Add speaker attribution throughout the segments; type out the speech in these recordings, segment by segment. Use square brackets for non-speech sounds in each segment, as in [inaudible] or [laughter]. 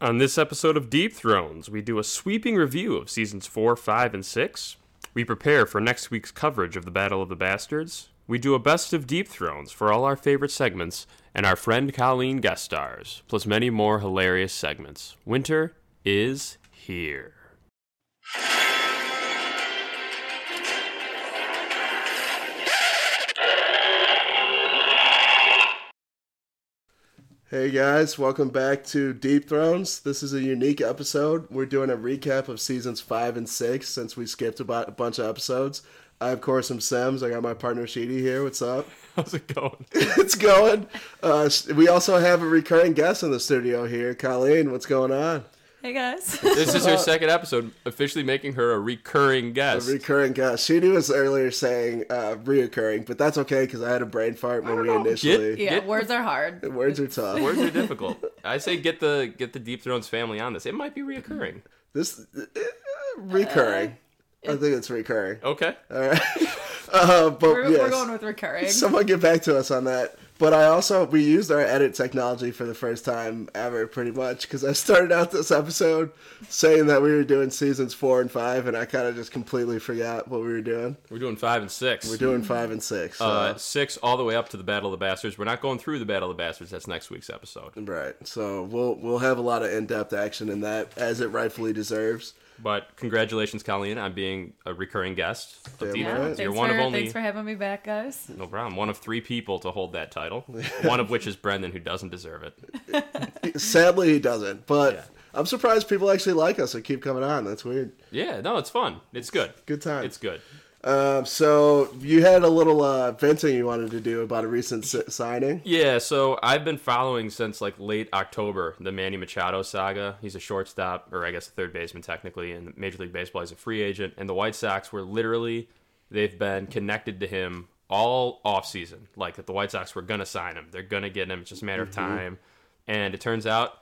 Speaker 1: On this episode of Deep Thrones, we do a sweeping review of seasons 4, 5, and 6. We prepare for next week's coverage of the Battle of the Bastards. We do a best of Deep Thrones for all our favorite segments, and our friend Colleen guest stars, plus many more hilarious segments. Winter is here. [laughs]
Speaker 2: Hey guys, welcome back to Deep Thrones. This is a unique episode. We're doing a recap of seasons five and six since we skipped about a bunch of episodes. I, of course, am Sems. I got my partner Sheedy here. What's up? [laughs]
Speaker 1: How's it going?
Speaker 2: it's going. Uh, we also have a recurring guest in the studio here, Colleen. What's going on?
Speaker 3: Hey guys.
Speaker 1: This is her second episode, officially making her a recurring
Speaker 2: A
Speaker 1: guest.
Speaker 2: recurring guest. Sheedy was earlier saying uh, reoccurring, but that's okay because I had a brain fart when we initially.
Speaker 3: Yeah,
Speaker 1: Get-
Speaker 3: words are hard.
Speaker 2: Words are
Speaker 1: [laughs]
Speaker 2: tough.
Speaker 1: Words are difficult. I say get the get the Deep Thrones family on this. It might be reoccurring.
Speaker 2: This uh, recurring. I think it's recurring.
Speaker 1: Okay.
Speaker 2: All right. [laughs] Uh, but
Speaker 3: We're,
Speaker 2: yes.
Speaker 3: we're going with recurring.
Speaker 2: Someone get back to us on that. But I also we used our edit technology for the first time ever, pretty much, because I started out this episode saying that we were doing seasons four and five, and I kind of just completely forgot what we were doing.
Speaker 1: We're doing five and six.
Speaker 2: We're doing five and six, so-
Speaker 1: uh, six all the way up to the Battle of the Bastards. We're not going through the Battle of the Bastards. That's next week's episode.
Speaker 2: right? So we'll we'll have a lot of in depth action in that, as it rightfully deserves.
Speaker 1: But congratulations, Colleen, on being a recurring guest. of Deep
Speaker 2: Damn right.
Speaker 3: yeah,
Speaker 1: Thrones.
Speaker 3: thanks,
Speaker 1: You're one
Speaker 3: for,
Speaker 1: of only
Speaker 3: thanks for having me back, guys.
Speaker 1: no problem. One of three people to hold that
Speaker 2: [laughs]
Speaker 1: title. one of which is Brendan, who doesn't deserve it.
Speaker 2: Sadly, he doesn't, but
Speaker 1: Yeah.
Speaker 2: I'm surprised people actually like us and keep coming on. That's weird.
Speaker 1: Yeah, no, it's fun. It's good.
Speaker 2: Good time.
Speaker 1: It's good.
Speaker 2: Um, so you had a little uh, venting you wanted to do about a recent s- signing.
Speaker 1: Yeah, so I've been following since like late October the Manny Machado saga. He's a shortstop, or I guess a third baseman technically, in Major League Baseball. He's a free agent, and the White Sox were literally they've been connected to him all offseason. Like that the White Sox were gonna sign him, they're gonna get him. It's just a matter of time. And it turns out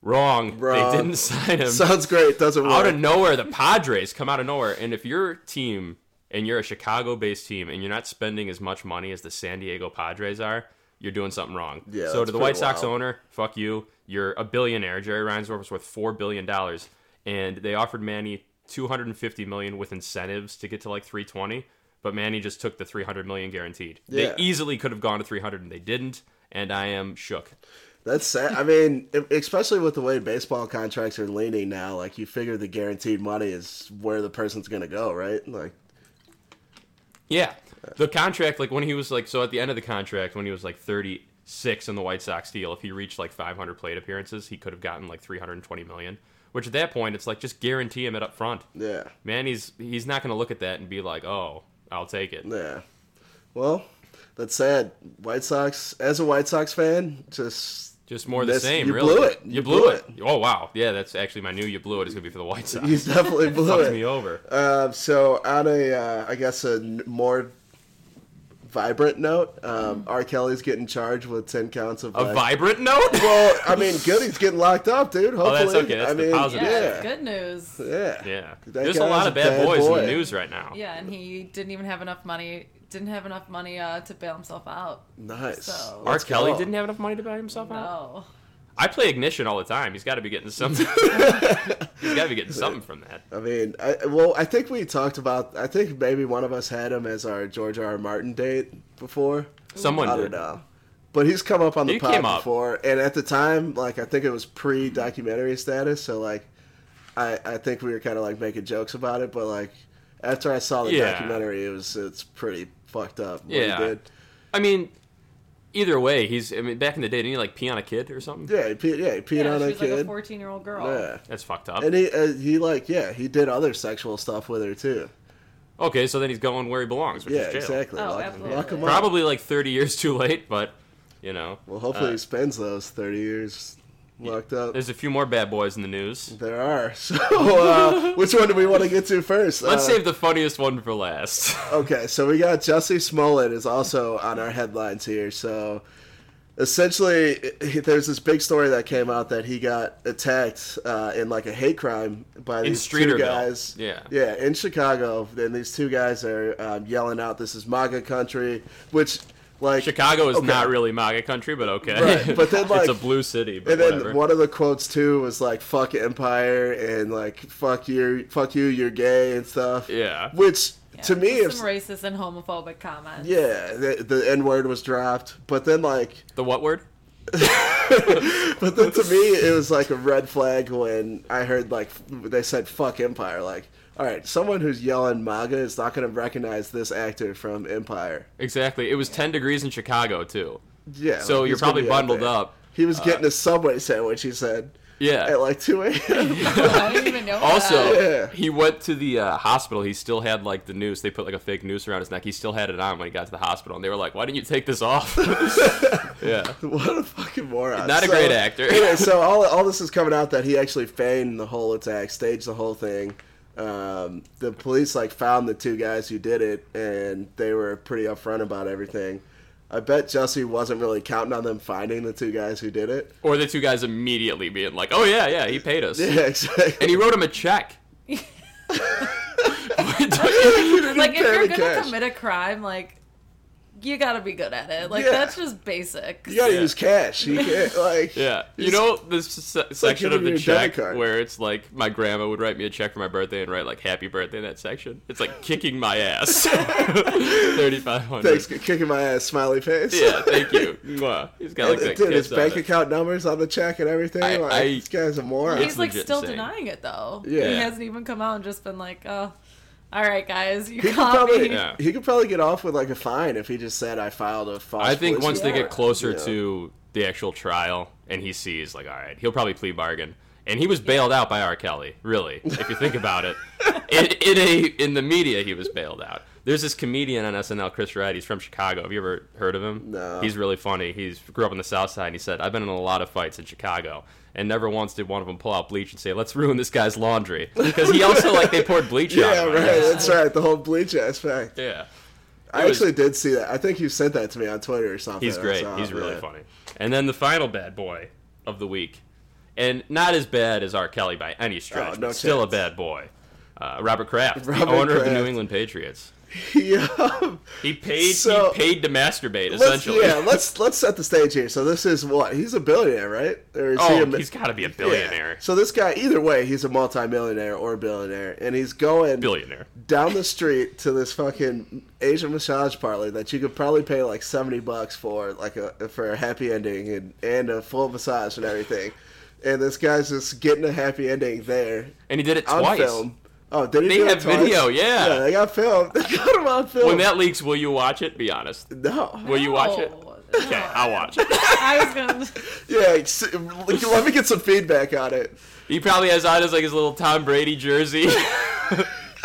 Speaker 1: wrong.
Speaker 2: Wrong.
Speaker 1: They didn't [laughs] sign him
Speaker 2: Sounds great, doesn't work.
Speaker 1: out of nowhere, the Padres come out of nowhere. And if your team and you're a Chicago based team and you're not spending as much money as the San Diego Padres are, you're doing something wrong.
Speaker 2: Yeah,
Speaker 1: so
Speaker 2: that's
Speaker 1: to the
Speaker 2: pretty
Speaker 1: White Sox
Speaker 2: wild.
Speaker 1: owner, fuck you. You're a billionaire. Jerry Reinsdorf was worth four billion dollars. And they offered Manny two hundred and fifty million with incentives to get to like three twenty. But Manny just took the three hundred million guaranteed.
Speaker 2: Yeah.
Speaker 1: They easily could have gone to three hundred and they didn't. And I am shook.
Speaker 2: That's sad. I mean, e- especially with the way baseball contracts are leaning now, like you figure the guaranteed money is where the person's going to go, right? Like,
Speaker 1: Yeah. The contract, like when he was like, so at the end of the contract, when he was like 36 in the White Sox deal, if he reached like 500 plate appearances, he could have gotten like 320 million. Which at that point, it's like just guarantee him it up front.
Speaker 2: yeah,
Speaker 1: Man, he's he's not going to look at that and be like, oh, I'll take it.
Speaker 2: yeah. Well, that's sad. White Sox, as a White Sox fan, just
Speaker 1: Just more the
Speaker 2: That's-
Speaker 1: same.
Speaker 2: you
Speaker 1: really.
Speaker 2: blew it.
Speaker 1: You,
Speaker 2: You
Speaker 1: blew,
Speaker 2: blew
Speaker 1: it. Oh wow. Yeah, that's actually my new. You blew it is going to be for the White Sox. [laughs]
Speaker 2: [laughs] you definitely blew
Speaker 1: Fucked me
Speaker 2: it.
Speaker 1: over.
Speaker 2: Um, so, on a, uh, I guess, a n- more vibrant note, um, R. Kelly's getting charged with 10 counts of.
Speaker 1: A
Speaker 2: life-
Speaker 1: vibrant note.
Speaker 2: [laughs] well, I mean, good. He's getting locked up, dude. Hopefully.
Speaker 1: Oh, that's okay. That's
Speaker 2: I
Speaker 1: the
Speaker 2: mean,
Speaker 1: positive.
Speaker 3: Yeah,
Speaker 2: Yeah.
Speaker 3: good news.
Speaker 2: Yeah.
Speaker 1: yeah.
Speaker 2: That
Speaker 1: There's a lot
Speaker 2: guy's
Speaker 1: of bad,
Speaker 2: bad
Speaker 1: boys in
Speaker 2: boy.
Speaker 1: the news right now.
Speaker 3: Yeah, and he didn't even have enough money. Didn't have enough money uh, to bail himself out.
Speaker 2: Nice.
Speaker 3: So-
Speaker 1: R.
Speaker 2: Let's
Speaker 1: Kelly
Speaker 2: go.
Speaker 1: didn't have enough money to buy himself out.
Speaker 3: No,
Speaker 1: I play ignition all the time. He's got to be getting something. [laughs]
Speaker 2: [laughs]
Speaker 1: He's got to be getting something from that.
Speaker 2: I mean, I, well, I think we talked about. I think maybe one of us had him as our George R. R. Martin date before.
Speaker 1: Someone
Speaker 2: I
Speaker 1: did.
Speaker 2: don't know, but he's come up on the
Speaker 1: He
Speaker 2: pod
Speaker 1: came up.
Speaker 2: before, and at the time, like I think it was pre-documentary status. So like, I I think we were kind of like making jokes about it, but like after I saw the
Speaker 1: Yeah.
Speaker 2: documentary, it was it's pretty fucked up. what he
Speaker 1: Yeah.
Speaker 2: did.
Speaker 1: I mean, either way, he's. I mean, back in the day, didn't he like pee on a kid or something?
Speaker 2: yeah, he peed, yeah, he peed
Speaker 3: yeah,
Speaker 2: on
Speaker 3: she
Speaker 2: a
Speaker 3: was like a
Speaker 2: kid.
Speaker 3: fourteen-year-old girl.
Speaker 2: yeah,
Speaker 1: That's fucked up.
Speaker 2: and he uh, he like yeah, he did other sexual stuff with her too.
Speaker 1: Okay, so then he's going where he belongs, which
Speaker 2: Yeah,
Speaker 1: is jail.
Speaker 2: exactly.
Speaker 3: Oh,
Speaker 2: Lock-
Speaker 3: absolutely.
Speaker 2: lock 'em up.
Speaker 1: Probably like 30 years too late, but you know.
Speaker 2: Well, hopefully
Speaker 1: Uh,
Speaker 2: he spends those 30 years locked up.
Speaker 1: there's a few more bad boys in the news.
Speaker 2: There are. [laughs] So, uh, which one do we want to get to first?
Speaker 1: Let's
Speaker 2: Uh,
Speaker 1: save the funniest one for
Speaker 2: [laughs]
Speaker 1: last.
Speaker 2: Okay, so we got Jesse Smollett is also on our headlines here. So, essentially, i- i- there's this big story that came out that he got attacked uh, in like a hate crime by these two
Speaker 1: Streeterville.
Speaker 2: guys.
Speaker 1: Yeah.
Speaker 2: yeah, in Chicago. And these two guys are um, yelling out, "This is MAGA country," which. Like
Speaker 1: Chicago is
Speaker 2: okay.
Speaker 1: not really MAGA country, but okay.
Speaker 2: Right, but then, like-
Speaker 1: [laughs] it's a blue city. But
Speaker 2: And then
Speaker 1: whatever.
Speaker 2: one of the quotes too was like "fuck empire" and like "fuck your fuck you, you're gay" and stuff.
Speaker 1: Yeah.
Speaker 2: Which
Speaker 3: Yeah,
Speaker 2: to me,
Speaker 3: just
Speaker 2: if
Speaker 3: some racist and homophobic comments.
Speaker 2: yeah, the, the N word was dropped, but then like, [laughs]
Speaker 1: The what word?
Speaker 2: but then to me, it was like a red flag when I heard like they said "fuck empire." Like, all right, someone who's yelling MAGA is not going to recognize this actor from Empire.
Speaker 1: Exactly. It was 10 degrees in Chicago too.
Speaker 2: Yeah.
Speaker 1: So
Speaker 2: like,
Speaker 1: you're
Speaker 2: he's gonna
Speaker 1: probably
Speaker 2: be out
Speaker 1: bundled
Speaker 2: there.
Speaker 1: up. Uh,
Speaker 2: He was getting a subway sandwich. He said
Speaker 1: Yeah.
Speaker 2: at like two a.m.
Speaker 1: [laughs]
Speaker 2: [laughs]
Speaker 3: I didn't even know.
Speaker 1: Also,
Speaker 3: that.
Speaker 2: Yeah.
Speaker 1: he went to the uh, hospital. He still had like the noose. They put like a fake noose around his neck. He still had it on when he got to the hospital, and they were like, "Why didn't you take this off?"
Speaker 2: [laughs]
Speaker 1: yeah,
Speaker 2: What a fucking moron.
Speaker 1: Not a great actor.
Speaker 2: anyway, so all, all this is coming out that he actually feigned the whole attack, staged the whole thing. Um, the police like found the two guys who did it, and they were pretty upfront about everything. I bet Jesse wasn't really counting on them finding the two guys who did it.
Speaker 1: [laughs] or the two guys immediately being like, "Oh yeah, yeah, he paid us,
Speaker 2: Yeah, [laughs] exactly.
Speaker 1: and he wrote him a check." [laughs]
Speaker 3: like if
Speaker 2: pay
Speaker 3: you're
Speaker 2: the
Speaker 3: gonna
Speaker 2: cash.
Speaker 3: commit a crime, like you gotta be good at it. Like
Speaker 2: Yeah.
Speaker 3: that's just basics.
Speaker 2: you gotta
Speaker 1: Yeah.
Speaker 2: use cash. You
Speaker 3: [laughs]
Speaker 2: can't like
Speaker 1: yeah, you
Speaker 2: He's-
Speaker 1: know this se- section
Speaker 2: giving
Speaker 1: of the
Speaker 2: you a debit
Speaker 1: check
Speaker 2: card.
Speaker 1: where it's like my grandma would write me a check for my birthday and write like "Happy Birthday" in that section. It's like kicking my
Speaker 2: [laughs]
Speaker 1: ass. [laughs] Thirty-five hundred.
Speaker 2: Thanks, kicking my ass, smiley face.
Speaker 1: Yeah, thank
Speaker 2: [laughs]
Speaker 1: you. Mwah. He's got like that
Speaker 2: Dude, his
Speaker 1: kiss on
Speaker 2: bank
Speaker 1: it.
Speaker 2: account numbers on the check and everything.
Speaker 1: I-
Speaker 2: like,
Speaker 1: I-
Speaker 2: this guy's a moron.
Speaker 3: He's like
Speaker 1: legit
Speaker 3: still
Speaker 1: insane.
Speaker 3: denying it though.
Speaker 2: Yeah.
Speaker 3: He hasn't even come out and just been like, oh, all right, guys, you
Speaker 2: He could
Speaker 3: caught
Speaker 2: probably
Speaker 3: me. [laughs]
Speaker 1: Yeah.
Speaker 2: he could probably get off with like a fine if he just said I filed a false.
Speaker 1: I think once they
Speaker 2: police
Speaker 1: get
Speaker 2: report."
Speaker 1: closer
Speaker 2: Yeah.
Speaker 1: to the actual trial and he sees, like, all right, he'll probably plea bargain. And he was bailed out by R. Kelly, really, if you think about
Speaker 2: [laughs]
Speaker 1: it. In, in, a, in the media, he was bailed out. There's this comedian on SNL, Chris Wright. He's from Chicago. Have you ever heard of him?
Speaker 2: No.
Speaker 1: He's really funny. He's grew up on the South Side, and he said, I've been in a lot of fights in Chicago. And never once did one of them pull out bleach and say, let's ruin this guy's laundry. Because he also, like, they poured bleach out.
Speaker 2: [laughs] yeah,
Speaker 1: on him,
Speaker 2: right.
Speaker 1: I guess.
Speaker 2: That's right. The whole bleach aspect.
Speaker 1: Yeah.
Speaker 2: I
Speaker 1: It was-
Speaker 2: actually did see that. I think you sent that to me on Twitter or something.
Speaker 1: He's
Speaker 2: I
Speaker 1: great.
Speaker 2: saw,
Speaker 1: He's really
Speaker 2: yeah.
Speaker 1: funny. And then the final bad boy of the week, and not as bad as R. Kelly by any stretch,
Speaker 2: Oh, no
Speaker 1: but still a
Speaker 2: chance.
Speaker 1: bad boy. Uh, Robert
Speaker 2: [laughs]
Speaker 1: Kraft,
Speaker 2: Robert
Speaker 1: the owner of the
Speaker 2: Kraft.
Speaker 1: New England Patriots.
Speaker 2: [laughs] yeah.
Speaker 1: He paid.
Speaker 2: So-
Speaker 1: he paid to masturbate,
Speaker 2: Let's,
Speaker 1: essentially.
Speaker 2: yeah, let's let's set the stage here. So this is what he's a billionaire, right? Or is
Speaker 1: [laughs] oh,
Speaker 2: mi-
Speaker 1: he's got to be a
Speaker 2: yeah.
Speaker 1: billionaire.
Speaker 2: So this guy, either way, he's a multimillionaire or billionaire, and he's going
Speaker 1: Billionaire.
Speaker 2: down the street to this fucking Asian massage parlor that you could probably pay like seventy bucks for, like a for a happy ending and and a full massage and everything. And this guy's just getting a happy ending there
Speaker 1: And he did it
Speaker 2: on
Speaker 1: twice.
Speaker 2: film. Oh, did he?
Speaker 1: They
Speaker 2: do it
Speaker 1: have
Speaker 2: twice?
Speaker 1: video, yeah.
Speaker 2: they got film. [laughs] They got him on film.
Speaker 1: When that leaks, will you watch it? Be honest.
Speaker 2: no,
Speaker 1: Will you watch it?
Speaker 3: No.
Speaker 1: Okay, I'll
Speaker 3: [laughs]
Speaker 1: watch it.
Speaker 3: I was gonna. [laughs]
Speaker 2: yeah. it's- Let me get some feedback on it.
Speaker 1: He probably has on his like his little Tom Brady jersey.
Speaker 2: [laughs]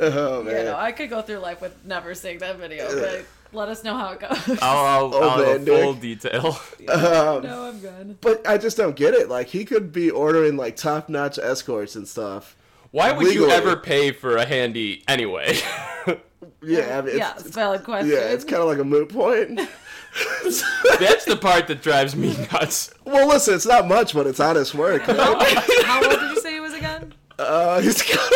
Speaker 2: Oh man.
Speaker 3: You know, I could go through life with never seeing that video, but let us know how it goes.
Speaker 1: I'll, I'll,
Speaker 2: Oh,
Speaker 1: I'll have
Speaker 2: man,
Speaker 1: a
Speaker 2: Nick.
Speaker 1: full detail.
Speaker 3: [laughs]
Speaker 1: [laughs]
Speaker 3: no, I'm good.
Speaker 2: Um, But I just don't get it. Like he could be ordering like top notch escorts and stuff.
Speaker 1: Why would you
Speaker 2: Legally.
Speaker 1: ever pay for a handy anyway? [laughs]
Speaker 2: Yeah, I mean, it's,
Speaker 3: yeah, it's a valid question.
Speaker 2: yeah, it's kind of like a moot
Speaker 1: [laughs]
Speaker 2: point.
Speaker 1: That's the part that drives me
Speaker 2: [laughs]
Speaker 1: nuts.
Speaker 2: well, listen, it's not much, but it's honest work.
Speaker 3: How- how old did you say he was
Speaker 2: [laughs]
Speaker 3: again?
Speaker 2: Uh, he's got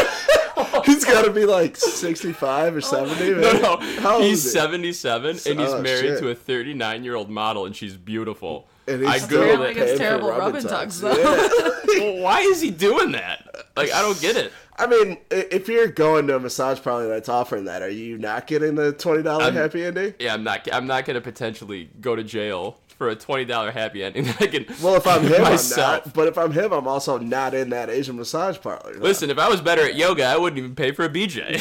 Speaker 2: he's got to be like sixty five or seventy.
Speaker 1: No,
Speaker 2: maybe.
Speaker 1: no,
Speaker 2: How old
Speaker 1: he's
Speaker 2: is he?
Speaker 1: 77 and he's
Speaker 2: Oh,
Speaker 1: married
Speaker 2: shit.
Speaker 1: to a 39 year old model, and she's beautiful.
Speaker 2: And he's
Speaker 1: I
Speaker 2: still
Speaker 1: googled
Speaker 3: Apparently
Speaker 1: it.
Speaker 2: paying
Speaker 3: it's
Speaker 2: for
Speaker 3: terrible
Speaker 2: rub
Speaker 3: rub
Speaker 2: and
Speaker 3: and tucks,
Speaker 2: tucks.
Speaker 3: though.
Speaker 1: [laughs] Well, why is he doing that? Like, I don't get
Speaker 2: [laughs]
Speaker 1: it.
Speaker 2: I mean, i- if you're going to a massage parlor that's offering that, are you not getting the twenty dollar
Speaker 1: I'm-
Speaker 2: happy ending?
Speaker 1: Yeah, I'm not. I'm not gonna potentially go to jail for a twenty dollar happy ending. [laughs] that I can.
Speaker 2: Well, if I'm him,
Speaker 1: myself.
Speaker 2: I'm not. But if I'm him, I'm also not in that Asian massage parlor.
Speaker 1: Listen, if I was better at yoga, I wouldn't even pay for a BJ.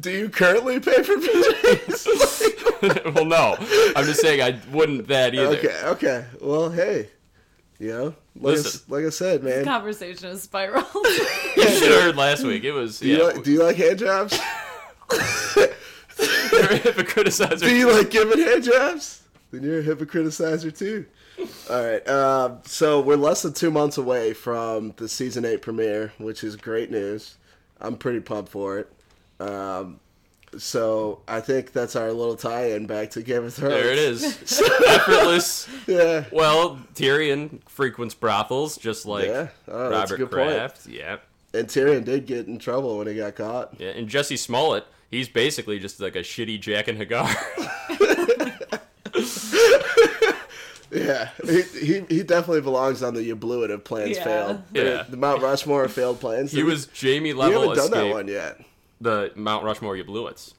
Speaker 2: do you currently
Speaker 1: [laughs]
Speaker 2: pay for PJs?
Speaker 1: [laughs] well, no, I'm just saying I wouldn't that either.
Speaker 2: Okay, okay. Well, hey, you know, like, I, s-
Speaker 1: Listen.
Speaker 2: like I said, man,
Speaker 3: Conversation has spiraled. [laughs]
Speaker 1: You should have heard last week. It was
Speaker 2: do,
Speaker 1: yeah,
Speaker 2: you like, do you like hand jobs?
Speaker 1: you're a [laughs] hypocriticizer.
Speaker 2: do you like giving hand jobs? Then you're a hypocriticizer too. All right, um, so we're less than two months away from the season eight premiere, which is great news. I'm pretty pumped for it. Um, so I think that's our little tie-in back to Game of Thrones.
Speaker 1: There it is. Effortless.
Speaker 2: [laughs] Yeah.
Speaker 1: Well, Tyrion frequents brothels, just like
Speaker 2: Yeah. Oh, that's a
Speaker 1: Robert
Speaker 2: good point.
Speaker 1: Kraft. Yeah.
Speaker 2: And Tyrion did get in trouble when he got caught.
Speaker 1: yeah. And Jesse Smollett He's basically just like a shitty Jack and Hagar. [laughs]
Speaker 2: Yeah, he, he, he definitely belongs on the you blew it if plans
Speaker 3: Yeah.
Speaker 2: failed.
Speaker 1: Yeah.
Speaker 2: The, the Mount Rushmore of failed plans.
Speaker 1: he was Jamie
Speaker 2: We
Speaker 1: level
Speaker 2: haven't done
Speaker 1: escape
Speaker 2: that one yet.
Speaker 1: the Mount Rushmore Yablowitz.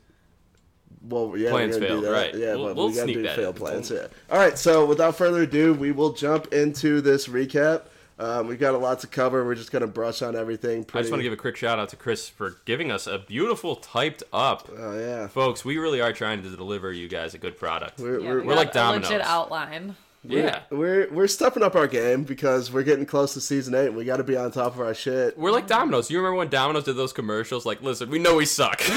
Speaker 2: Well, yeah,
Speaker 1: Plans
Speaker 2: we're gonna
Speaker 1: failed,
Speaker 2: do that.
Speaker 1: right.
Speaker 2: Yeah,
Speaker 1: We'll-
Speaker 2: but
Speaker 1: we'll
Speaker 2: we gotta
Speaker 1: sneak
Speaker 2: do
Speaker 1: that
Speaker 2: failed
Speaker 1: in.
Speaker 2: plans. Yeah. All right. So without further ado, we will jump into this recap. Um, we've got a lot to cover. We're just gonna brush on everything. Pretty...
Speaker 1: I just want to give a quick shout out to Chris for giving us a beautiful typed up.
Speaker 2: Oh yeah.
Speaker 1: Folks, we really are trying to deliver you guys a good product.
Speaker 2: We're,
Speaker 3: Yeah,
Speaker 2: we're,
Speaker 3: we
Speaker 1: we're
Speaker 3: got
Speaker 1: like
Speaker 3: a
Speaker 1: dominoes.
Speaker 3: Legit outline.
Speaker 1: yeah.
Speaker 2: we're we're stepping up our game because we're getting close to season eight. and We got to be on top of our shit.
Speaker 1: We're like Domino's. You remember when Domino's did those commercials? Like, listen, we know we
Speaker 2: [laughs]
Speaker 1: suck. [laughs]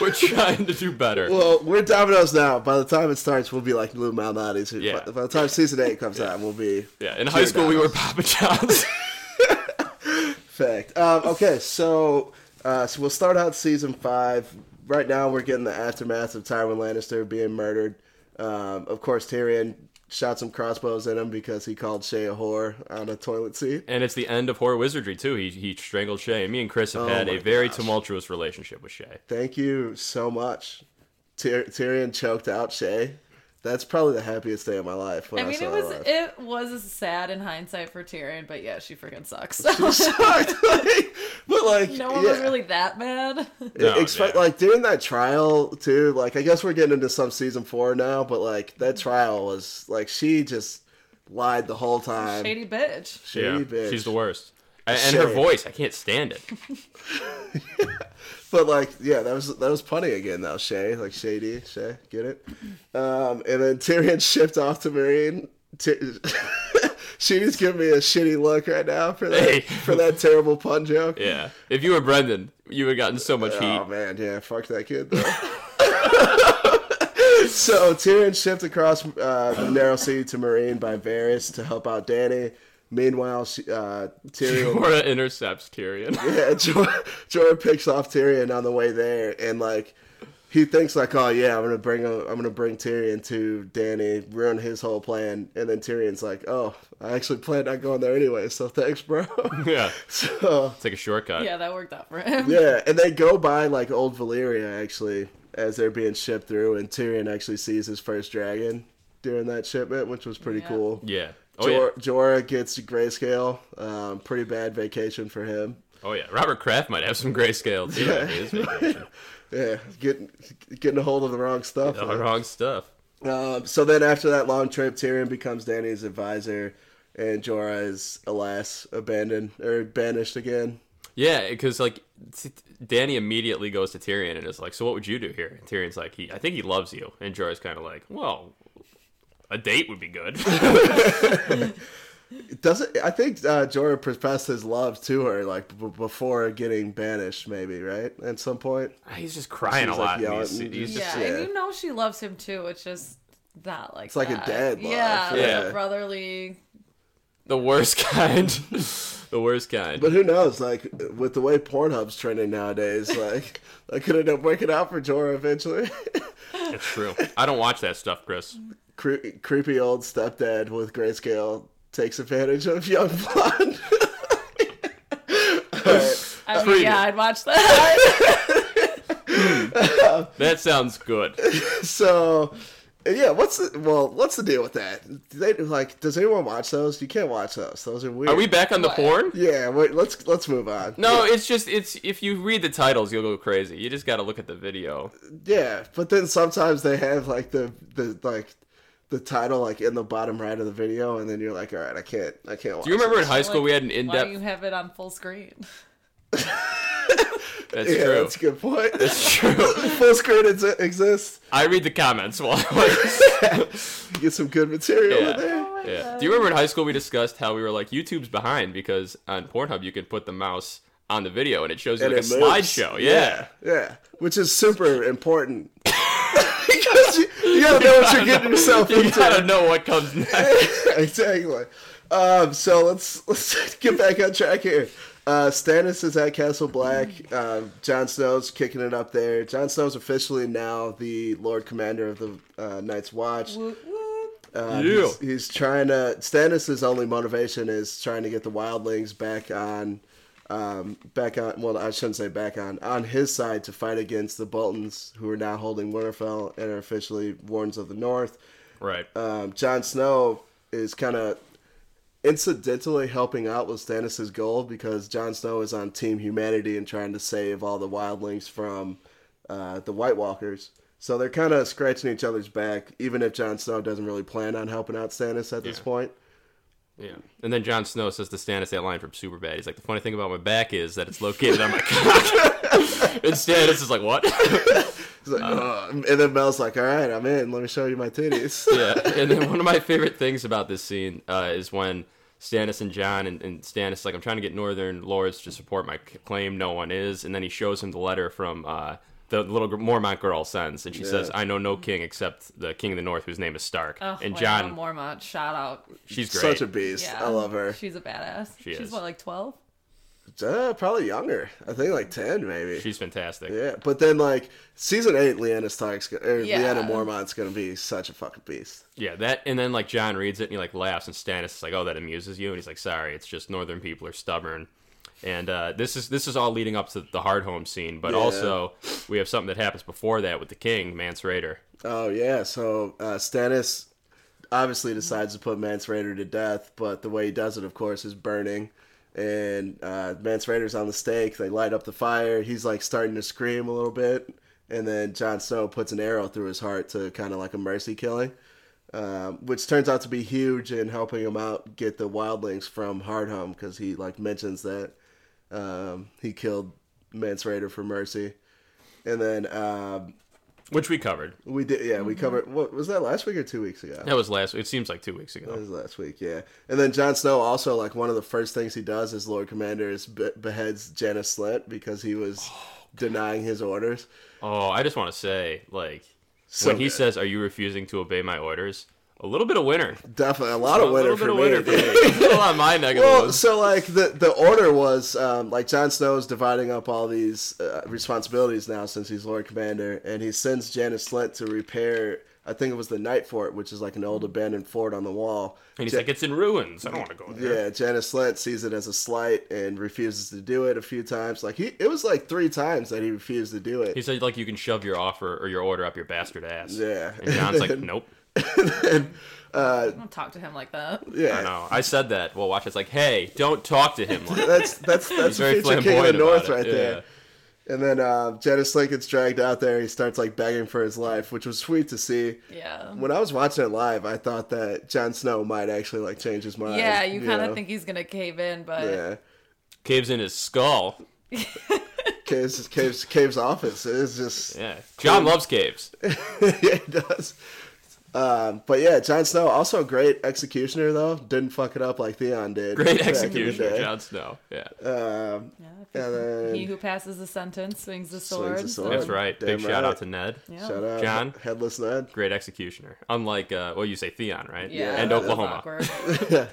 Speaker 1: We're trying to do better.
Speaker 2: Well, we're Domino's now. By the time it starts, we'll be like Lou Malnati's. who-
Speaker 1: Yeah.
Speaker 2: By the time season eight comes out, we'll be
Speaker 1: yeah, in high school we were Papa John's. [laughs]
Speaker 2: Fact. Um, okay, so uh, so we'll start out season five. Right now, we're getting the aftermath of Tywin Lannister being murdered. Um, of course, Tyrion shot some crossbows at him because he called Shay a whore on a toilet seat.
Speaker 1: and it's the end of horror wizardry too. He he strangled Shay. And me and Chris have
Speaker 2: Oh
Speaker 1: had
Speaker 2: my
Speaker 1: a very tumultuous relationship with Shay.
Speaker 2: Thank you so much. Tyr- Tyrion choked out Shay. That's probably the happiest day of my life. When
Speaker 3: I
Speaker 2: I,
Speaker 3: mean,
Speaker 2: saw
Speaker 3: it
Speaker 2: her
Speaker 3: was
Speaker 2: live. [laughs]
Speaker 3: [laughs] it was sad in hindsight for Tyrion, but yeah, she freaking
Speaker 2: [laughs]
Speaker 3: sucks.
Speaker 2: Shocked, like- but like,
Speaker 3: [laughs] no one was
Speaker 2: yeah.
Speaker 3: really that mad. [laughs]
Speaker 1: No,
Speaker 2: expect
Speaker 1: yeah.
Speaker 2: like during that trial too. Like I guess we're getting into some season four now, but like that trial was like she just lied the whole time.
Speaker 3: Shady bitch.
Speaker 2: Shady bitch.
Speaker 1: she's the worst. And, and her
Speaker 2: Shay.
Speaker 1: voice, I can't stand
Speaker 2: [laughs]
Speaker 1: it.
Speaker 2: But like, yeah, that was that was punny again though. Shay, like shady, Shay, get it? Um, and then Tyrion shipped off to Marine. Ty- [laughs] She's giving me a shitty look right now for that
Speaker 1: Hey.
Speaker 2: for that terrible pun joke.
Speaker 1: Yeah. If you were Brendan, you would have gotten so much
Speaker 2: Oh
Speaker 1: heat.
Speaker 2: man, yeah, fuck that kid though. [laughs] so Tyrion shipped across uh, the narrow sea to Marine by Varys to help out Danny. Meanwhile, she, uh,
Speaker 1: [laughs]
Speaker 2: Tyrion
Speaker 1: Jorah intercepts Tyrion. [laughs]
Speaker 2: [laughs] yeah, Jorah, Jorah picks off Tyrion on the way there, and like he thinks like, oh yeah, I'm gonna bring him, I'm gonna bring Tyrion to Danny, ruin his whole plan, and then Tyrion's like, oh, I actually planned on going there anyway, so thanks, bro. [laughs]
Speaker 1: yeah.
Speaker 2: so
Speaker 1: It's like a shortcut.
Speaker 3: Yeah, that worked out for him.
Speaker 2: uh, yeah, and they go by like old Valyria actually as they're being shipped through, and Tyrion actually sees his first dragon during that shipment, which was pretty
Speaker 3: Yeah.
Speaker 2: cool.
Speaker 1: Yeah. Oh yeah.
Speaker 2: Jor- Jorah gets grayscale. Um, pretty bad vacation for him.
Speaker 1: Oh yeah. Robert Kraft might have some grayscale too. after his
Speaker 2: [laughs]
Speaker 1: vacation.
Speaker 2: Yeah, getting getting a hold of the wrong stuff.
Speaker 1: The wrong stuff.
Speaker 2: Um, so then after that long trip, Tyrion becomes Danny's advisor, and Jorah is alas abandoned or banished again.
Speaker 1: Yeah, because like t- t- Danny immediately goes to Tyrion and is like, "So what would you do here?" And Tyrion's like, "He, I think he loves you." And Jorah's kind of like, "Well, a date would be
Speaker 2: [laughs]
Speaker 1: good."
Speaker 2: Doesn't I think uh, Jorah professed his love to her like b- before getting banished, maybe right at some point.
Speaker 1: he's just crying
Speaker 2: She's
Speaker 1: a
Speaker 2: like
Speaker 1: lot. in
Speaker 2: yelling.
Speaker 1: these- he's just-
Speaker 3: Yeah,
Speaker 2: Yeah.
Speaker 3: and you know she loves him too. It's just not like
Speaker 2: It's like a
Speaker 3: that.
Speaker 2: dad love,
Speaker 3: Yeah,
Speaker 1: yeah.
Speaker 3: Like a brotherly.
Speaker 1: the worst [laughs] kind. the worst kind.
Speaker 2: But who knows? Like with the way Pornhub's trending nowadays, [laughs] like I could end up working out for Jorah eventually. [laughs]
Speaker 1: it's true. I don't watch that stuff, Chris.
Speaker 2: Cre- creepy old stepdad with grayscale takes advantage of young blonde. Alright.
Speaker 3: I
Speaker 1: Freedom.
Speaker 3: mean, yeah, I'd
Speaker 2: [laughs]
Speaker 3: watch that.
Speaker 1: That sounds good.
Speaker 2: [laughs] So, yeah, what's the, well, what's the deal with that? Do they like? Does anyone watch those? You can't watch those. Those are weird.
Speaker 1: Are we back on the
Speaker 3: What?
Speaker 1: porn?
Speaker 2: Yeah, wait. Let's let's move on.
Speaker 1: No, it's just it's if you read the titles, you'll go crazy. You just got to look at the video.
Speaker 2: Yeah, but then sometimes they have like the the like the title like in the bottom right of the video, and then you're like, all right, I can't, I can't. Watch
Speaker 1: Do you remember in
Speaker 2: this.
Speaker 1: high school
Speaker 3: Like,
Speaker 1: we had an in
Speaker 3: Why do you
Speaker 1: depth?
Speaker 3: have it on full screen?
Speaker 1: That's
Speaker 2: Yeah,
Speaker 1: true.
Speaker 2: that's a good point.
Speaker 1: [laughs] That's true.
Speaker 2: [laughs] Full screen exi- exists.
Speaker 1: I read the comments while I
Speaker 2: [laughs]
Speaker 1: watch.
Speaker 2: You get some good material
Speaker 1: Yeah.
Speaker 2: in
Speaker 3: Oh
Speaker 2: there.
Speaker 1: Yeah. Do you remember in high school we discussed how we were like YouTube's behind because on Pornhub you can put the mouse on the video and it shows you
Speaker 2: And
Speaker 1: like a
Speaker 2: it moves.
Speaker 1: slideshow. [laughs] Yeah.
Speaker 2: yeah, yeah, which is super important [laughs] because you, you gotta know what you're
Speaker 1: [laughs]
Speaker 2: getting yourself
Speaker 1: You
Speaker 2: into.
Speaker 1: gotta know what
Speaker 2: [laughs]
Speaker 1: comes next.
Speaker 2: exactly. Um, so let's [laughs] let's get back on track here. Uh, Stannis is at Castle Black. Uh, Jon Snow's kicking it up there. Jon Snow's officially now the Lord Commander of the uh, Night's Watch.
Speaker 3: Woot, woot.
Speaker 2: Uh,
Speaker 1: Yeah.
Speaker 2: he's, he's trying to. Stannis' only motivation is trying to get the wildlings back on um, back on. Well, I shouldn't say back on on his side to fight against the Boltons, who are now holding Winterfell and are officially Warrens of the North.
Speaker 1: Right.
Speaker 2: Um, Jon Snow is kind of incidentally helping out with Stannis' goal because Jon Snow is on Team Humanity and trying to save all the wildlings from uh, the White Walkers. So they're kind of scratching each other's back, even if Jon Snow doesn't really plan on helping out Stannis at this
Speaker 1: Yeah.
Speaker 2: point.
Speaker 1: yeah. And then Jon Snow says to Stannis that line from Superbad. He's like, "The funny thing about my back is that it's located on my cock." [laughs] and Stannis is like,
Speaker 2: [laughs]
Speaker 1: "What?"
Speaker 2: He's
Speaker 1: Uh.
Speaker 2: like, "Ugh." and then Mel's like, "All right, I'm in. Let me show you my titties."
Speaker 1: yeah. And then one of my favorite things about this scene uh, is when Stannis and John and, and Stannis is like, I'm trying to get Northern lords to support my c- claim. No one is. And then he shows him the letter from uh, the little gr- Mormont girl sends, and she says,
Speaker 2: Yeah.
Speaker 1: I know no king except the king of the North, whose name is Stark.
Speaker 3: Oh,
Speaker 1: and
Speaker 3: Lana
Speaker 1: John,
Speaker 3: Mormont, shout out.
Speaker 1: [laughs] she's great.
Speaker 2: Such a beast.
Speaker 3: Yeah,
Speaker 2: I love her.
Speaker 3: She's a badass.
Speaker 1: She
Speaker 3: she's
Speaker 1: is.
Speaker 3: what, like twelve?
Speaker 2: Uh, probably younger. I think like ten, maybe.
Speaker 1: She's fantastic.
Speaker 2: yeah, but then like season eight, Lyanna Stark's go- or
Speaker 3: Yeah.
Speaker 2: Lyanna Mormont's gonna be such a fucking beast.
Speaker 1: Yeah, that and then like John reads it and he like laughs and Stannis is like, "Oh, that amuses you," and he's like, "Sorry, it's just Northern people are stubborn." And uh, this is this is all leading up to the Hardhome scene, but
Speaker 2: Yeah.
Speaker 1: also we have something that happens before that with the King, Mance Raider.
Speaker 2: Oh yeah, so uh, Stannis obviously decides to put Mance Raider to death, but the way he does it, of course, is burning. And uh, Mance Raider's on the stake. They light up the fire. He's like starting to scream a little bit, and then Jon Snow puts an arrow through his heart to kind of like a mercy killing, um, which turns out to be huge in helping him out get the wildlings from Hardhome because he like mentions that um, he killed Mance Raider for mercy. And then um,
Speaker 1: which we covered.
Speaker 2: we did, yeah.
Speaker 1: Mm-hmm.
Speaker 2: We covered. What was that last week or two weeks ago?
Speaker 1: That was last. It seems like two weeks
Speaker 2: That
Speaker 1: ago.
Speaker 2: was last week, yeah. And then Jon Snow also like one of the first things he does as Lord Commander is be- beheads Janice Slint because he was denying his orders.
Speaker 1: Oh, I just want to say, like,
Speaker 2: So uh,
Speaker 1: when he
Speaker 2: good.
Speaker 1: says, "Are you refusing to obey my orders?" A little bit of winner.
Speaker 2: definitely a lot of
Speaker 1: a
Speaker 2: winner
Speaker 1: little
Speaker 2: for
Speaker 1: bit of
Speaker 2: me.
Speaker 1: winner
Speaker 2: dude. [laughs]
Speaker 1: for me. [laughs] a lot of my neck of the
Speaker 2: Well,
Speaker 1: woods.
Speaker 2: so like the the order was um, like Jon Snow's dividing up all these uh, responsibilities now since he's Lord Commander, and he sends Janice Slint to repair. I think it was the Night Fort, which is like an old abandoned fort on the wall.
Speaker 1: Mm. And he's
Speaker 2: Ja-
Speaker 1: like, "It's in ruins. I don't want to go there."
Speaker 2: Yeah, Janice Lent sees it as a slight and refuses to do it a few times. Like he, it was like three times that he refused to do it.
Speaker 1: He said, "Like, you can shove your offer or your order up your bastard ass."
Speaker 2: Yeah.
Speaker 1: And John's
Speaker 2: [laughs]
Speaker 1: like, "Nope."
Speaker 3: Don't talk to him like that.
Speaker 1: I
Speaker 2: yeah,
Speaker 1: know. I said that. Well, watch. It's like, hey, don't talk to him. Like,
Speaker 2: [laughs] that's
Speaker 1: [laughs]
Speaker 2: that's that's
Speaker 1: he's very
Speaker 2: the future king of the
Speaker 1: flamboyant
Speaker 2: north
Speaker 1: about
Speaker 2: right
Speaker 1: it.
Speaker 2: there.
Speaker 1: Yeah.
Speaker 2: And then uh, Janice Lent gets dragged out there. He starts like begging for his life, which was sweet to see.
Speaker 3: Yeah.
Speaker 2: When I was watching it live, I thought that Jon Snow might actually like change his mind.
Speaker 3: yeah, you kind
Speaker 2: know?
Speaker 3: of think he's gonna cave in, but
Speaker 2: Yeah,
Speaker 1: Caves in his skull.
Speaker 2: caves, caves, caves office is just
Speaker 1: Yeah. John loves caves.
Speaker 2: [laughs] yeah, it does. Um, but yeah, Jon Snow also a great executioner though. Didn't fuck it up like Theon did. [laughs] back in
Speaker 1: Great
Speaker 2: the
Speaker 1: executioner,
Speaker 2: day.
Speaker 1: Jon Snow. Yeah.
Speaker 2: Um,
Speaker 3: Yeah, I think
Speaker 2: and then
Speaker 3: he who passes the sentence swings the sword.
Speaker 2: the
Speaker 3: so-
Speaker 2: sword.
Speaker 1: That's right.
Speaker 2: Damn
Speaker 1: Big shout
Speaker 2: right.
Speaker 1: out to Ned.
Speaker 3: Yeah.
Speaker 2: shout out
Speaker 1: Jon?
Speaker 2: Headless Ned.
Speaker 1: Great executioner. Unlike, uh, well, you say Theon, right?
Speaker 3: Yeah,
Speaker 1: And
Speaker 3: that was
Speaker 1: Oklahoma.
Speaker 2: [laughs]
Speaker 3: awkward.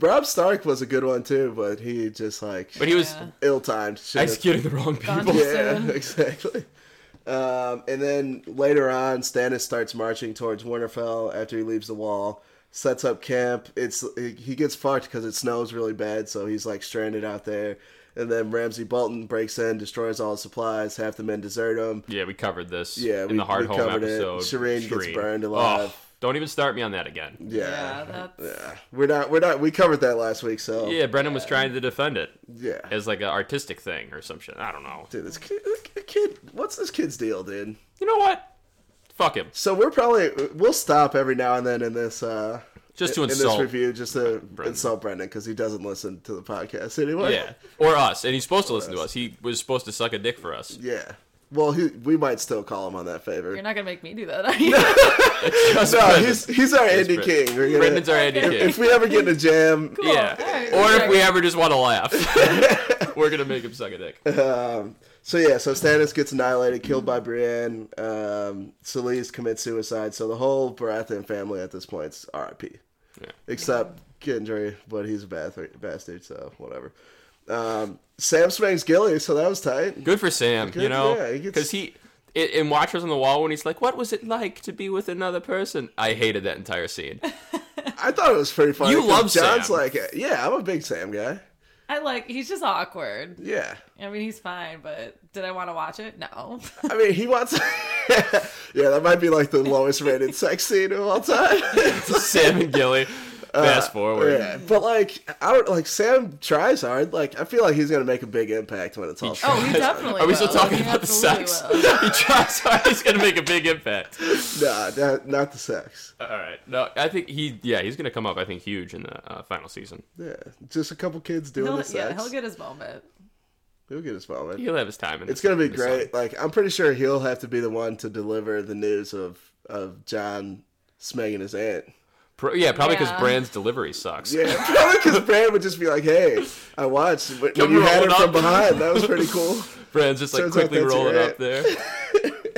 Speaker 2: Rob Stark was a good one too, but he just like
Speaker 1: But he was
Speaker 3: Yeah.
Speaker 2: ill timed.
Speaker 1: executing the wrong
Speaker 3: Gone.
Speaker 1: people.
Speaker 2: Yeah, [laughs]
Speaker 3: soon.
Speaker 2: exactly. Um, and then later on, Stannis starts marching towards Winterfell after he leaves the wall. Sets up camp. It's he gets fucked because it snows really bad, so he's like stranded out there. And then Ramsey Bolton breaks in, destroys all his supplies. Half the men desert him.
Speaker 1: Yeah, we covered this
Speaker 2: Yeah,
Speaker 1: in
Speaker 2: we-
Speaker 1: the Hard
Speaker 2: we
Speaker 1: Home
Speaker 2: covered it.
Speaker 1: episode.
Speaker 2: Shireen gets
Speaker 1: Shireen.
Speaker 2: burned alive.
Speaker 1: Oh, don't even start me on that again.
Speaker 2: Yeah,
Speaker 3: Yeah, that's-
Speaker 2: Yeah. We're not. We're not. We covered that last week, so
Speaker 1: Yeah, Brennan was trying to defend it
Speaker 2: yeah.
Speaker 1: as like an artistic thing or some shit. I don't know.
Speaker 2: Dude, this kid, this kid. What's this kid's deal, dude?
Speaker 1: You know what? Fuck him.
Speaker 2: So we're probably we'll stop every now and then in this uh
Speaker 1: Just to
Speaker 2: in this
Speaker 1: insult
Speaker 2: review just to
Speaker 1: Brendan.
Speaker 2: insult Brendan because he doesn't listen to the podcast anyway.
Speaker 1: Yeah, or us, and he's supposed to listen to us. He was supposed to suck a dick for us.
Speaker 2: Yeah. Well, he, we might still call him on that favor.
Speaker 3: You're not gonna make me do that, are
Speaker 1: [laughs]
Speaker 3: you?
Speaker 1: Just
Speaker 2: [laughs] no,
Speaker 1: Brendan.
Speaker 2: he's he's our
Speaker 1: Just
Speaker 2: Andy
Speaker 1: Brendan.
Speaker 2: King. We're gonna-
Speaker 1: Brendan's our Andy
Speaker 3: If-
Speaker 1: King.
Speaker 2: if we ever get in a jam,
Speaker 3: Cool.
Speaker 1: [laughs] Yeah,
Speaker 3: All right.
Speaker 1: or if we
Speaker 3: Okay.
Speaker 1: ever just want to laugh,
Speaker 2: [laughs]
Speaker 1: we're gonna make him suck a dick.
Speaker 2: so yeah, so Stannis gets annihilated, killed by Brienne. Um, Selyse commits suicide. So the whole Baratheon family at this point's R.I.P.
Speaker 1: Yeah.
Speaker 2: Except Gendry, but he's a bath- bastard, so whatever. Um, Sam spanks Gilly, so that was tight.
Speaker 1: Good for Sam, you
Speaker 2: Good-
Speaker 1: know,
Speaker 2: yeah, he gets-
Speaker 1: because he. In in Watchers on the Wall, when he's like, "What was it like to be with another person?" I hated that entire scene. [laughs]
Speaker 2: I thought it was pretty funny.
Speaker 1: You
Speaker 2: 'cause
Speaker 1: love
Speaker 2: John's
Speaker 1: Sam.
Speaker 2: like, yeah, I'm a big Sam guy.
Speaker 3: I like he's just awkward.
Speaker 2: Yeah.
Speaker 3: I mean, he's fine, but did I want to watch it? No. [laughs]
Speaker 2: I mean, he wants. [laughs] yeah, that might be like the lowest rated sex scene of all time.
Speaker 1: Sam and Gilly. [laughs] Fast forward.
Speaker 2: Uh, yeah, but like, I don't like. Sam tries hard. Like, I feel like he's gonna make a big impact when it's all. said
Speaker 3: oh,
Speaker 2: and
Speaker 3: he
Speaker 2: done.
Speaker 1: [laughs]
Speaker 3: definitely.
Speaker 1: Are we still
Speaker 3: will.
Speaker 1: talking
Speaker 3: He
Speaker 1: about the
Speaker 3: absolutely
Speaker 1: sex?
Speaker 3: will.
Speaker 1: [laughs] he tries hard. He's gonna make a big impact.
Speaker 2: Nah, not, not the sex.
Speaker 1: All right. No, I think he. Yeah, he's gonna come up. I think huge in the uh, final season.
Speaker 2: Yeah, just a couple kids doing
Speaker 3: He'll,
Speaker 2: the sex.
Speaker 3: yeah, he'll get his moment.
Speaker 2: He'll get his moment.
Speaker 1: He'll have his time. In
Speaker 2: It's
Speaker 1: the-
Speaker 2: gonna be
Speaker 1: in the sun.
Speaker 2: great. Like, I'm pretty sure he'll have to be the one to deliver the news of of John smegging his aunt.
Speaker 1: Pro- yeah, probably because
Speaker 3: Yeah.
Speaker 1: Brand's delivery sucks.
Speaker 2: Yeah, [laughs] probably because Brand would just be like, "Hey, I watched when when
Speaker 1: Come
Speaker 2: you had
Speaker 1: roll
Speaker 2: it
Speaker 1: it
Speaker 2: from
Speaker 1: up." [laughs]
Speaker 2: behind. That was pretty cool."
Speaker 1: Brand's just like
Speaker 2: Turns out
Speaker 1: quickly
Speaker 2: that's
Speaker 1: rolling
Speaker 2: right.
Speaker 1: up there.
Speaker 2: [laughs]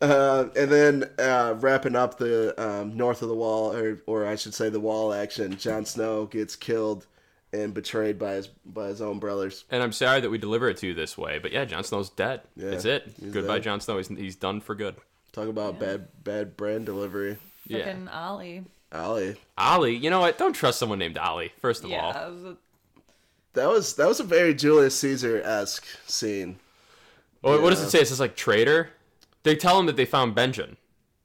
Speaker 2: Uh, and then uh, wrapping up the um, north of the wall, or or I should say the wall action. Jon Snow gets killed and betrayed by his by his own brothers.
Speaker 1: And I'm sorry that we deliver it to you this way, but yeah, Jon Snow's dead.
Speaker 2: Yeah,
Speaker 1: That's it.
Speaker 2: he's
Speaker 1: Goodbye,
Speaker 2: dead.
Speaker 1: Jon Snow. He's, he's done for good.
Speaker 2: Talk about bad bad brand delivery.
Speaker 1: Yeah.
Speaker 3: Fucking Ollie.
Speaker 2: Ollie,
Speaker 1: Ollie, you know what? Don't trust someone named Ollie. First of all,
Speaker 3: Yeah. th-
Speaker 2: that was that was a very Julius Caesar esque scene.
Speaker 1: Or what does
Speaker 2: Yeah.
Speaker 1: it say? It says like traitor. They tell him that they found Benjamin.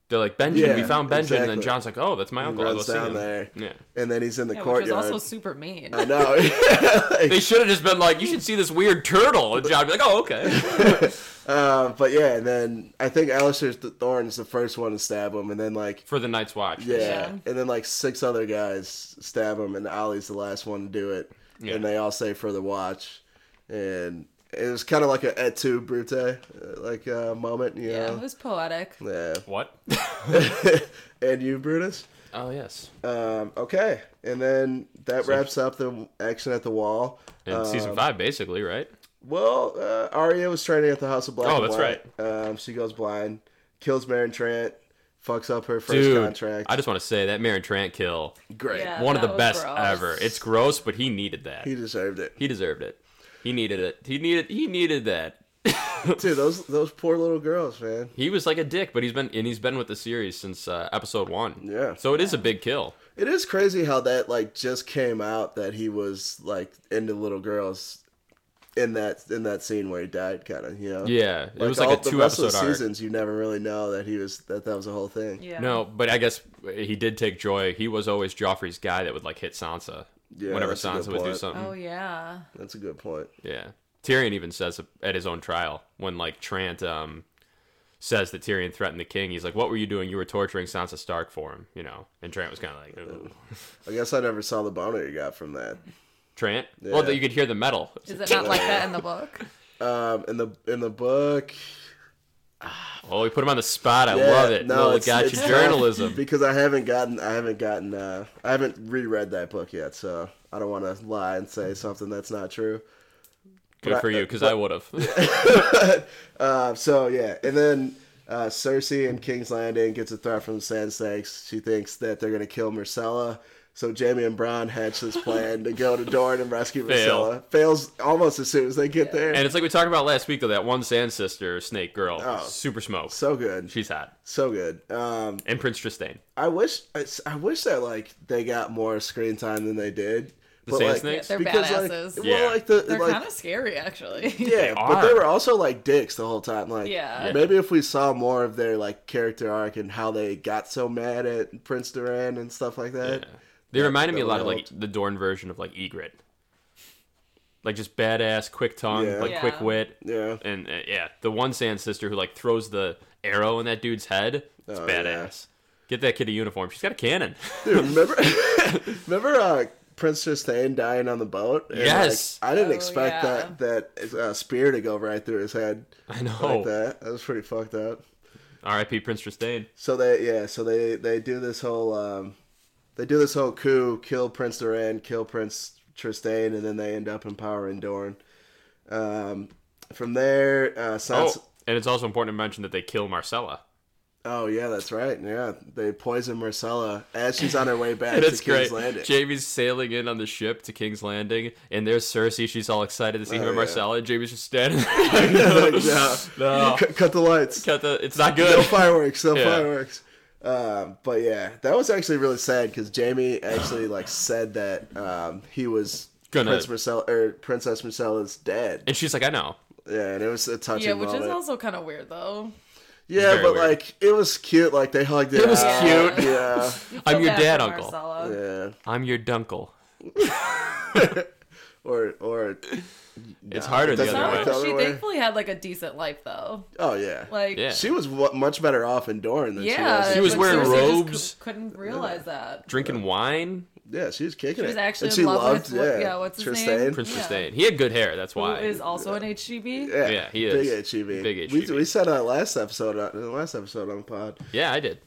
Speaker 1: They're like Benjamin. we
Speaker 2: Yeah,
Speaker 1: found Benjamin. And
Speaker 2: exactly.
Speaker 1: then John's like, oh, that's my uncle. I'll go
Speaker 2: runs
Speaker 1: see
Speaker 2: down
Speaker 1: him.
Speaker 2: there,
Speaker 1: Yeah.
Speaker 2: and then he's in the
Speaker 3: Yeah, which was
Speaker 2: courtyard.
Speaker 3: also super mean.
Speaker 1: Oh,
Speaker 2: I know.
Speaker 3: [laughs]
Speaker 2: [laughs] Like-
Speaker 1: They should have just been like, you should see this weird turtle. And John'd be like, oh,
Speaker 2: [laughs]
Speaker 1: okay.
Speaker 2: Uh, but yeah, and then I think Alistair Thorne's the first one to stab him, and then like
Speaker 1: For the Night's Watch.
Speaker 2: yeah,
Speaker 3: Yeah.
Speaker 2: and then like six other guys stab him, and Ollie's the last one to do it,
Speaker 1: Yeah.
Speaker 2: and they all say for the watch, and it was kind of like a et tu brute uh, like uh, moment, you
Speaker 3: yeah, it
Speaker 2: know.
Speaker 3: was poetic.
Speaker 2: Yeah. [laughs]
Speaker 1: What?
Speaker 2: and you, Brutus.
Speaker 1: oh yes.
Speaker 2: Um, okay, and then that wraps up the action at the wall.
Speaker 1: In
Speaker 2: Um,
Speaker 1: season five, basically, right?
Speaker 2: Well, uh, Arya was training at the House of Black.
Speaker 1: Oh,
Speaker 2: and
Speaker 1: that's
Speaker 2: White. Um, she goes blind, kills Marin Trant, fucks up her first
Speaker 1: Dude,
Speaker 2: contract.
Speaker 1: I just want to say that Marin Trant kill,
Speaker 2: Great.
Speaker 3: Yeah.
Speaker 1: one of
Speaker 3: that
Speaker 1: the
Speaker 3: was
Speaker 1: best
Speaker 3: gross.
Speaker 1: ever. It's gross, but he needed that.
Speaker 2: He
Speaker 1: He,
Speaker 2: deserved it.
Speaker 1: deserved it. He needed it. He needed. He needed that. [laughs]
Speaker 2: Dude, those those poor little girls, man.
Speaker 1: He was like a dick, but he's been and he's been with the series since uh, episode one.
Speaker 2: Yeah.
Speaker 1: So it is a big kill.
Speaker 2: It is crazy how that like just came out that he was like into little girls in that in that scene where he died kind of, you know.
Speaker 1: Yeah. It was like
Speaker 2: all-
Speaker 1: a two
Speaker 2: the rest
Speaker 1: episode
Speaker 2: of the
Speaker 1: arc.
Speaker 2: seasons you never really know that he was that that was a whole thing.
Speaker 3: Yeah.
Speaker 1: No, but I guess he did take joy. He was always Joffrey's guy that would like hit Sansa
Speaker 2: Yeah,
Speaker 1: whenever
Speaker 2: that's a good
Speaker 1: Sansa would do
Speaker 2: point.
Speaker 1: something.
Speaker 3: Oh yeah.
Speaker 2: That's a good point.
Speaker 1: Yeah. Tyrion even says at his own trial when like Trant um says that Tyrion threatened the king. He's like, "What were you doing? You were torturing Sansa Stark for him," you know. And Trant was kind of like, "Ooh."
Speaker 2: I guess I never saw the boner you got from that.
Speaker 1: "Trant." Well,
Speaker 2: Yeah.
Speaker 1: you could hear the metal.
Speaker 3: Is it not like that in
Speaker 1: [laughs]
Speaker 3: the book?
Speaker 2: Um in the in the book
Speaker 1: Oh, we put him on the spot. I
Speaker 2: Yeah,
Speaker 1: love it. No,
Speaker 2: it's-
Speaker 1: gotcha
Speaker 2: it's tough
Speaker 1: journalism.
Speaker 2: because I haven't gotten I haven't gotten uh, I haven't reread that book yet, so I don't want to lie and say something that's not true.
Speaker 1: Good for you, because I would
Speaker 2: [laughs]
Speaker 1: have.
Speaker 2: Uh, so yeah, and then uh, Cersei in King's Landing gets a threat from the Sand Snakes. She thinks that they're gonna kill Marcella. So Jamie and Bron hatch this plan
Speaker 1: [laughs]
Speaker 2: to go to Dorne and rescue
Speaker 1: Fail.
Speaker 2: Marcella. Fails almost as soon as they get there.
Speaker 1: and it's like we talked about last week, though. That one Sand Sister Snake girl,
Speaker 2: Oh.
Speaker 1: super smoke.
Speaker 2: so good,
Speaker 1: She's hot.
Speaker 2: so good. Um,
Speaker 1: And Prince Tristan.
Speaker 2: I wish I, s- I wish that like they got more screen time than they did. The
Speaker 1: Sand
Speaker 2: like,
Speaker 1: Snakes?
Speaker 3: Yeah, they're
Speaker 2: like,
Speaker 3: badasses.
Speaker 2: Well,
Speaker 1: Yeah.
Speaker 2: like the
Speaker 3: They're
Speaker 2: like
Speaker 3: kind of scary, actually. [laughs]
Speaker 2: yeah,
Speaker 1: They
Speaker 2: but they
Speaker 1: are.
Speaker 2: were also like dicks the whole time. Like
Speaker 3: Yeah. Yeah.
Speaker 2: maybe if we saw more of their like character arc and how they got so mad at Prince Duran and stuff like that.
Speaker 1: They reminded me a
Speaker 2: that
Speaker 1: lot of
Speaker 2: would
Speaker 1: like the Dorn version of like Egret, like just badass, quick tongue,
Speaker 2: Yeah.
Speaker 1: like quick
Speaker 3: Yeah.
Speaker 1: wit,
Speaker 2: Yeah.
Speaker 1: and uh, yeah, the one Sand sister who like throws the arrow in that dude's head. It's
Speaker 2: Oh, yeah.
Speaker 1: badass. Get that kid a uniform. She's got a cannon. [laughs]
Speaker 2: Dude, remember [laughs] remember uh Prince Tristan dying on the boat? And, like,
Speaker 1: Yes.
Speaker 2: I didn't
Speaker 3: Oh,
Speaker 2: expect
Speaker 3: yeah.
Speaker 2: that that uh, spear to go right through his head
Speaker 1: I
Speaker 2: like
Speaker 1: know.
Speaker 2: that. That was pretty fucked up.
Speaker 1: R.I.P. Prince Tristan.
Speaker 2: So they yeah, so they they do this whole um they do this whole coup, kill Prince Duran, kill Prince Tristan, and then they end up in power in Dorne. Um from there, uh
Speaker 1: Oh,
Speaker 2: Sansa oh.
Speaker 1: and it's also important to mention that they kill Marcella.
Speaker 2: yeah, that's right. Yeah. They poison Marcella as she's on her way
Speaker 1: [laughs]
Speaker 2: back
Speaker 1: And
Speaker 2: to
Speaker 1: it's
Speaker 2: King's
Speaker 1: great.
Speaker 2: Landing. [laughs]
Speaker 1: Jamie's sailing in on the ship to King's Landing, and there's Cersei. She's all excited to see him
Speaker 2: Oh,
Speaker 1: and
Speaker 2: yeah.
Speaker 1: Marcella. And Jamie's just standing there.
Speaker 2: Like,
Speaker 1: [laughs]
Speaker 2: no.
Speaker 1: no.
Speaker 2: [laughs] Cut, cut the lights.
Speaker 1: Cut the, it's not good.
Speaker 2: No fireworks, no
Speaker 1: Yeah.
Speaker 2: fireworks. Um, but yeah, that was actually really sad because Jamie actually like said that um, he was
Speaker 1: gonna
Speaker 2: Prince Marcel or Princess Marcella's dead.
Speaker 1: and she's like, I know.
Speaker 2: Yeah, and it was a touching
Speaker 3: Yeah, which is
Speaker 2: moment.
Speaker 3: also kind of weird though.
Speaker 2: yeah,
Speaker 1: very
Speaker 2: but
Speaker 1: weird.
Speaker 2: like it was cute. Like they hugged it.
Speaker 1: It was
Speaker 2: out.
Speaker 1: cute.
Speaker 3: [laughs]
Speaker 2: Yeah,
Speaker 3: You
Speaker 1: I'm
Speaker 3: feel
Speaker 1: your
Speaker 3: bad for
Speaker 1: dad, uncle.
Speaker 3: Marcella.
Speaker 2: yeah.
Speaker 1: I'm your dunkle.
Speaker 2: Or or
Speaker 1: it's harder the
Speaker 2: doesn't
Speaker 1: other way.
Speaker 2: matter.
Speaker 3: So,
Speaker 2: Other
Speaker 3: she
Speaker 2: way.
Speaker 3: thankfully had like a decent life though.
Speaker 2: oh yeah.
Speaker 3: Like
Speaker 1: Yeah.
Speaker 2: She was w- much better off enduring than
Speaker 3: yeah,
Speaker 2: she was.
Speaker 1: She was
Speaker 3: but
Speaker 1: wearing
Speaker 3: seriously just
Speaker 1: robes.
Speaker 3: cou- couldn't realize that.
Speaker 1: Drinking wine,
Speaker 2: Yeah, she was kicking
Speaker 3: She
Speaker 2: it.
Speaker 3: was actually
Speaker 2: and
Speaker 3: in
Speaker 2: she
Speaker 3: love
Speaker 2: loved
Speaker 3: with what-
Speaker 2: yeah,
Speaker 3: yeah, what's his
Speaker 2: Tristan.
Speaker 3: name?
Speaker 1: Prince
Speaker 3: Yeah.
Speaker 1: Tristain. He had good hair. That's
Speaker 3: Who
Speaker 1: why.
Speaker 3: is also an
Speaker 1: [laughs]
Speaker 3: HGB?
Speaker 2: Yeah,
Speaker 1: Yeah, he
Speaker 2: big
Speaker 1: is.
Speaker 2: HEB.
Speaker 1: Big E
Speaker 2: We,
Speaker 1: HEB.
Speaker 2: we said that last episode. On, the last episode on the pod,
Speaker 1: yeah, I did.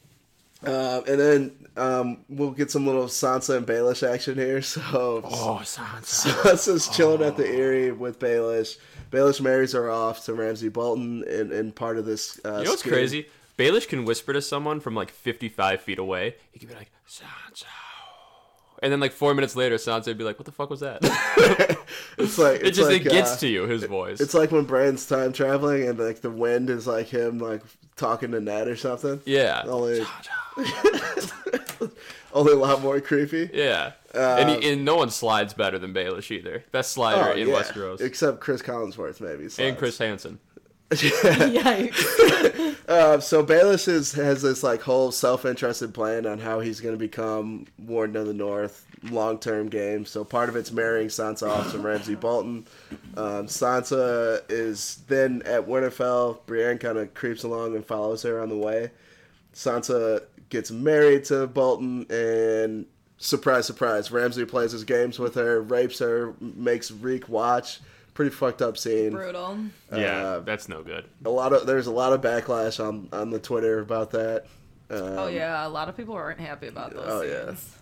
Speaker 2: um, and then um, we'll get some little Sansa and Baelish action here. [laughs] So
Speaker 1: Oh, Sansa.
Speaker 2: Sansa's chilling at the Eyrie with Baelish. Baelish marries her off to Ramsay Bolton, and, and part of this. Uh,
Speaker 1: You know what's
Speaker 2: scheme-
Speaker 1: crazy? Baelish can whisper to someone from like 55 feet away. He could be like, Sansa. And then like four minutes later, Sansa would be like, what the fuck was that? [laughs]
Speaker 2: It's like
Speaker 1: it
Speaker 2: it's
Speaker 1: just,
Speaker 2: like,
Speaker 1: it gets
Speaker 2: uh,
Speaker 1: to you, his voice.
Speaker 2: It's like when Bran's time traveling, and like the wind is like him like talking to Ned or something.
Speaker 1: yeah.
Speaker 2: Only,
Speaker 1: Sansa.
Speaker 2: only a lot more creepy.
Speaker 1: Yeah. and, he, and no one slides better than Baelish either. Best slider in
Speaker 2: Uh, Oh, yeah.
Speaker 1: Westeros.
Speaker 2: Except Chris Collinsworth, maybe. so
Speaker 1: and Chris Hansen.
Speaker 3: [laughs] Yikes.
Speaker 2: Uh, so Baelish is, has this like whole self-interested plan on how he's going to become Warden of the North long-term game. So part of it's marrying Sansa off to Ramsay Bolton. Um, Sansa is then at Winterfell. Brienne kind of creeps along and follows her on the way. Sansa gets married to Bolton, and surprise, surprise, Ramsay plays his games with her, rapes her, makes Reek watch. Pretty fucked up scene
Speaker 3: Brutal.
Speaker 2: Um, Uh,
Speaker 1: yeah, that's no good.
Speaker 2: a lot of there's a lot of backlash on on the Twitter about that. Um,
Speaker 3: oh yeah, a lot of people weren't happy about those.
Speaker 2: oh,
Speaker 3: Oh
Speaker 2: yeah.
Speaker 3: scenes.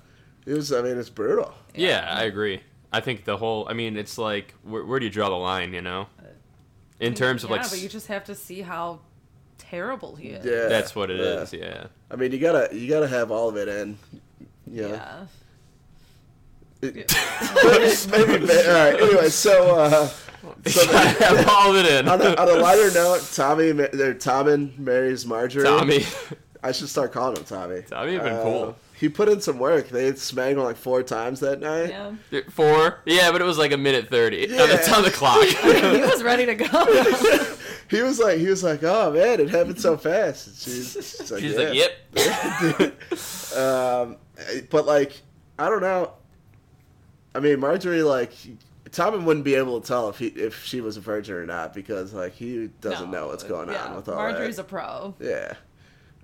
Speaker 2: it was. I mean, it's brutal.
Speaker 1: Yeah, I agree. I think the whole, I mean, it's like, where, where do you draw the line, you know? In terms of
Speaker 3: yeah,
Speaker 1: like,
Speaker 3: but you just have to see how terrible he is.
Speaker 2: Yeah,
Speaker 1: that's what it
Speaker 2: yeah.
Speaker 1: is. yeah.
Speaker 2: I mean, you gotta you gotta have all of it in. You know?
Speaker 3: Yeah.
Speaker 2: It- [laughs] maybe, ma- all right. Anyway, so uh, so
Speaker 1: [laughs] I have all of it in.
Speaker 2: on, a, on a
Speaker 1: [laughs]
Speaker 2: lighter note, Tommy ma- or Tommen marries Marjorie.
Speaker 1: Tommy.
Speaker 2: I should start calling him Tommy. Uh,
Speaker 1: Tommy would've been cool.
Speaker 2: He put in some work. They had smangled like four times that [laughs] night.
Speaker 3: Yeah.
Speaker 1: Four? Yeah, but it was like a minute 30. Yeah. It's on the clock.
Speaker 3: he was ready to go.
Speaker 2: He was like, he was like, oh man, it happened so fast. And she's, she's like,
Speaker 1: She's
Speaker 2: "Yeah."
Speaker 1: like, yep.
Speaker 2: [laughs] Um, but like, I don't know. I mean, Marjorie like Tommen wouldn't be able to tell if he if she was a virgin or not because like he [laughs]
Speaker 3: [laughs]
Speaker 2: doesn't
Speaker 3: No,
Speaker 2: know what's going
Speaker 3: yeah.
Speaker 2: on with all
Speaker 3: Marjorie's
Speaker 2: that.
Speaker 3: a pro.
Speaker 2: yeah.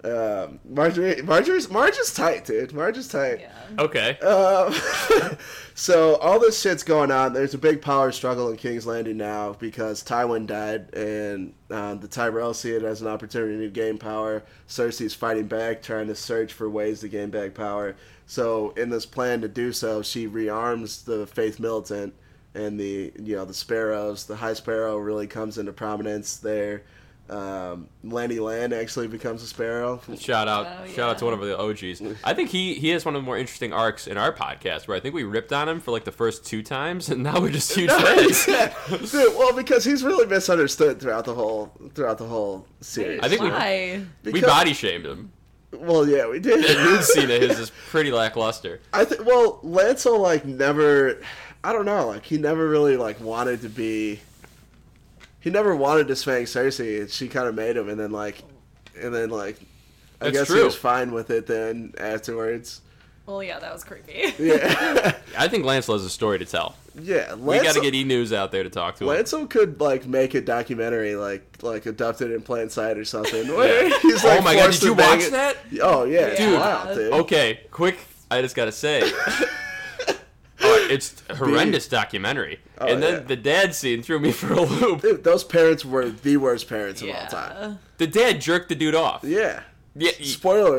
Speaker 2: Um, Marjorie, Marjorie's, Marjorie's tight, dude. Marjorie's tight.
Speaker 3: Yeah.
Speaker 1: Okay.
Speaker 2: Um, [laughs] so all this shit's going on. There's a big power struggle in King's Landing now because Tywin died, and um, the Tyrell see it as an opportunity to gain power. Cersei's fighting back, trying to search for ways to gain back power. So in this plan to do so, she rearms the Faith Militant and the you know the Sparrows. The High Sparrow really comes into prominence there. Um, Lanny Land actually becomes a Sparrow.
Speaker 1: Shout out,
Speaker 3: Oh,
Speaker 1: shout out to
Speaker 3: yeah.
Speaker 1: one of the OGs. I think he he has one of the more interesting arcs in our podcast, where I think we ripped on him for like the first two times, and now we're just [laughs] huge fans.
Speaker 2: Yeah. Dude, well, because he's really misunderstood throughout the whole throughout the whole series.
Speaker 1: I think we-
Speaker 3: Why?
Speaker 1: We
Speaker 2: Because-
Speaker 1: body shamed him.
Speaker 2: Well, yeah, we did.
Speaker 1: His scene of his is pretty lackluster.
Speaker 2: [laughs] I think. Well, Lancel like never. I don't know. Like he never really like wanted to be. He never wanted to spank Cersei, and she kind of made him, and then like, and then like, I
Speaker 1: That's
Speaker 2: guess he
Speaker 1: true.
Speaker 2: was fine with it then afterwards.
Speaker 3: Well, yeah, that was creepy.
Speaker 2: Yeah, [laughs]
Speaker 1: I think Lancel has a story to tell.
Speaker 2: yeah. Lancel,
Speaker 1: we got to get E News out there to talk to him.
Speaker 2: Lancel could like make a documentary, like like adopted in plain sight or something. Where [laughs] he's like,
Speaker 1: oh my god,
Speaker 2: forced
Speaker 1: did
Speaker 2: to
Speaker 1: you
Speaker 2: bang
Speaker 1: watch
Speaker 2: it-
Speaker 1: that?
Speaker 2: Oh yeah,
Speaker 3: Dude.
Speaker 2: wow, dude.
Speaker 1: Okay, quick. I just gotta
Speaker 2: [laughs]
Speaker 1: say, Oh, it's a horrendous documentary. and then
Speaker 2: Oh, yeah.
Speaker 1: the dad scene threw me [laughs] for a loop.
Speaker 2: Dude, those parents were the worst parents of all
Speaker 3: yeah.
Speaker 2: time.
Speaker 1: The dad jerked the dude off.
Speaker 2: Yeah.
Speaker 1: Yeah. y-
Speaker 2: Spoiler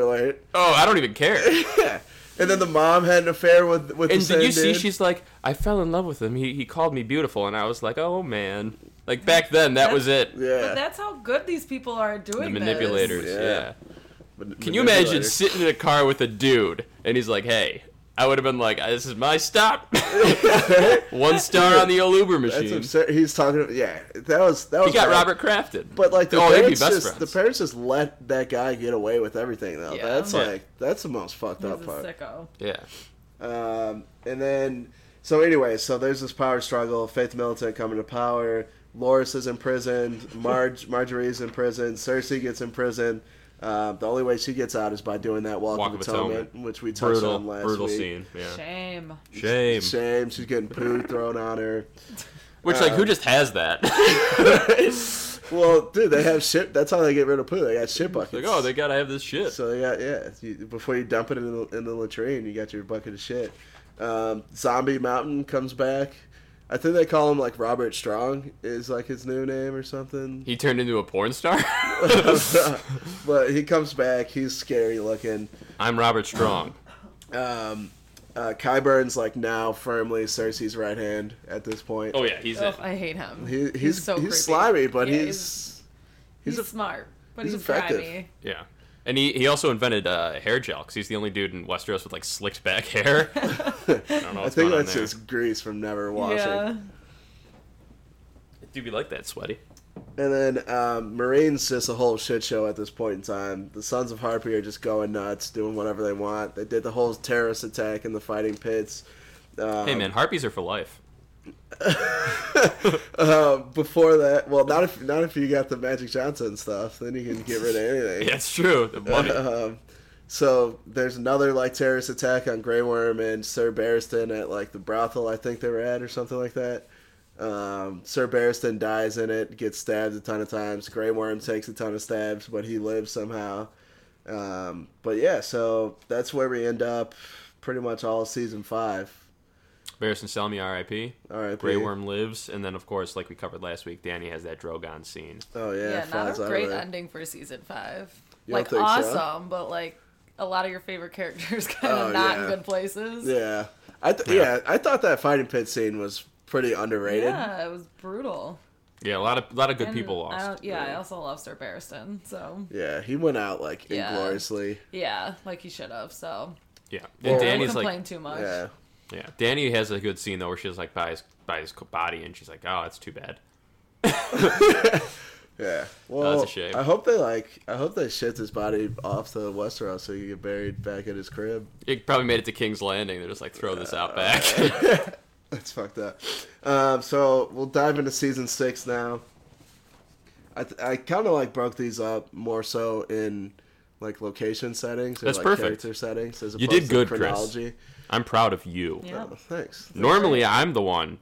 Speaker 1: [laughs]
Speaker 2: alert.
Speaker 1: Oh, I don't even
Speaker 2: [laughs]
Speaker 1: care.
Speaker 2: Yeah. And then the mom had an affair with with
Speaker 1: And
Speaker 2: the same
Speaker 1: did you see?
Speaker 2: dude.
Speaker 1: She's like, I fell in love with him. He he called me beautiful, and I was like, oh man. Like back then, that was it.
Speaker 3: But
Speaker 2: yeah.
Speaker 3: that's how good these people are at
Speaker 1: The
Speaker 3: doing
Speaker 1: manipulators.
Speaker 3: This.
Speaker 1: Yeah.
Speaker 2: Yeah.
Speaker 1: Can you imagine sitting in a car with a dude, and he's like, hey. I would have been like, this is my
Speaker 2: [laughs]
Speaker 1: stop. [laughs] One star on the old Uber
Speaker 2: That's
Speaker 1: machine.
Speaker 2: absurd. He's talking. Yeah, that was that was.
Speaker 1: He got
Speaker 2: bad.
Speaker 1: Robert Crafton.
Speaker 2: But like the
Speaker 1: oh, they'd be
Speaker 2: parents,
Speaker 1: best
Speaker 2: just,
Speaker 1: friends.
Speaker 2: the parents just let that guy get away with everything though.
Speaker 3: Yeah.
Speaker 2: That's
Speaker 1: Yeah.
Speaker 2: like that's the most fucked
Speaker 3: He's a
Speaker 2: up part.
Speaker 3: sicko.
Speaker 1: yeah.
Speaker 2: Um, and then So anyway, so there's this power struggle. Faith Militant coming to power. Loris is imprisoned. Marge, [laughs] Marjorie's in prison. Cersei gets in prison. Uh, the only way she gets out is by doing that walk,
Speaker 1: Walk
Speaker 2: of
Speaker 1: of
Speaker 2: atonement,
Speaker 1: Atonement.
Speaker 2: which we touched
Speaker 1: Brutal,
Speaker 2: on last
Speaker 1: brutal
Speaker 2: week.
Speaker 1: scene. Yeah.
Speaker 3: Shame.
Speaker 1: Shame.
Speaker 2: Shame. She's getting poo thrown on her.
Speaker 1: Which, like, who just has
Speaker 2: [laughs]
Speaker 1: that? [laughs]
Speaker 2: Well, dude, they have shit. That's how they get rid of poo. They got shit buckets.
Speaker 1: like, oh, they gotta have this shit.
Speaker 2: So they got yeah. You, before you dump it in the, in the latrine, you got your bucket of shit. Um, Zombie Mountain comes back. I think they call him like Robert Strong is like his new name
Speaker 1: [laughs]
Speaker 2: or something.
Speaker 1: he turned into a porn
Speaker 2: [laughs]
Speaker 1: star? [laughs]
Speaker 2: but he comes back. He's scary looking.
Speaker 1: I'm Robert Strong.
Speaker 2: Um, uh, Kyburn's like now firmly Cersei's right hand at this point.
Speaker 1: Oh, yeah, he's
Speaker 3: Ugh,
Speaker 1: it.
Speaker 3: I hate him.
Speaker 2: he, he's he's,
Speaker 3: so creepy.
Speaker 2: slimy, but
Speaker 3: Yeah,
Speaker 2: he's
Speaker 3: he's,
Speaker 2: he's,
Speaker 3: he's smart, but
Speaker 2: he's
Speaker 3: he's,
Speaker 2: effective. [laughs]
Speaker 3: grimy.
Speaker 1: Yeah. And he, he also invented uh, hair gel because he's the only dude in Westeros with like slicked back
Speaker 2: [laughs]
Speaker 1: hair. I don't know.
Speaker 2: a. I
Speaker 1: What's
Speaker 2: think
Speaker 1: going on
Speaker 2: that's
Speaker 1: there.
Speaker 2: just grease from never washing.
Speaker 3: Yeah.
Speaker 1: Dude, be like that sweaty.
Speaker 2: And then um, Marines just a whole shit show at this point in time. The Sons of Harpy are just going nuts, doing whatever they want. They did the whole terrorist attack in the fighting pits. Um,
Speaker 1: hey man, harpies are for life.
Speaker 2: [laughs] uh, before that, well, not if not if you got the Magic Johnson stuff, then you can get rid of
Speaker 1: [laughs]
Speaker 2: anything.
Speaker 1: Yeah, it's true. The money.
Speaker 2: [laughs] Um, so there's another like terrorist attack on Grey Worm and Sir Barristan at like the brothel I think they were at or something like that. Um, Sir Barristan dies in it, gets stabbed a ton of times. Grey Worm takes a ton of stabs, but he lives somehow. Um, but yeah, so that's where we end up, pretty much all of season five.
Speaker 1: Barris and Selmy, R.I.P.
Speaker 2: All right,
Speaker 1: Grey Worm lives, and then of course, like we covered last week, Danny has that Drogon scene.
Speaker 2: Oh yeah,
Speaker 3: Yeah, not
Speaker 2: flies
Speaker 3: a
Speaker 2: out
Speaker 3: great
Speaker 2: of there.
Speaker 3: ending for season five.
Speaker 2: You don't
Speaker 3: like
Speaker 2: think so?
Speaker 3: awesome, but like a lot of your favorite characters [laughs] kind of
Speaker 2: Oh,
Speaker 3: not
Speaker 2: yeah.
Speaker 3: in good places.
Speaker 2: Yeah, I th- yeah. I thought that fighting pit scene was pretty underrated.
Speaker 3: Yeah, it was brutal.
Speaker 1: Yeah, a lot of a lot of good
Speaker 3: And uh,
Speaker 1: people
Speaker 3: I
Speaker 1: lost.
Speaker 3: don't- yeah, I also love Sir Barristan, so
Speaker 2: Yeah, he went out like
Speaker 3: Yeah.
Speaker 2: ingloriously.
Speaker 3: yeah, like he should have. So
Speaker 1: Yeah,
Speaker 2: Well-
Speaker 1: and
Speaker 3: don't
Speaker 1: Danny's
Speaker 3: complain
Speaker 1: like,
Speaker 3: too much.
Speaker 2: Yeah.
Speaker 1: yeah, Danny has a good scene though, where she's like by his by his body, and she's like, oh, that's too bad.
Speaker 2: Yeah. Well,
Speaker 1: that's a shame.
Speaker 2: I hope they like. I hope they shipped his body off to Westeros so he could get buried back at his crib.
Speaker 1: It probably made it to King's Landing. They're just like, throw this out back.
Speaker 2: [laughs]
Speaker 3: Uh, [laughs]
Speaker 2: That's fucked up. Um, so we'll dive into season six now. I th- I kind of like broke these up more so in like location settings. Or,
Speaker 1: That's
Speaker 2: like,
Speaker 1: perfect.
Speaker 2: Character settings. As
Speaker 1: You
Speaker 2: opposed
Speaker 1: did
Speaker 2: to
Speaker 1: good, Chris.
Speaker 2: chronology.
Speaker 1: [laughs] I'm proud of you.
Speaker 3: Yeah.
Speaker 2: Oh, thanks.
Speaker 1: Normally, I'm the one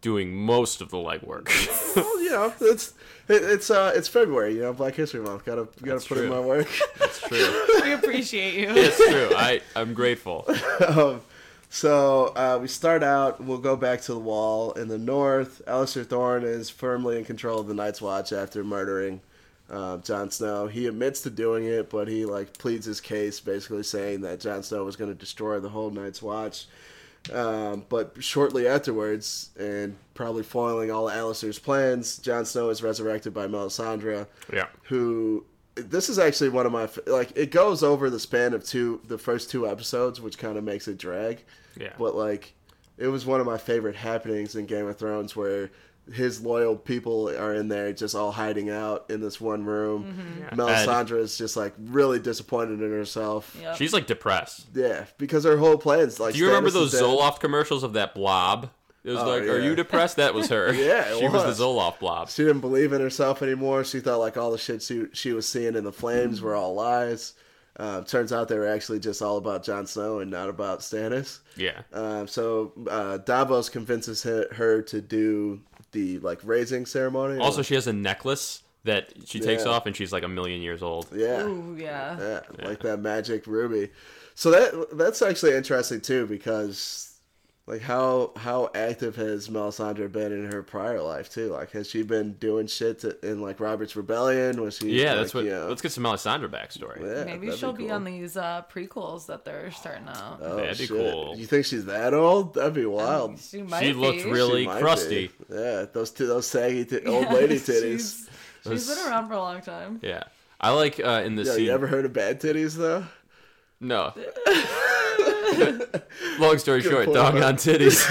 Speaker 1: doing most of the
Speaker 3: [laughs]
Speaker 1: legwork.
Speaker 2: Well, you know, it's it, it's uh it's February. You know, Black History Month. Gotta gotta
Speaker 1: That's
Speaker 2: put in
Speaker 1: true.
Speaker 2: my work. [laughs]
Speaker 1: That's true.
Speaker 3: [laughs] we appreciate you.
Speaker 1: It's true. I I'm grateful.
Speaker 2: um, [laughs] so uh, we start out. We'll go back to the wall in the north. Alistair Thorne is firmly in control of the Night's Watch after murdering uh, Jon Snow. He admits to doing it, but he like pleads his case, basically saying that Jon Snow was going to destroy the whole Night's Watch. Um, but shortly afterwards, and probably foiling all Alistair's plans, Jon Snow is resurrected by Melisandre
Speaker 1: Yeah.
Speaker 2: who this is actually one of my f- like it goes over the span of two the first two episodes which kind of makes it drag
Speaker 1: Yeah.
Speaker 2: but like it was one of my favorite happenings in game of thrones where his loyal people are in there just all hiding out in this one room
Speaker 1: Yeah.
Speaker 2: melisandre is just like really disappointed in herself
Speaker 3: [laughs] Yep.
Speaker 1: She's like depressed.
Speaker 2: yeah because her whole plan's like
Speaker 1: Do you remember
Speaker 2: Stannis is
Speaker 1: those
Speaker 2: dead.
Speaker 1: Zoloft commercials of that blob? It was
Speaker 2: Oh,
Speaker 1: like, "Are
Speaker 2: yeah.
Speaker 1: you depressed?" That was her.
Speaker 2: [laughs] Yeah, it
Speaker 1: she was.
Speaker 2: was.
Speaker 1: the Zoloft blob.
Speaker 2: she didn't believe in herself anymore. She thought like all the shit she, she was seeing in the
Speaker 1: Mm-hmm.
Speaker 2: flames were all lies. Uh, turns out they were actually just all about Jon Snow and not about Stannis.
Speaker 1: Yeah,
Speaker 2: Um, so uh, Davos convinces he- her to do the like raising ceremony.
Speaker 1: Also, she has a necklace that she takes
Speaker 2: Yeah.
Speaker 1: off, and she's like a million years old.
Speaker 2: yeah,
Speaker 3: Ooh, yeah.
Speaker 2: yeah, like that magic ruby. So that that's actually interesting too because like how how active has Melisandre been in her prior life too? Like has she been doing shit to, in like Robert's Rebellion? Was she?
Speaker 1: Yeah,
Speaker 2: like,
Speaker 1: that's what.
Speaker 2: you know-
Speaker 1: Let's get some Melisandre backstory.
Speaker 2: Yeah,
Speaker 3: Maybe
Speaker 2: that'd
Speaker 3: she'll be,
Speaker 2: cool.
Speaker 3: on these uh, prequels that they're starting out.
Speaker 2: Oh,
Speaker 1: That'd be
Speaker 2: shit.
Speaker 1: cool.
Speaker 2: You think she's that old? That'd be wild.
Speaker 3: She might
Speaker 1: She
Speaker 3: be.
Speaker 1: looked
Speaker 2: She
Speaker 1: really
Speaker 2: might
Speaker 1: crusty.
Speaker 2: be. Yeah, those two, those saggy t- [laughs]
Speaker 3: Yeah,
Speaker 2: old
Speaker 3: [laughs]
Speaker 2: lady titties.
Speaker 3: She's, she's been around for a long time.
Speaker 1: Yeah, I like uh, in this
Speaker 2: Yo,
Speaker 1: scene.
Speaker 2: you ever heard of bad titties though? [laughs]
Speaker 1: No. [laughs] Long story short,
Speaker 2: point,
Speaker 1: dog
Speaker 2: bud.
Speaker 1: on
Speaker 2: [laughs]
Speaker 1: titties.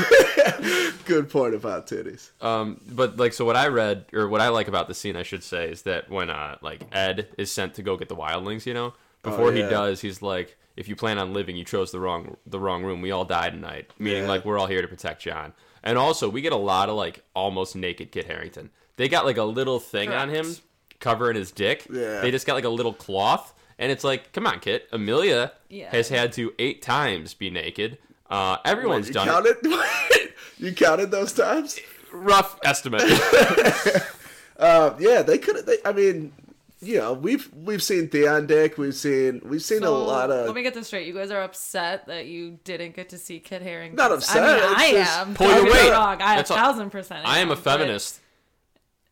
Speaker 2: Good point about titties.
Speaker 1: Um, but like, so what I read, or what I like about the scene, I should say, is that when uh, like Ed is sent to go get the wildlings, you know, before
Speaker 2: Oh, yeah.
Speaker 1: he does, he's like, if you plan on living, you chose the wrong the wrong room. We all die tonight, meaning
Speaker 2: Yeah.
Speaker 1: like we're all here to protect John. And also, we get a lot of like almost naked Kit Harrington. They got like a little thing on him
Speaker 3: Correct.
Speaker 1: covering his dick.
Speaker 2: Yeah.
Speaker 1: They just got like a little cloth, and it's like, come on, Kit. Amelia
Speaker 3: Yeah.
Speaker 1: has had to eight times be naked. Uh, everyone's
Speaker 2: You
Speaker 1: done it.
Speaker 2: [laughs] counted? you counted those times?
Speaker 1: Rough
Speaker 2: [laughs]
Speaker 1: estimate.
Speaker 2: Uh, yeah, they could. They, I mean, you know, we've we've seen Theon Dick. We've seen we've seen a
Speaker 3: So,
Speaker 2: lot of.
Speaker 3: Let me get this straight. You guys are upset that you didn't get to see Kit Harington.
Speaker 2: Not upset,
Speaker 3: I, mean,
Speaker 2: it's
Speaker 3: I
Speaker 2: just-
Speaker 3: am.
Speaker 1: Point
Speaker 3: Don't
Speaker 1: of
Speaker 3: get me
Speaker 1: weight.
Speaker 3: Wrong. I a
Speaker 1: That's all-
Speaker 3: thousand percent.
Speaker 1: I am a
Speaker 3: but-
Speaker 1: feminist.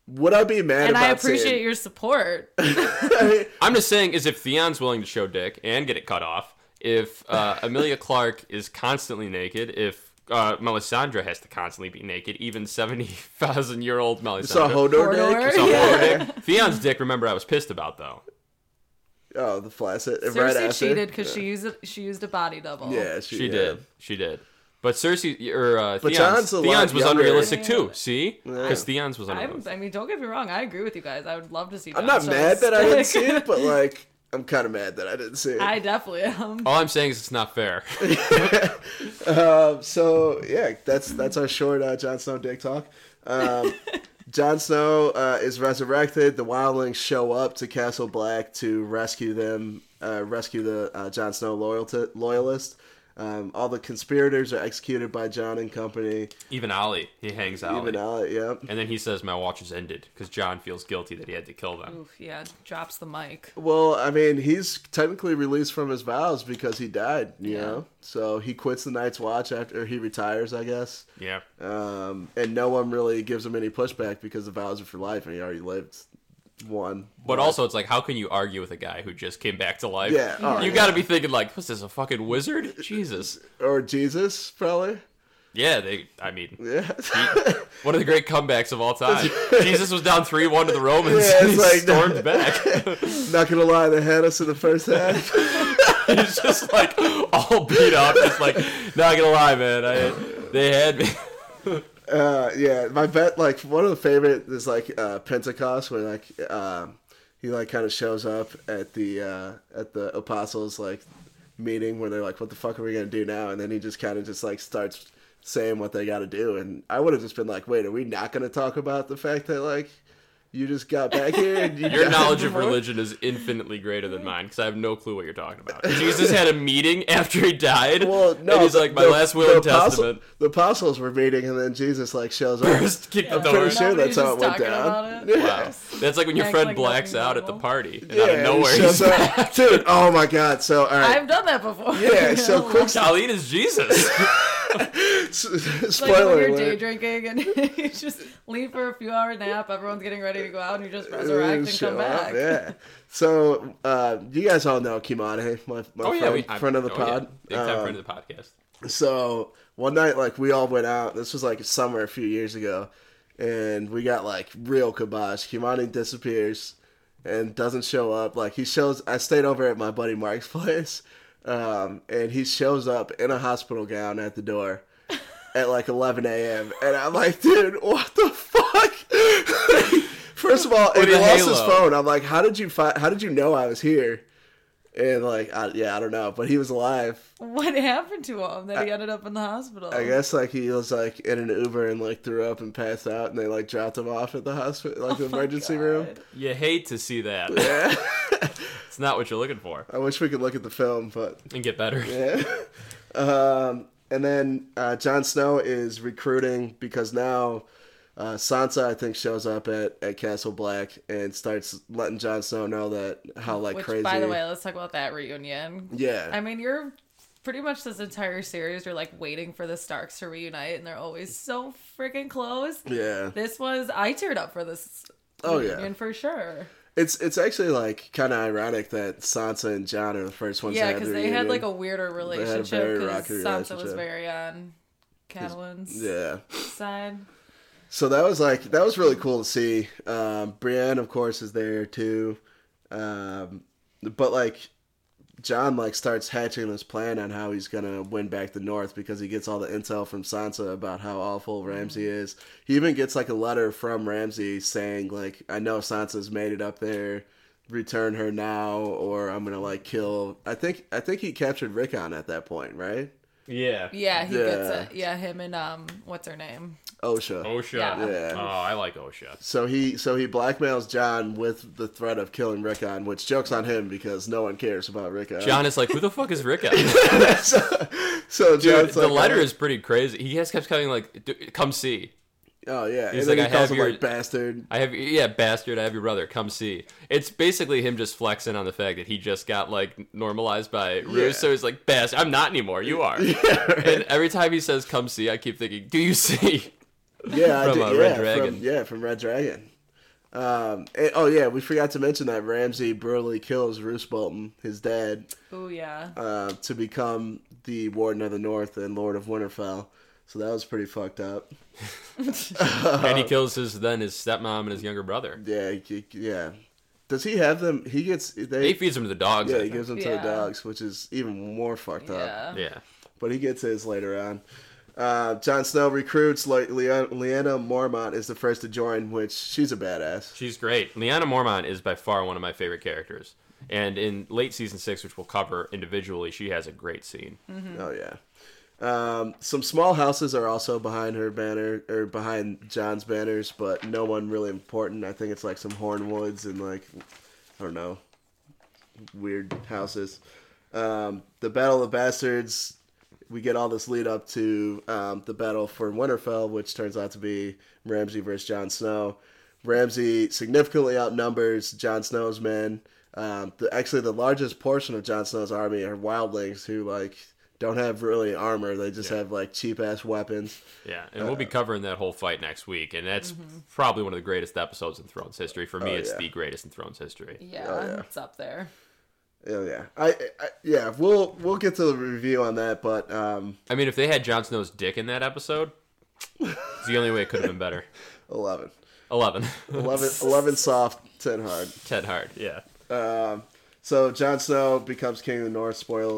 Speaker 2: would I be mad?
Speaker 3: and
Speaker 2: about
Speaker 3: I appreciate
Speaker 2: seeing,
Speaker 3: your
Speaker 2: [laughs]
Speaker 3: support.
Speaker 1: I'm just saying, is if Theon's willing to show dick and get it cut off, if
Speaker 2: [laughs]
Speaker 1: uh, Amelia Clark is constantly naked, if uh, Melisandre has to constantly be naked, even seventy thousand year old
Speaker 2: saw
Speaker 1: Melisandre.
Speaker 2: Hodor
Speaker 3: Hodor?
Speaker 2: Dick.
Speaker 1: Saw
Speaker 2: [laughs]
Speaker 3: Saw
Speaker 1: Hodor dick. Theon's dick. Remember, I was pissed about though.
Speaker 2: Oh, the flaccid. right
Speaker 3: Cersei
Speaker 2: after.
Speaker 3: cheated because she used a, she used a body double.
Speaker 2: Yeah, she,
Speaker 1: She did. She did. But Cersei or uh,
Speaker 2: But
Speaker 1: Theon's,
Speaker 2: Jon's a lot
Speaker 1: Theon's was
Speaker 2: younger.
Speaker 1: unrealistic
Speaker 3: Yeah.
Speaker 1: too. See,
Speaker 2: Yeah.
Speaker 1: because Theon's was
Speaker 3: I'm,
Speaker 1: unrealistic.
Speaker 3: I mean, don't get me wrong. I agree with you guys. I would love to see.
Speaker 2: I'm not
Speaker 3: Jon
Speaker 2: mad
Speaker 3: Snow's
Speaker 2: that I didn't see
Speaker 3: stick.
Speaker 2: it, but like, I'm kind of mad that I didn't see it.
Speaker 3: [laughs] I definitely am.
Speaker 1: All I'm saying is it's not
Speaker 2: [laughs]
Speaker 1: fair.
Speaker 2: Um, so yeah, that's that's our short uh, Jon Snow dick talk.
Speaker 3: [laughs]
Speaker 2: Um, Jon Snow uh, is resurrected. The Wildlings show up to Castle Black to rescue them, uh, rescue the uh, Jon Snow loyalty, loyalist. Um, all the conspirators are executed by John and company.
Speaker 1: Even Ollie, he hangs out.
Speaker 2: Even out, yep.
Speaker 1: And then he says, "My watch is ended," because John feels guilty that he had to kill them.
Speaker 3: Oof, yeah, drops the mic.
Speaker 2: Well, I mean, he's technically released from his vows because he died. You
Speaker 3: Yeah.
Speaker 2: know, so he quits the Night's Watch after or he retires, I guess.
Speaker 3: Mm.
Speaker 1: Yeah.
Speaker 2: Um, and no one really gives him any pushback because the vows are for life, and he already lived one.
Speaker 1: But also, it's like, how can you argue with a guy who just came back to life?
Speaker 2: Yeah, oh,
Speaker 1: you
Speaker 2: yeah.
Speaker 1: got to be thinking like, what's this? A fucking wizard? Jesus.
Speaker 2: or Jesus,
Speaker 1: [laughs]
Speaker 2: probably.
Speaker 1: Yeah, they. I mean,
Speaker 2: Yeah,
Speaker 1: one of the great comebacks of all time. Jesus was down three one to the Romans.
Speaker 2: Yeah,
Speaker 1: and he
Speaker 2: it's
Speaker 1: [laughs]
Speaker 2: like-
Speaker 1: stormed back. [laughs]
Speaker 2: not gonna lie, they had us in the first half.
Speaker 1: He's just like all beat up. Just like, not gonna lie, man. I they had
Speaker 2: [laughs]
Speaker 1: me.
Speaker 2: uh, yeah, my bet, like one of the favorite is like uh, Pentecost, where like um, he like kind of shows up at the uh, at the apostles like meeting where they're like, "What the fuck are we gonna do now?" And then he just kind of just like starts saying what they got to do, and I would have just been like, "Wait, are we not gonna talk about the fact that like you just got back here and you
Speaker 1: [laughs] Your
Speaker 2: got
Speaker 1: knowledge of
Speaker 2: [laughs] divorced?"
Speaker 1: religion is infinitely greater than mine because I have no clue what you're talking about. Jesus had a meeting after he died,
Speaker 2: Well, no,
Speaker 1: and he's like, my
Speaker 2: the-
Speaker 1: last will
Speaker 2: the
Speaker 1: and
Speaker 2: apostle-
Speaker 1: testament.
Speaker 2: The apostles were meeting, and then Jesus like shows up.
Speaker 1: [laughs] First, kick the
Speaker 3: Yeah,
Speaker 1: door.
Speaker 2: Pretty sure
Speaker 3: Nobody's
Speaker 2: that's how it went
Speaker 3: just talking
Speaker 2: down. [laughs]
Speaker 3: about it.
Speaker 1: Wow. That's like when your
Speaker 3: Act
Speaker 1: friend
Speaker 3: like
Speaker 1: blacks
Speaker 3: nothing
Speaker 1: out at the
Speaker 3: normal.
Speaker 1: party. And out of
Speaker 2: he
Speaker 1: nowhere,
Speaker 2: shows
Speaker 1: he's
Speaker 2: up. dude. Oh my god! So all right,
Speaker 3: I've done that before.
Speaker 2: Yeah,
Speaker 3: [laughs]
Speaker 2: so quick-
Speaker 1: Colleen is
Speaker 2: [laughs]
Speaker 1: Jesus.
Speaker 3: Like when
Speaker 2: spoiler
Speaker 3: you're day
Speaker 2: alert.
Speaker 3: drinking and [laughs] you just leave for a few hour nap, everyone's getting ready to go out, and you just
Speaker 2: Uh,
Speaker 3: resurrect and
Speaker 2: show
Speaker 3: come
Speaker 2: up,
Speaker 3: back.
Speaker 2: Yeah. So uh, you guys all know Kimani, my, my
Speaker 1: oh
Speaker 2: friend,
Speaker 1: yeah, we,
Speaker 2: friend of the
Speaker 1: oh,
Speaker 2: pod.
Speaker 1: Yeah, big time
Speaker 2: Um,
Speaker 1: friend of the podcast.
Speaker 2: so one night, like we all went out. This was like summer a few years ago, and we got like real kibosh. Kimani disappears and doesn't show up. Like he shows. I stayed over at my buddy Mark's [laughs] place, um, and he shows up in a hospital gown at the door. At like 11 a.m. and I'm like, dude, what the fuck? [laughs] First of all, and
Speaker 1: With
Speaker 2: he
Speaker 1: a
Speaker 2: lost his
Speaker 1: halo.
Speaker 2: phone. I'm like, how did you find? How did you know I was here? And like, I, yeah, I don't know, but he was alive.
Speaker 3: [laughs] What happened to him that he ended up in the hospital?
Speaker 2: I guess like he was like in an Uber and like threw up and passed out, and they like dropped him off at the hospital, like the emergency room.
Speaker 3: Oh God.
Speaker 1: You hate to see that.
Speaker 2: Yeah.
Speaker 1: It's not what you're looking for.
Speaker 2: I wish we could look at the film, but
Speaker 1: And get better.
Speaker 2: yeah. um, and then uh, Jon Snow is recruiting because now uh, Sansa, I think, shows up at, at Castle Black and starts letting Jon Snow know that how like
Speaker 3: Which,
Speaker 2: crazy.
Speaker 3: by the way, let's talk about that reunion.
Speaker 2: yeah,
Speaker 3: I mean, you're pretty much this entire series. You're like waiting for the Starks to reunite, and they're always so freaking close.
Speaker 2: yeah.
Speaker 3: This was I teared up for this.
Speaker 2: Oh, yeah.
Speaker 3: reunion for sure.
Speaker 2: It's it's actually like kind of ironic that Sansa and John are the first ones.
Speaker 3: yeah,
Speaker 2: to have
Speaker 3: because
Speaker 2: the
Speaker 3: they had
Speaker 2: reunion.
Speaker 3: like a weirder
Speaker 2: had a
Speaker 3: relationship
Speaker 2: very
Speaker 3: because
Speaker 2: rocky
Speaker 3: Sansa was
Speaker 2: relationship.
Speaker 3: very on Catelyn's
Speaker 2: yeah.
Speaker 3: side.
Speaker 2: So that was like that was really cool to see. Um, Brienne, of course, is there too, um, but like John like starts hatching this plan on how he's gonna win back the North because he gets all the intel from Sansa about how awful Ramsay is. He even gets like a letter from Ramsay saying like, "I know Sansa's made it up there. return her now or I'm gonna like kill. I think I think he captured Rickon at that point, right?
Speaker 1: Yeah.
Speaker 3: Yeah, he
Speaker 2: Yeah.
Speaker 3: gets it. Yeah, him and um, what's her name?
Speaker 2: OSHA.
Speaker 1: OSHA.
Speaker 3: Yeah.
Speaker 2: Yeah.
Speaker 1: Oh, I like OSHA.
Speaker 2: So he so he blackmails John with the threat of killing Rickon, which jokes on him because no one cares about Rickon.
Speaker 1: John is like, who the fuck is Rick?
Speaker 2: [laughs]
Speaker 1: at?"
Speaker 2: so, [laughs] so
Speaker 1: Dude,
Speaker 2: John's
Speaker 1: the
Speaker 2: like, uh,
Speaker 1: letter is pretty crazy. He has kept coming like, "D- come see.
Speaker 2: Oh yeah,
Speaker 1: He's like,
Speaker 2: and then
Speaker 1: "I
Speaker 2: he calls
Speaker 1: have
Speaker 2: him
Speaker 1: your-
Speaker 2: like bastard.
Speaker 1: I have yeah, bastard. I have your brother. Come see. It's basically him just flexing on the fact that he just got like normalized by
Speaker 2: Yeah.
Speaker 1: Ruse. So he's like, bastard. I'm not anymore. You
Speaker 2: [laughs]
Speaker 1: are.
Speaker 2: right.
Speaker 1: And every time he says, "Come see," I keep thinking, "Do you see?"
Speaker 2: yeah, I
Speaker 1: [laughs] From,
Speaker 2: do,
Speaker 1: uh,
Speaker 2: yeah,
Speaker 1: Red
Speaker 2: from-
Speaker 1: Dragon.
Speaker 2: yeah, from Red Dragon. Um, and- oh yeah, we forgot to mention that Ramsey brutally kills Roose Bolton, his dad,
Speaker 3: Oh yeah.
Speaker 2: uh, to become the Warden of the North and Lord of Winterfell. So that was pretty fucked up. Uh-huh.
Speaker 1: and he kills his then his stepmom and his younger brother.
Speaker 2: Yeah, he- yeah. Does he have them? He gets they.
Speaker 1: He feeds them to the dogs. I
Speaker 2: yeah, he
Speaker 1: think.
Speaker 2: gives them to the
Speaker 3: Yeah.
Speaker 2: dogs, which is even more fucked up.
Speaker 3: Yeah.
Speaker 1: yeah.
Speaker 2: But he gets his later on. Uh, Jon Snow recruits like Leon- Lyanna Mormont is the first to join, which she's a badass.
Speaker 1: She's great. Leanna Mormont is by far one of my favorite characters. And in late season six, which we'll cover individually, she has a great scene.
Speaker 3: Mm-hmm.
Speaker 2: Oh yeah. Um, some small houses are also behind her banner or behind John's banners, but no one really important. I think it's like some Hornwoods and like I don't know, weird houses. Um, the Battle of Bastards. We get all this lead up to um, the battle for Winterfell, which turns out to be Ramsay versus Jon Snow. Ramsay significantly outnumbers Jon Snow's men. Um, the, actually, the largest portion of Jon Snow's army are wildlings who like don't have really armor; they just have like cheap ass weapons.
Speaker 1: Yeah, and
Speaker 2: Uh,
Speaker 1: we'll be covering that whole fight next week, and that's
Speaker 3: Mm-hmm.
Speaker 1: probably one of the greatest episodes in Thrones history. For me, it's
Speaker 2: Oh, yeah.
Speaker 1: the greatest in Thrones history.
Speaker 3: Yeah,
Speaker 2: yeah.
Speaker 3: it's up there.
Speaker 2: Oh yeah, I, I yeah, we'll we'll get to the review on that, but um,
Speaker 1: I mean, if they had Jon Snow's dick in that episode, it's the only way it could have been better.
Speaker 2: eleven.
Speaker 1: 11.
Speaker 2: 11, 11 soft, 10 hard.
Speaker 1: Ted Hart, yeah.
Speaker 2: So Jon Snow becomes king of the North. Spoiler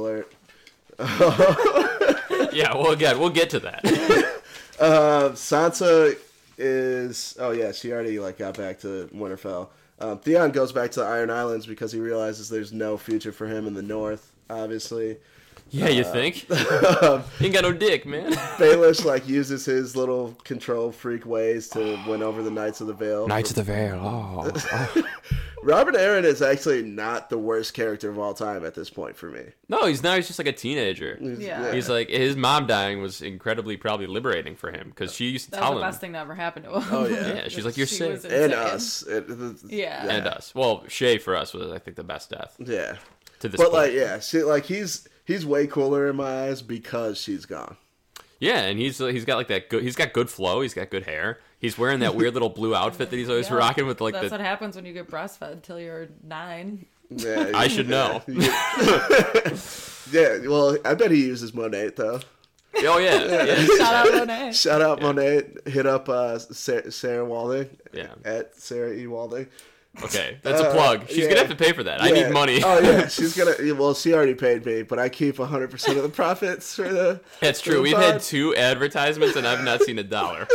Speaker 2: alert.
Speaker 1: Yeah, well, again, we'll get to
Speaker 2: [laughs]
Speaker 1: that.
Speaker 2: Uh, Sansa is oh yeah, she already like got back to Winterfell. Um, Theon goes back to the Iron Islands because he realizes there's no future for him in the North. Obviously, Um,
Speaker 1: Yeah, you
Speaker 2: Uh,
Speaker 1: think? you ain't got no dick, man.
Speaker 2: Baelish like uses his little control freak ways to win over the Knights of the Vale.
Speaker 1: of the Veil. Oh.
Speaker 2: Robert Aaron is actually not the worst character of all time at this point for me.
Speaker 1: [laughs] No, he's now he's just like a teenager.
Speaker 3: Yeah.
Speaker 1: He's like his mom dying was incredibly probably liberating for him because she used to
Speaker 3: That was
Speaker 1: tell
Speaker 3: the
Speaker 1: him
Speaker 3: best thing that ever happened to him.
Speaker 2: Oh,
Speaker 3: [laughs]
Speaker 2: yeah.
Speaker 1: Yeah, she's like, "You're
Speaker 3: She
Speaker 1: sick."
Speaker 3: was
Speaker 2: and uh,
Speaker 3: insane.
Speaker 2: us. It- it-
Speaker 3: Yeah.
Speaker 1: and uh, us. Well, Shay for us was I think the best death
Speaker 2: yeah.
Speaker 1: to this
Speaker 2: But
Speaker 1: point.
Speaker 2: like, yeah, she like he's he's way cooler in my eyes because she's gone.
Speaker 1: yeah, and he's he's got like that good he's got good flow. He's got good hair. He's wearing that weird little blue outfit that he's always
Speaker 3: [laughs] Yeah.
Speaker 1: rocking with like
Speaker 3: That's
Speaker 1: the.
Speaker 3: what happens when you get breastfed till you're nine.
Speaker 2: [laughs]
Speaker 1: [laughs]
Speaker 2: Yeah,
Speaker 1: I should know.
Speaker 2: yeah, well, I bet he uses Monet though.
Speaker 1: oh yeah, yeah,
Speaker 3: Shout out Monet.
Speaker 2: Shout out Monet. Hit up uh, Sarah, Sarah Walding.
Speaker 1: Yeah.
Speaker 2: At Sarah E. Walding.
Speaker 1: Okay, that's a plug. She's gonna
Speaker 2: Uh, yeah.
Speaker 1: have to pay for that. I
Speaker 2: Yeah.
Speaker 1: need money. [laughs]
Speaker 2: oh yeah, she's gonna. Well, she already paid me, but I keep 100 percent of the profits for the.
Speaker 1: That's
Speaker 2: for
Speaker 1: true.
Speaker 2: the
Speaker 1: We've had
Speaker 2: pod.
Speaker 1: two advertisements and I've not seen a dollar.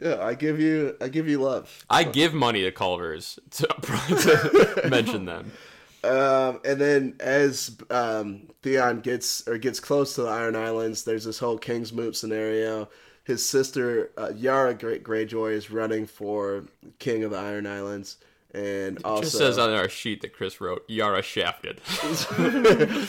Speaker 2: Yeah, I give you. I give you love.
Speaker 1: I give money to Culver's to, [laughs] to mention them.
Speaker 2: Um, and then as um, Theon gets or gets close to the Iron Islands, there's this whole King's Moot scenario. His sister uh, Yara Grey- Greyjoy is running for King of the Iron Islands, and also
Speaker 1: Just says on our sheet that Chris wrote, Yara shafted.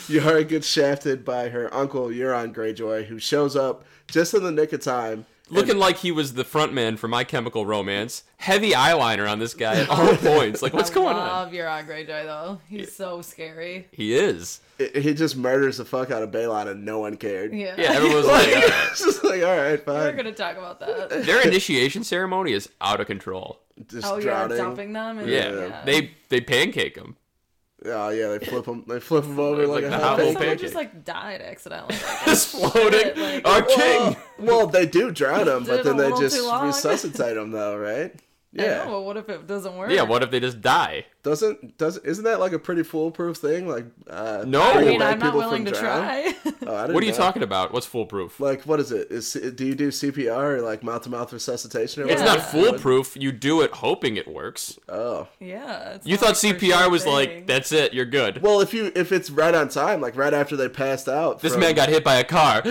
Speaker 2: Yara gets shafted by her uncle Euron Greyjoy, who shows up just in the nick of time.
Speaker 1: Looking like he was the frontman for My Chemical Romance. Heavy eyeliner on this guy at
Speaker 3: [laughs]
Speaker 1: all points. Like, what's
Speaker 3: I
Speaker 1: going on?
Speaker 3: love Euron Greyjoy though. He's so scary.
Speaker 1: He is.
Speaker 2: I- He just murders the fuck out of Balon, and no one cared.
Speaker 3: Yeah.
Speaker 1: Yeah,
Speaker 3: [laughs]
Speaker 1: everyone's like, "All right."
Speaker 2: [laughs] it's just like all right,
Speaker 3: We're
Speaker 2: fine.
Speaker 3: gonna talk about that.
Speaker 1: their initiation ceremony is out of control.
Speaker 2: Just
Speaker 3: Oh yeah,
Speaker 2: drowning.
Speaker 3: dumping them. And,
Speaker 1: Yeah, they they pancake him.
Speaker 2: Oh yeah, they flip him. They flip him over like,
Speaker 1: Like
Speaker 2: a
Speaker 1: the
Speaker 2: hot
Speaker 1: Hobbit.
Speaker 2: pancake.
Speaker 3: someone
Speaker 1: pancake.
Speaker 3: just like died accidentally.
Speaker 1: [laughs] Exploding
Speaker 3: [laughs] like-
Speaker 1: our king.
Speaker 2: [laughs] Well, well, they do drown him,
Speaker 3: Did [laughs]
Speaker 2: but
Speaker 3: it
Speaker 2: then
Speaker 3: a
Speaker 2: they
Speaker 3: little
Speaker 2: just
Speaker 3: too long.
Speaker 2: resuscitate him, though, right? Yeah.
Speaker 3: [laughs] I know, but what if it doesn't work?
Speaker 1: Yeah, what if they just die?
Speaker 2: Doesn't does isn't that like a pretty foolproof thing? Like uh,
Speaker 1: No.
Speaker 3: I
Speaker 2: bringing
Speaker 3: mean,
Speaker 2: white
Speaker 3: I'm not
Speaker 2: people from
Speaker 3: willing to
Speaker 2: drown?
Speaker 3: try. [laughs]
Speaker 2: Oh, I didn't
Speaker 1: What are you
Speaker 2: know.
Speaker 1: talking about? What's foolproof?
Speaker 2: Like what is it? Is do you do CPR or like mouth to mouth resuscitation? Or
Speaker 1: It's
Speaker 2: whatever?
Speaker 1: not foolproof. You do it hoping it works.
Speaker 2: Oh
Speaker 3: yeah. it's
Speaker 1: You
Speaker 3: not
Speaker 1: thought
Speaker 3: like for
Speaker 1: CPR
Speaker 3: sure
Speaker 1: was like,
Speaker 3: thing.
Speaker 1: that's it, you're good.
Speaker 2: well, if you if it's right on time, like right after they passed out.
Speaker 1: This
Speaker 2: from-
Speaker 1: man got hit by a car. [laughs]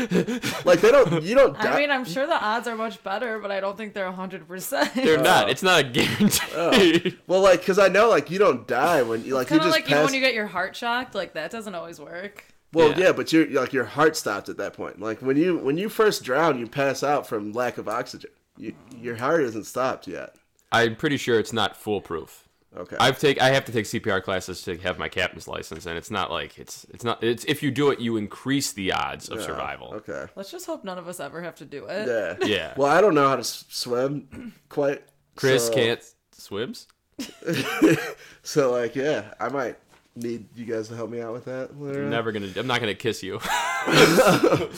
Speaker 2: like they don't you don't.
Speaker 3: [laughs] I
Speaker 2: die-
Speaker 3: mean, I'm sure the odds are much better, but I don't think they're 100. percent [laughs]
Speaker 1: They're not. It's not a guarantee.
Speaker 2: well, like because I know like you don't die when you like you
Speaker 3: Kind
Speaker 2: just
Speaker 3: of like you know
Speaker 2: pass.
Speaker 3: when you get your heart shocked, like that doesn't always work.
Speaker 2: well,
Speaker 1: Yeah.
Speaker 2: yeah. but you're like your heart stopped at that point. Like when you when you first drown, you pass out from lack of oxygen. You, your heart isn't stopped yet.
Speaker 1: I'm pretty sure it's not foolproof.
Speaker 2: Okay.
Speaker 1: I've take I have to take CPR classes to have my captain's license, and it's not like it's it's not it's if you do it, you increase the odds of
Speaker 2: Oh,
Speaker 1: survival.
Speaker 2: Okay.
Speaker 3: Let's just hope none of us ever have to do it.
Speaker 2: Yeah.
Speaker 1: Yeah.
Speaker 2: Well, I don't know how to s- swim quite.
Speaker 1: Chris
Speaker 2: so-
Speaker 1: can't swims.
Speaker 2: So like, yeah, I might need you guys to help me out with that. Uh, later on.
Speaker 1: Never gonna. I'm not gonna kiss
Speaker 2: [laughs]
Speaker 1: you. [laughs]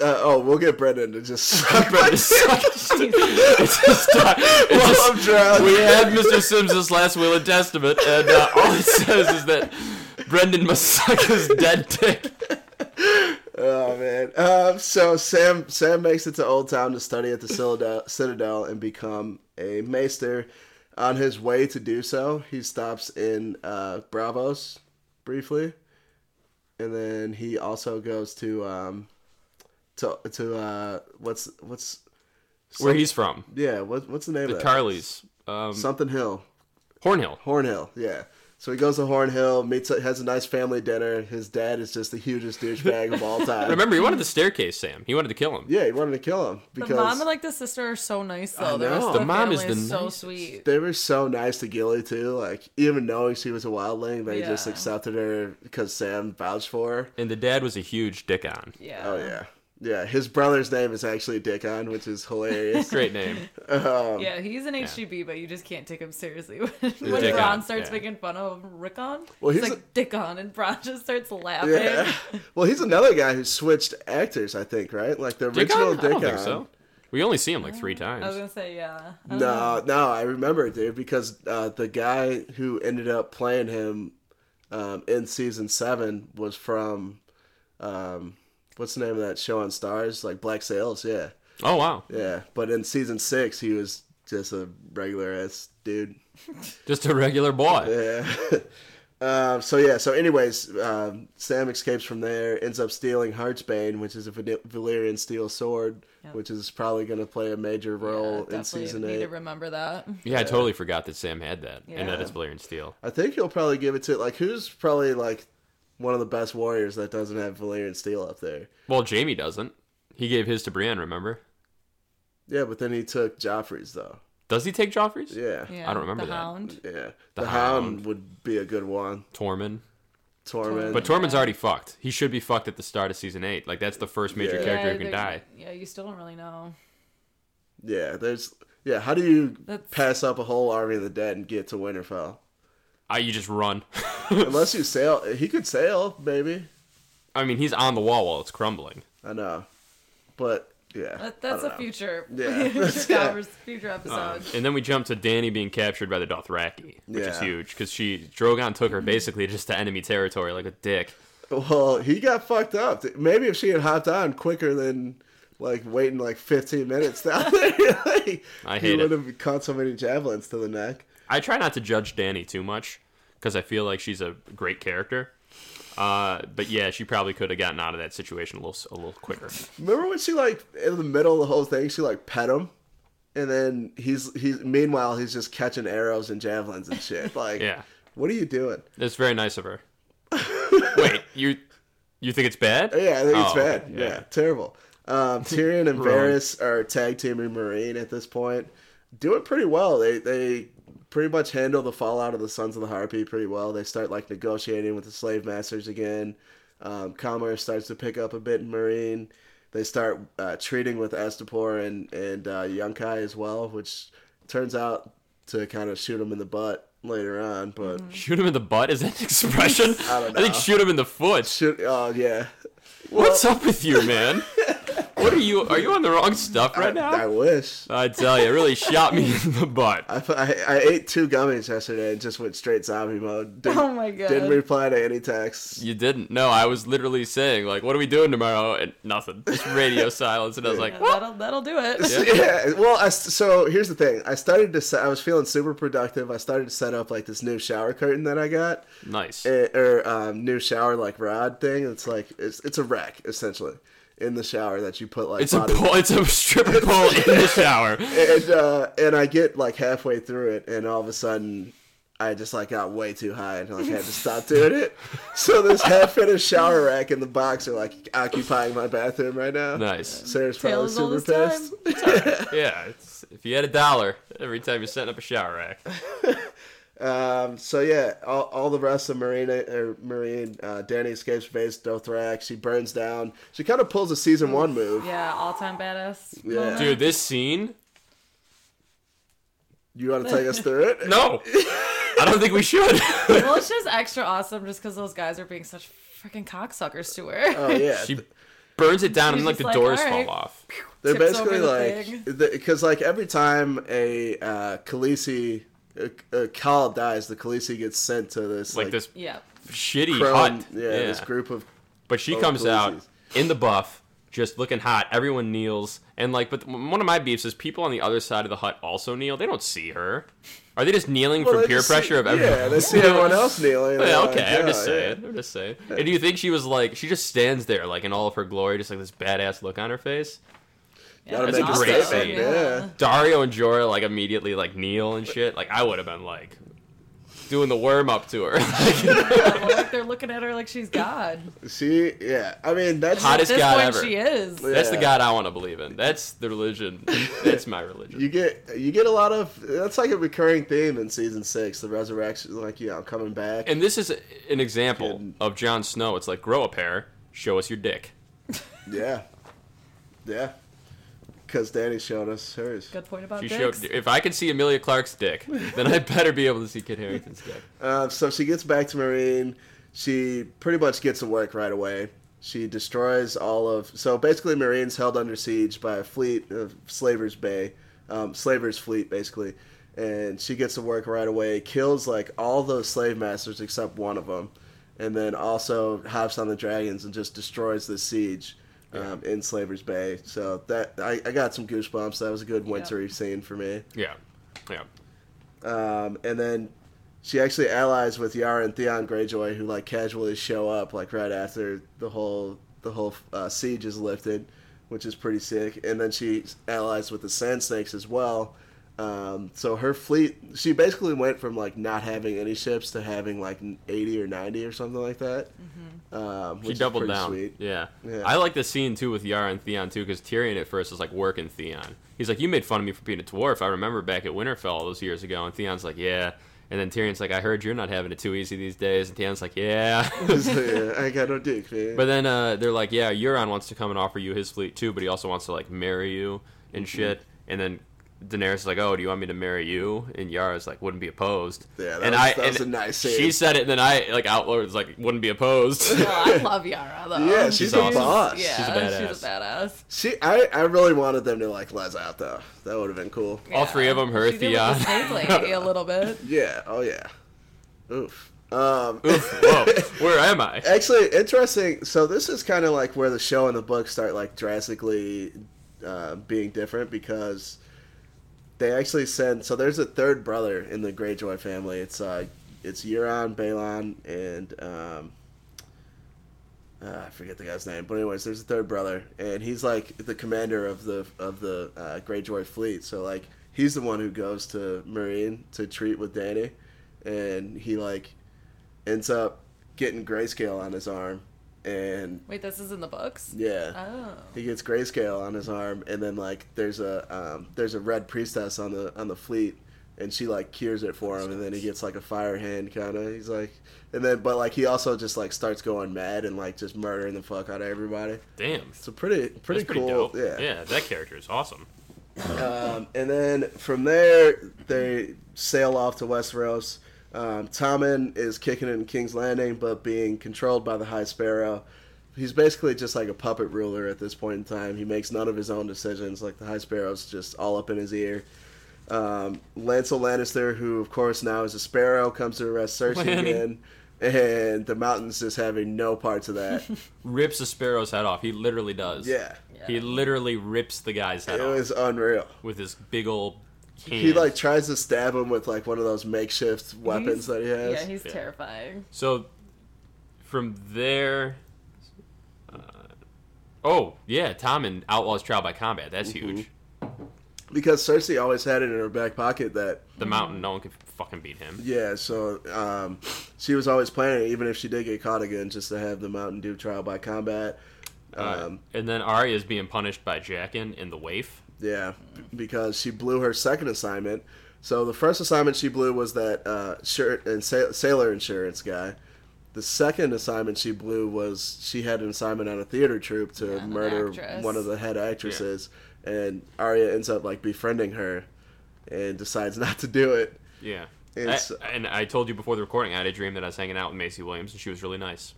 Speaker 2: Uh, oh, we'll get Brendan to just [laughs] suck my
Speaker 1: It's just- it's just- it's
Speaker 2: while
Speaker 1: just-
Speaker 2: I'm drowned.
Speaker 1: we had Mr. Sims' last will and testament, and uh, all it says is that Brendan must suck his dead dick.
Speaker 2: Oh man. Um, so Sam Sam makes it to Old Town to study at the Citadel, Citadel and become a maester. On his way to do so, he stops in uh, Bravos briefly, and then he also goes to um, to to uh, what's what's
Speaker 1: Where he's from,
Speaker 2: yeah what, what's the name of that?
Speaker 1: Carly's, um,
Speaker 2: something Hill
Speaker 1: Hornhill.
Speaker 2: Hornhill, yeah. So he goes to Hornhill, meets, has a nice family dinner. His dad is just the hugest douchebag of all time.
Speaker 1: [laughs] Remember, he wanted the staircase, Sam. He wanted to kill him.
Speaker 2: yeah, he wanted to kill him because
Speaker 3: The mom and like the sister are so nice though. The,
Speaker 2: know.
Speaker 3: rest of
Speaker 2: The
Speaker 1: mom is
Speaker 3: family
Speaker 1: the
Speaker 3: so
Speaker 1: nicest.
Speaker 3: sweet.
Speaker 2: they were so nice to Gilly too. Like even knowing she was a wildling, they just
Speaker 3: Yeah.
Speaker 2: accepted her because Sam vouched for her.
Speaker 1: And the dad was a huge dick on.
Speaker 3: Yeah.
Speaker 2: Oh yeah, yeah. His brother's name is actually Dickon, which is hilarious.
Speaker 1: [laughs]
Speaker 2: Um,
Speaker 1: Great
Speaker 2: [laughs]
Speaker 1: name.
Speaker 3: Yeah, he's an HGB, but you just can't take him seriously. [laughs] when when
Speaker 1: Dickon,
Speaker 3: Ron starts
Speaker 1: yeah.
Speaker 3: making fun of Rickon,
Speaker 2: Well,
Speaker 3: he's
Speaker 2: he's
Speaker 3: like Dickon, and Ron [laughs] just starts laughing.
Speaker 2: yeah. Well, he's another guy who switched actors. I think right, like the
Speaker 1: Dick
Speaker 2: original
Speaker 1: on? I
Speaker 2: Dickon.
Speaker 1: don't think so. We only see him like three
Speaker 3: I was
Speaker 1: times.
Speaker 3: gonna say yeah. I don't know.
Speaker 2: No, no, I remember, dude, because uh, the guy who ended up playing him um, in season seven was from um, what's the name of that show on Stars? Like Black Sails, yeah,
Speaker 1: Oh wow,
Speaker 2: yeah. But in season six, he was just a regular ass dude.
Speaker 1: just a regular boy.
Speaker 2: Yeah. [laughs] Um, so yeah, so anyways, um, Sam escapes from there, ends up stealing Heartsbane, which is a Val- Valyrian steel sword, which is probably going to play a major role
Speaker 3: Yeah,
Speaker 2: in
Speaker 3: definitely
Speaker 2: season
Speaker 3: need
Speaker 2: eight.
Speaker 3: to remember that.
Speaker 1: Yeah, I totally forgot that Sam had that, and that
Speaker 3: Yeah.
Speaker 1: it's Blair Steel.
Speaker 2: I think he'll probably give it to like who's probably like one of the best warriors that doesn't have Valyrian steel up there.
Speaker 1: Well, Jamie doesn't. He gave his to Brienne. Remember?
Speaker 2: Yeah, but then he took Joffrey's though.
Speaker 1: Does he take Joffrey's?
Speaker 2: Yeah, yeah.
Speaker 3: Yeah,
Speaker 1: don't remember
Speaker 3: the
Speaker 1: that.
Speaker 3: Hound.
Speaker 2: The, Hound. would be a good one.
Speaker 1: Tormund.
Speaker 2: Tormund.
Speaker 1: But Tormund's already fucked. He should be fucked at the start of season eight. Like that's the first major
Speaker 2: Yeah.
Speaker 1: character
Speaker 3: yeah,
Speaker 1: who can die.
Speaker 3: there's- Yeah, you still don't really know.
Speaker 2: yeah, there's yeah. How do you
Speaker 3: That's-
Speaker 2: pass up a whole army of the dead and get to Winterfell?
Speaker 1: I, you just run. [laughs]
Speaker 2: Unless you sail, he could sail maybe.
Speaker 1: I mean, he's on the wall while it's crumbling.
Speaker 2: I know, but yeah,
Speaker 3: That,
Speaker 2: I
Speaker 3: that's
Speaker 2: don't
Speaker 3: a
Speaker 2: know.
Speaker 3: future,
Speaker 2: Yeah. [laughs]
Speaker 3: [laughs] future,
Speaker 2: Yeah.
Speaker 3: convers- future episode.
Speaker 1: And then we jump to Danny being captured by the Dothraki, which is
Speaker 2: Yeah.
Speaker 1: huge because she Drogon took her
Speaker 3: Mm-hmm.
Speaker 1: basically just to enemy territory like a dick.
Speaker 2: Well, he got fucked up. Maybe if she had hopped on quicker than like waiting like 15 minutes down there, [laughs] like,
Speaker 1: I
Speaker 2: he
Speaker 1: hate it.
Speaker 2: would have caught so many javelins to the neck.
Speaker 1: I try not to judge Danny too much because I feel like she's a great character. Uh, but yeah, she probably could have gotten out of that situation a little s- a little quicker.
Speaker 2: Remember when she like in the middle of the whole thing, she like pet him, and then he's he's meanwhile he's just catching arrows and javelins and shit.
Speaker 1: [laughs]
Speaker 2: Like,
Speaker 1: Yeah.
Speaker 2: what are you doing?
Speaker 1: It's very nice of her. [laughs] Wait, you you think it's bad?
Speaker 2: Yeah, I think it's
Speaker 1: Oh,
Speaker 2: bad.
Speaker 1: okay,
Speaker 2: Yeah, terrible.
Speaker 1: [laughs]
Speaker 2: Um, Tyrion and
Speaker 1: Wrong.
Speaker 2: Varys are tag teaming Marine at this point, doing pretty well. They they pretty much handle the fallout of the Sons of the Harpy pretty well. They start like negotiating with the slave masters again. Um, commerce starts to pick up a bit in Marine. They start uh, treating with Astapor and and uh, Yunkai as well, which turns out to kind of shoot them in the butt later on. But
Speaker 1: Shoot him in the butt? Is that an
Speaker 2: [laughs]
Speaker 1: expression? I,
Speaker 2: don't
Speaker 1: think
Speaker 2: know.
Speaker 1: shoot him in the foot.
Speaker 2: shoot, oh yeah, [laughs]
Speaker 1: What's up with you, man? What are you? Are you on the wrong stuff right now?
Speaker 2: I wish.
Speaker 1: I tell you, it really shot me in the butt.
Speaker 2: I, I, I ate two gummies yesterday and just went straight zombie mode. Didn't,
Speaker 3: Oh my God.
Speaker 2: Didn't reply to any texts.
Speaker 1: You didn't. No, I was literally saying like, "What are we doing tomorrow?" And nothing. Just
Speaker 2: [laughs]
Speaker 1: radio silence. And I was like,
Speaker 3: Yeah,
Speaker 1: "What?"
Speaker 3: that'll that'll do it.
Speaker 1: Yeah.
Speaker 2: Yeah. Well, I, so here's the thing. I started to. Set, I was feeling super productive. I started to set up like this new shower curtain that I got,
Speaker 1: Nice.
Speaker 2: eh, or um, new shower like rod thing. It's like it's it's a rack essentially in the shower that you put like
Speaker 1: It's a
Speaker 2: body-
Speaker 1: pole. It's a stripper pole in
Speaker 2: [laughs]
Speaker 1: the shower.
Speaker 2: and uh, and I get like halfway through it, and all of a sudden, I just like got way too high, and like had to stop
Speaker 1: [laughs]
Speaker 2: doing it. So this half-finished shower rack and the box are like occupying my bathroom right now.
Speaker 1: Nice.
Speaker 2: Sarah's probably
Speaker 3: Tails all
Speaker 2: super
Speaker 3: this
Speaker 2: pissed.
Speaker 1: Yeah. It's, if you had a dollar every time you're setting up a shower rack,
Speaker 2: [laughs] Um, so yeah, all, all the rest of Marina or Marine, uh, Danny escapes base Dothrak. She burns down. She kind of pulls a season one move.
Speaker 3: Yeah, all time badass.
Speaker 2: Yeah.
Speaker 3: moment.
Speaker 1: dude, this scene.
Speaker 2: You
Speaker 3: [laughs]
Speaker 2: want to take us through it?
Speaker 1: No, I don't think we should.
Speaker 3: Well, it's just extra awesome just because those guys are being such freaking cocksuckers to her. [laughs]
Speaker 2: Oh yeah.
Speaker 1: [laughs] she burns it down, and
Speaker 3: She's
Speaker 1: like
Speaker 3: just
Speaker 1: the
Speaker 3: like,
Speaker 1: doors
Speaker 3: "All right."
Speaker 1: fall off.
Speaker 2: They're
Speaker 3: tips
Speaker 2: basically
Speaker 3: over the
Speaker 2: like because like every time a uh, Khaleesi a, a Khal dies, the Khaleesi gets sent to this
Speaker 1: Like, this
Speaker 3: yeah.
Speaker 1: shitty
Speaker 2: crone-
Speaker 1: hut.
Speaker 2: Yeah, this group of
Speaker 1: But she
Speaker 2: Oh,
Speaker 1: comes out
Speaker 2: Khaleesi's.
Speaker 1: in the buff, just looking hot. Everyone kneels, and like, but one of my beefs is people on the other side of the hut also kneel. They don't see her. Are they just kneeling
Speaker 2: Well,
Speaker 1: from
Speaker 2: they
Speaker 1: peer
Speaker 2: just see-
Speaker 1: pressure of
Speaker 2: Yeah,
Speaker 1: everyone? [laughs]
Speaker 2: they see everyone else kneeling.
Speaker 1: Yeah,
Speaker 2: they're like,
Speaker 1: okay, I'm just
Speaker 2: "Yeah, yeah."
Speaker 1: saying. I'm just saying. And do you think she was like she just stands there like in all of her glory, just like this badass look on her face?
Speaker 3: yeah
Speaker 2: Gotta
Speaker 1: That's
Speaker 2: make
Speaker 1: a
Speaker 2: a
Speaker 1: great
Speaker 2: statement,
Speaker 1: scene.
Speaker 2: Yeah.
Speaker 1: Dario and Jorah like immediately like kneel and shit. Like I would have been like doing the worm up to her. [laughs] Like,
Speaker 3: Yeah, well, like they're looking at her like she's God.
Speaker 2: She, yeah. I mean, that's
Speaker 1: Hot
Speaker 3: At
Speaker 1: Hottest
Speaker 3: this
Speaker 1: God
Speaker 3: point,
Speaker 1: ever.
Speaker 3: she is.
Speaker 2: Yeah.
Speaker 1: That's the god I want to believe in. That's the religion. That's my religion.
Speaker 2: you get you get a lot of that's like a recurring theme in season six, the resurrection, like you know, coming back.
Speaker 1: And this is an example of Jon Snow. It's like grow a pair, show us your dick.
Speaker 2: yeah, yeah. Because Danny showed us hers.
Speaker 3: Good point about
Speaker 1: She
Speaker 3: dicks.
Speaker 1: showed, if I can see Amelia Clark's dick, then I better be able to see Kid Harrington's dick.
Speaker 2: Uh, so she gets back to Marine. She pretty much gets to work right away. She destroys all of. So basically, Marine's held under siege by a fleet of Slaver's Bay, um, Slaver's fleet, basically. And she gets to work right away, kills like all those slave masters except one of them, and then also hops on the dragons and just destroys the siege um, in Slaver's Bay. So that I, I got some goosebumps. That was a good wintry scene for me.
Speaker 1: Yeah, yeah.
Speaker 2: Um, and then she actually allies with Yara and Theon Greyjoy, who like casually show up like right after the whole the whole uh, siege is lifted, which is pretty sick. And then she allies with the Sand Snakes as well. Um, so her fleet, she basically went from like not having any ships to having like eighty or ninety or something like that. Um,
Speaker 1: She
Speaker 2: which is
Speaker 1: doubled
Speaker 2: pretty
Speaker 1: down. [laughs]
Speaker 2: sweet. [laughs]
Speaker 1: Yeah.
Speaker 2: Yeah.
Speaker 1: I like the scene too with Yara and Theon too, because Tyrion at first is like working Theon. He's like, "You made fun of me for being a dwarf." I remember back at Winterfell all those years ago, and Theon's like, "Yeah." And then Tyrion's like, "I heard you're not having it too easy these days," and Theon's like,
Speaker 2: [laughs]
Speaker 1: "Yeah."
Speaker 2: So, yeah, I got no dick, man.
Speaker 1: But then uh, they're like, yeah, Euron wants to come and offer you his fleet too, but he also wants to like marry you and
Speaker 2: Mm-hmm.
Speaker 1: shit. And then Daenerys is like, oh, do you want me to marry you? And Yara's like, wouldn't be opposed.
Speaker 2: Yeah, that
Speaker 1: and
Speaker 2: was- that was a nice
Speaker 1: She
Speaker 2: scene.
Speaker 1: said it, and then I like outward was like, wouldn't be opposed.
Speaker 2: [laughs]
Speaker 3: Oh, I love Yara though.
Speaker 2: yeah, she's, a
Speaker 1: awesome.
Speaker 2: boss.
Speaker 3: Yeah,
Speaker 1: She's a
Speaker 3: she's a badass.
Speaker 2: She, I, I really wanted them to like let out though. That would have been cool.
Speaker 1: All three of 'em, her,
Speaker 3: She did with the
Speaker 1: Theon.
Speaker 3: snake lady a little bit.
Speaker 2: Yeah. Oh yeah. Oof. Um, [laughs]
Speaker 1: Whoa, where am I?
Speaker 2: actually, interesting. So this is kind of like where the show and the book start like drastically uh, being different because they actually send. So there's a third brother in the Greyjoy family. It's uh, it's Euron, Balon, and um, uh, I forget the guy's name. But anyways, there's a third brother, and he's like the commander of the of the uh, Greyjoy fleet. So like he's the one who goes to Marine to treat with Danny, and he like ends up getting grayscale on his arm, and
Speaker 3: Wait, this is in the books.
Speaker 2: yeah.
Speaker 3: Oh.
Speaker 2: He gets grayscale on his arm, and then like there's a um, there's a red priestess on the on the fleet, and she like cures it for him, and then he gets like a fire hand kind of. He's like, and then but like he also just like starts going mad and like just murdering the fuck out of everybody.
Speaker 1: Damn.
Speaker 2: It's a pretty pretty
Speaker 1: That's pretty
Speaker 2: cool,
Speaker 1: dope. yeah, that character is awesome.
Speaker 2: um, and then from there, they sail off to Westeros. Um, Tommen is kicking in King's Landing, but being controlled by the High Sparrow. he's basically just like a puppet ruler at this point in time. He makes none of his own decisions. Like the High Sparrow's just all up in his ear. Um, Lancel Lannister, who of course now is a Sparrow, comes to arrest Cersei
Speaker 1: Lanny.
Speaker 2: again, and the Mountain's just having no parts of that.
Speaker 1: Rips a sparrow's head off. He literally does.
Speaker 2: yeah,
Speaker 1: He literally rips the guy's head
Speaker 2: it
Speaker 1: off
Speaker 2: was unreal.
Speaker 1: with his big old can.
Speaker 2: He like tries to stab him with like one of those makeshift weapons
Speaker 3: He's-
Speaker 2: that he has.
Speaker 3: Yeah, he's
Speaker 1: Yeah.
Speaker 3: terrifying.
Speaker 1: So from there, uh, oh yeah, Tom and Outlaws Trial by Combat. That's
Speaker 2: Mm-hmm.
Speaker 1: huge.
Speaker 2: because Cersei always had it in her back pocket that
Speaker 1: The Mountain, no one can fucking beat him.
Speaker 2: yeah, so um, she was always planning, even if she did get caught again, just to have the Mountain Dew trial by combat. Um,
Speaker 1: Uh, and then Arya is being punished by Jaqen in the Waif.
Speaker 2: Yeah, because she blew her second assignment. So the first assignment she blew was that uh, shirt and sa- sailor insurance guy. The second assignment she blew was she had an assignment on a theater troupe to
Speaker 3: Yeah, an
Speaker 2: murder
Speaker 3: actress.
Speaker 2: one of the head actresses, and Arya ends up like befriending her, and decides [laughs] not to do it.
Speaker 1: Yeah. I,
Speaker 2: It's-
Speaker 1: and I told you before the recording, I had a dream that I was hanging out with Macy Williams, and she was really nice.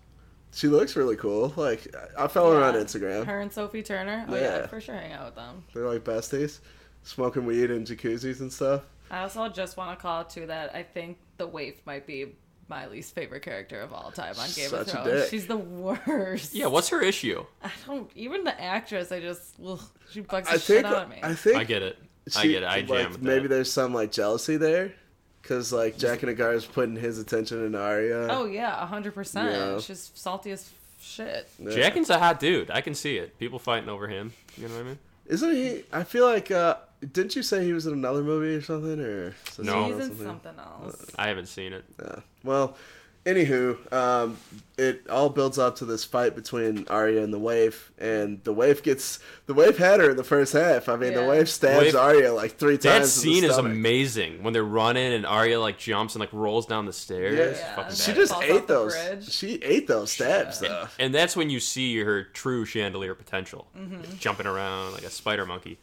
Speaker 2: She looks really cool. Like I I follow her on
Speaker 3: Yeah.
Speaker 2: Instagram.
Speaker 3: Her and Sophie Turner. Oh yeah,
Speaker 2: Yeah.
Speaker 3: I'd for sure hang out with them.
Speaker 2: They're like besties, smoking weed in jacuzzis and stuff.
Speaker 3: I also just want to call out too that I think the waif might be my least favorite character of all time on Game
Speaker 2: Such
Speaker 3: of
Speaker 2: a
Speaker 3: Thrones.
Speaker 2: dick.
Speaker 3: She's the worst.
Speaker 1: Yeah, what's her issue?
Speaker 3: I don't even the actress. I just ugh, she bugs the
Speaker 2: I
Speaker 3: shit
Speaker 2: think,
Speaker 3: out of me.
Speaker 2: I think
Speaker 1: I get it. I
Speaker 2: she-
Speaker 1: get it. I
Speaker 2: like,
Speaker 1: jam with
Speaker 2: Maybe
Speaker 1: that.
Speaker 2: there's some like jealousy there, because like Jack and Agar is putting his attention in Arya.
Speaker 3: oh yeah, hundred
Speaker 2: Yeah.
Speaker 3: percent. She's salty as shit.
Speaker 2: Yeah.
Speaker 1: Jaqen's a hot dude. I can see it. People fighting over him. You know what I mean?
Speaker 2: isn't he? I feel like uh, didn't you say he was in another movie or something? Or
Speaker 1: No.
Speaker 3: She's in something else.
Speaker 1: I haven't seen it.
Speaker 2: Yeah. Well, anywho, um, it all builds up to this fight between Arya and the Waif, and the Waif gets the Waif had her in the first half. I mean, the
Speaker 3: Yeah.
Speaker 2: Waif stabs
Speaker 1: Waif-
Speaker 2: Arya like three times. in
Speaker 1: That
Speaker 2: the
Speaker 1: scene is
Speaker 2: stomach.
Speaker 1: amazing when they're running and Arya like jumps and like rolls down the stairs.
Speaker 2: Yeah.
Speaker 1: It's
Speaker 2: Yeah.
Speaker 1: fucking
Speaker 2: She
Speaker 1: badass.
Speaker 2: just
Speaker 3: Falls
Speaker 2: ate
Speaker 3: off the
Speaker 2: those.
Speaker 3: bridge.
Speaker 2: She ate those stabs
Speaker 3: Yeah.
Speaker 2: though.
Speaker 1: and that's when you see her true chandelier potential, jumping around like a spider monkey.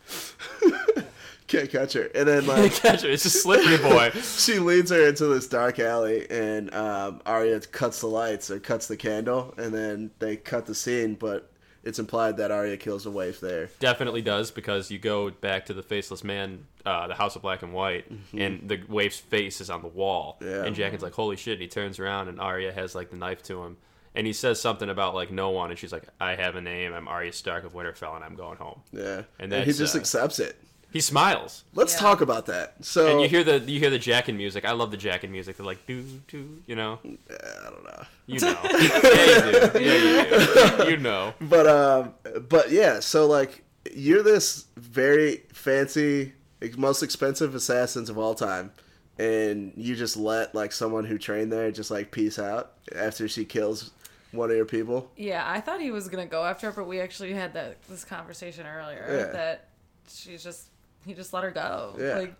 Speaker 2: Can't catch her. And
Speaker 1: [laughs]
Speaker 2: then like
Speaker 1: Catch it! It's a slippery boy.
Speaker 2: [laughs] she leads her into this dark alley, and um, Arya cuts the lights or cuts the candle, and then they cut the scene. But it's implied that Arya kills the waif there.
Speaker 1: Definitely does because you go back to the faceless man, uh, the House of Black and White, and the waif's face is on the wall.
Speaker 2: Mm-hmm. Yeah.
Speaker 1: And Jacken's like, "Holy shit!" And he turns around and Arya has like the knife to him, and he says something about like no one, and she's like, "I have a name. I'm Arya Stark of Winterfell, and I'm going home."
Speaker 2: Yeah,
Speaker 1: And
Speaker 2: and he
Speaker 1: that's,
Speaker 2: just
Speaker 1: uh,
Speaker 2: accepts it.
Speaker 1: He smiles.
Speaker 2: Let's
Speaker 3: Yeah.
Speaker 2: talk about that. So
Speaker 1: And you hear the you hear the Jacken music. I love the Jacken music. They're like do do, you know,
Speaker 2: I don't know.
Speaker 1: you
Speaker 2: [laughs]
Speaker 1: know, yeah, you do, yeah, you do, [laughs] you know.
Speaker 2: but um, but yeah, so like you're this very fancy, most expensive assassins of all time, and you just let like someone who trained there just like peace out after she kills one of your people.
Speaker 3: Yeah, I thought he was gonna go after her, but we actually had that this conversation earlier
Speaker 2: Yeah.
Speaker 3: that she's just he just let her go.
Speaker 2: Yeah.
Speaker 3: Like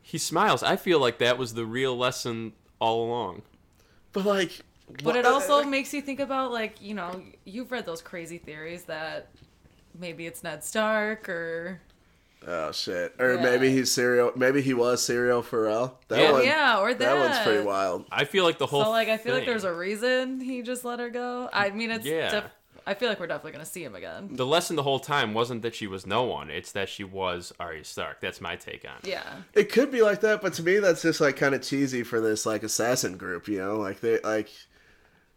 Speaker 1: He smiles. I feel like that was the real lesson all along.
Speaker 2: But like, Oh,
Speaker 3: But
Speaker 2: wha-
Speaker 3: it also makes you think about like you know you've read those crazy theories that maybe it's Ned Stark or
Speaker 2: oh shit, or
Speaker 3: Yeah.
Speaker 2: maybe he's serial. Maybe he was serial Pharrell. That
Speaker 1: Yeah.
Speaker 2: one,
Speaker 3: yeah or
Speaker 2: that,
Speaker 3: that.
Speaker 2: one's pretty wild.
Speaker 1: I feel like the whole.
Speaker 3: So like I feel like
Speaker 1: thing-
Speaker 3: there's a reason he just let her go. I mean it's
Speaker 1: Yeah.
Speaker 3: def- I feel like we're definitely gonna see him again.
Speaker 1: The lesson the whole time wasn't that she was no one. It's that she was Arya Stark. That's my take on it.
Speaker 3: Yeah.
Speaker 2: It could be like that, but to me, that's just like kind of cheesy for this like assassin group. You know, like they like.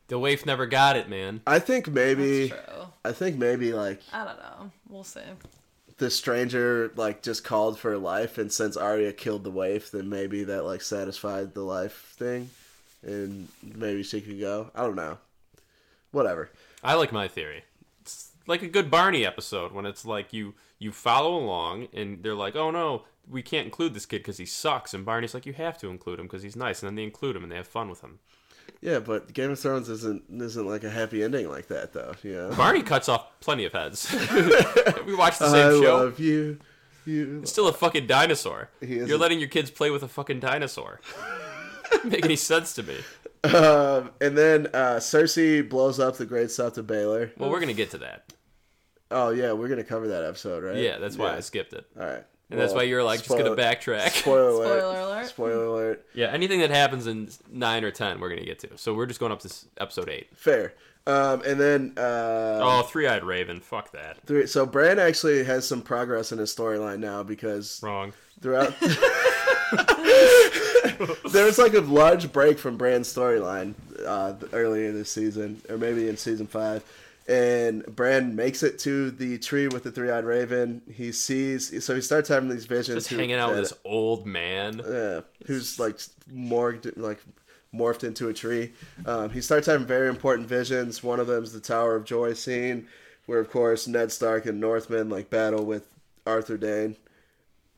Speaker 1: The waif never got it, man.
Speaker 2: I think
Speaker 3: That's
Speaker 2: maybe.
Speaker 3: true.
Speaker 2: I think maybe like
Speaker 3: I don't know. We'll see.
Speaker 2: the stranger like just called for life, and since Arya killed the waif, then maybe that like satisfied the life thing, and maybe she could go. I don't know. Whatever.
Speaker 1: I like my theory. It's like a good Barney episode when it's like you you follow along and they're like, "Oh no, we can't include this kid because he sucks," and Barney's like, "You have to include him because he's nice," and then they include him and they have fun with him.
Speaker 2: Yeah, but Game of Thrones isn't isn't like a happy ending like that though. You know.
Speaker 1: Barney cuts off plenty of heads. [laughs] we watch the
Speaker 2: I
Speaker 1: same show.
Speaker 2: love you. You.
Speaker 1: Still a fucking dinosaur.
Speaker 2: He is
Speaker 1: You're
Speaker 2: a-
Speaker 1: letting your kids play with a fucking
Speaker 2: [laughs]
Speaker 1: dinosaur. Make any sense to me?
Speaker 2: Um, and then uh, Cersei blows up the Great Sept of Baylor.
Speaker 1: Well, we're gonna get to that.
Speaker 2: Oh yeah, we're gonna cover that episode, right?
Speaker 1: Yeah, that's why I skipped it.
Speaker 2: All right.
Speaker 1: and that's why you're like just gonna backtrack.
Speaker 2: Spoiler alert.
Speaker 3: Spoiler alert.
Speaker 2: Spoiler alert.
Speaker 1: [laughs] Yeah, anything that happens in nine or ten, we're gonna get to. So we're just going up to s- episode eight.
Speaker 2: Fair. Um, and then uh,
Speaker 1: Oh, three-eyed raven. Fuck that.
Speaker 2: three. So Bran actually has some progress in his storyline now because
Speaker 1: Wrong.
Speaker 2: throughout [laughs] there was like a large break from Bran's storyline uh, earlier this season, or maybe in season five. And Bran makes it to the tree with the three-eyed raven. He sees, so he starts having these visions.
Speaker 1: Just
Speaker 2: who-
Speaker 1: hanging out with
Speaker 2: that-
Speaker 1: this old man.
Speaker 2: yeah, who's like morphed like morphed into a tree. Um, he starts having very important visions. One of them is the Tower of Joy scene, where of course Ned Stark and Northmen like battle with Arthur Dane.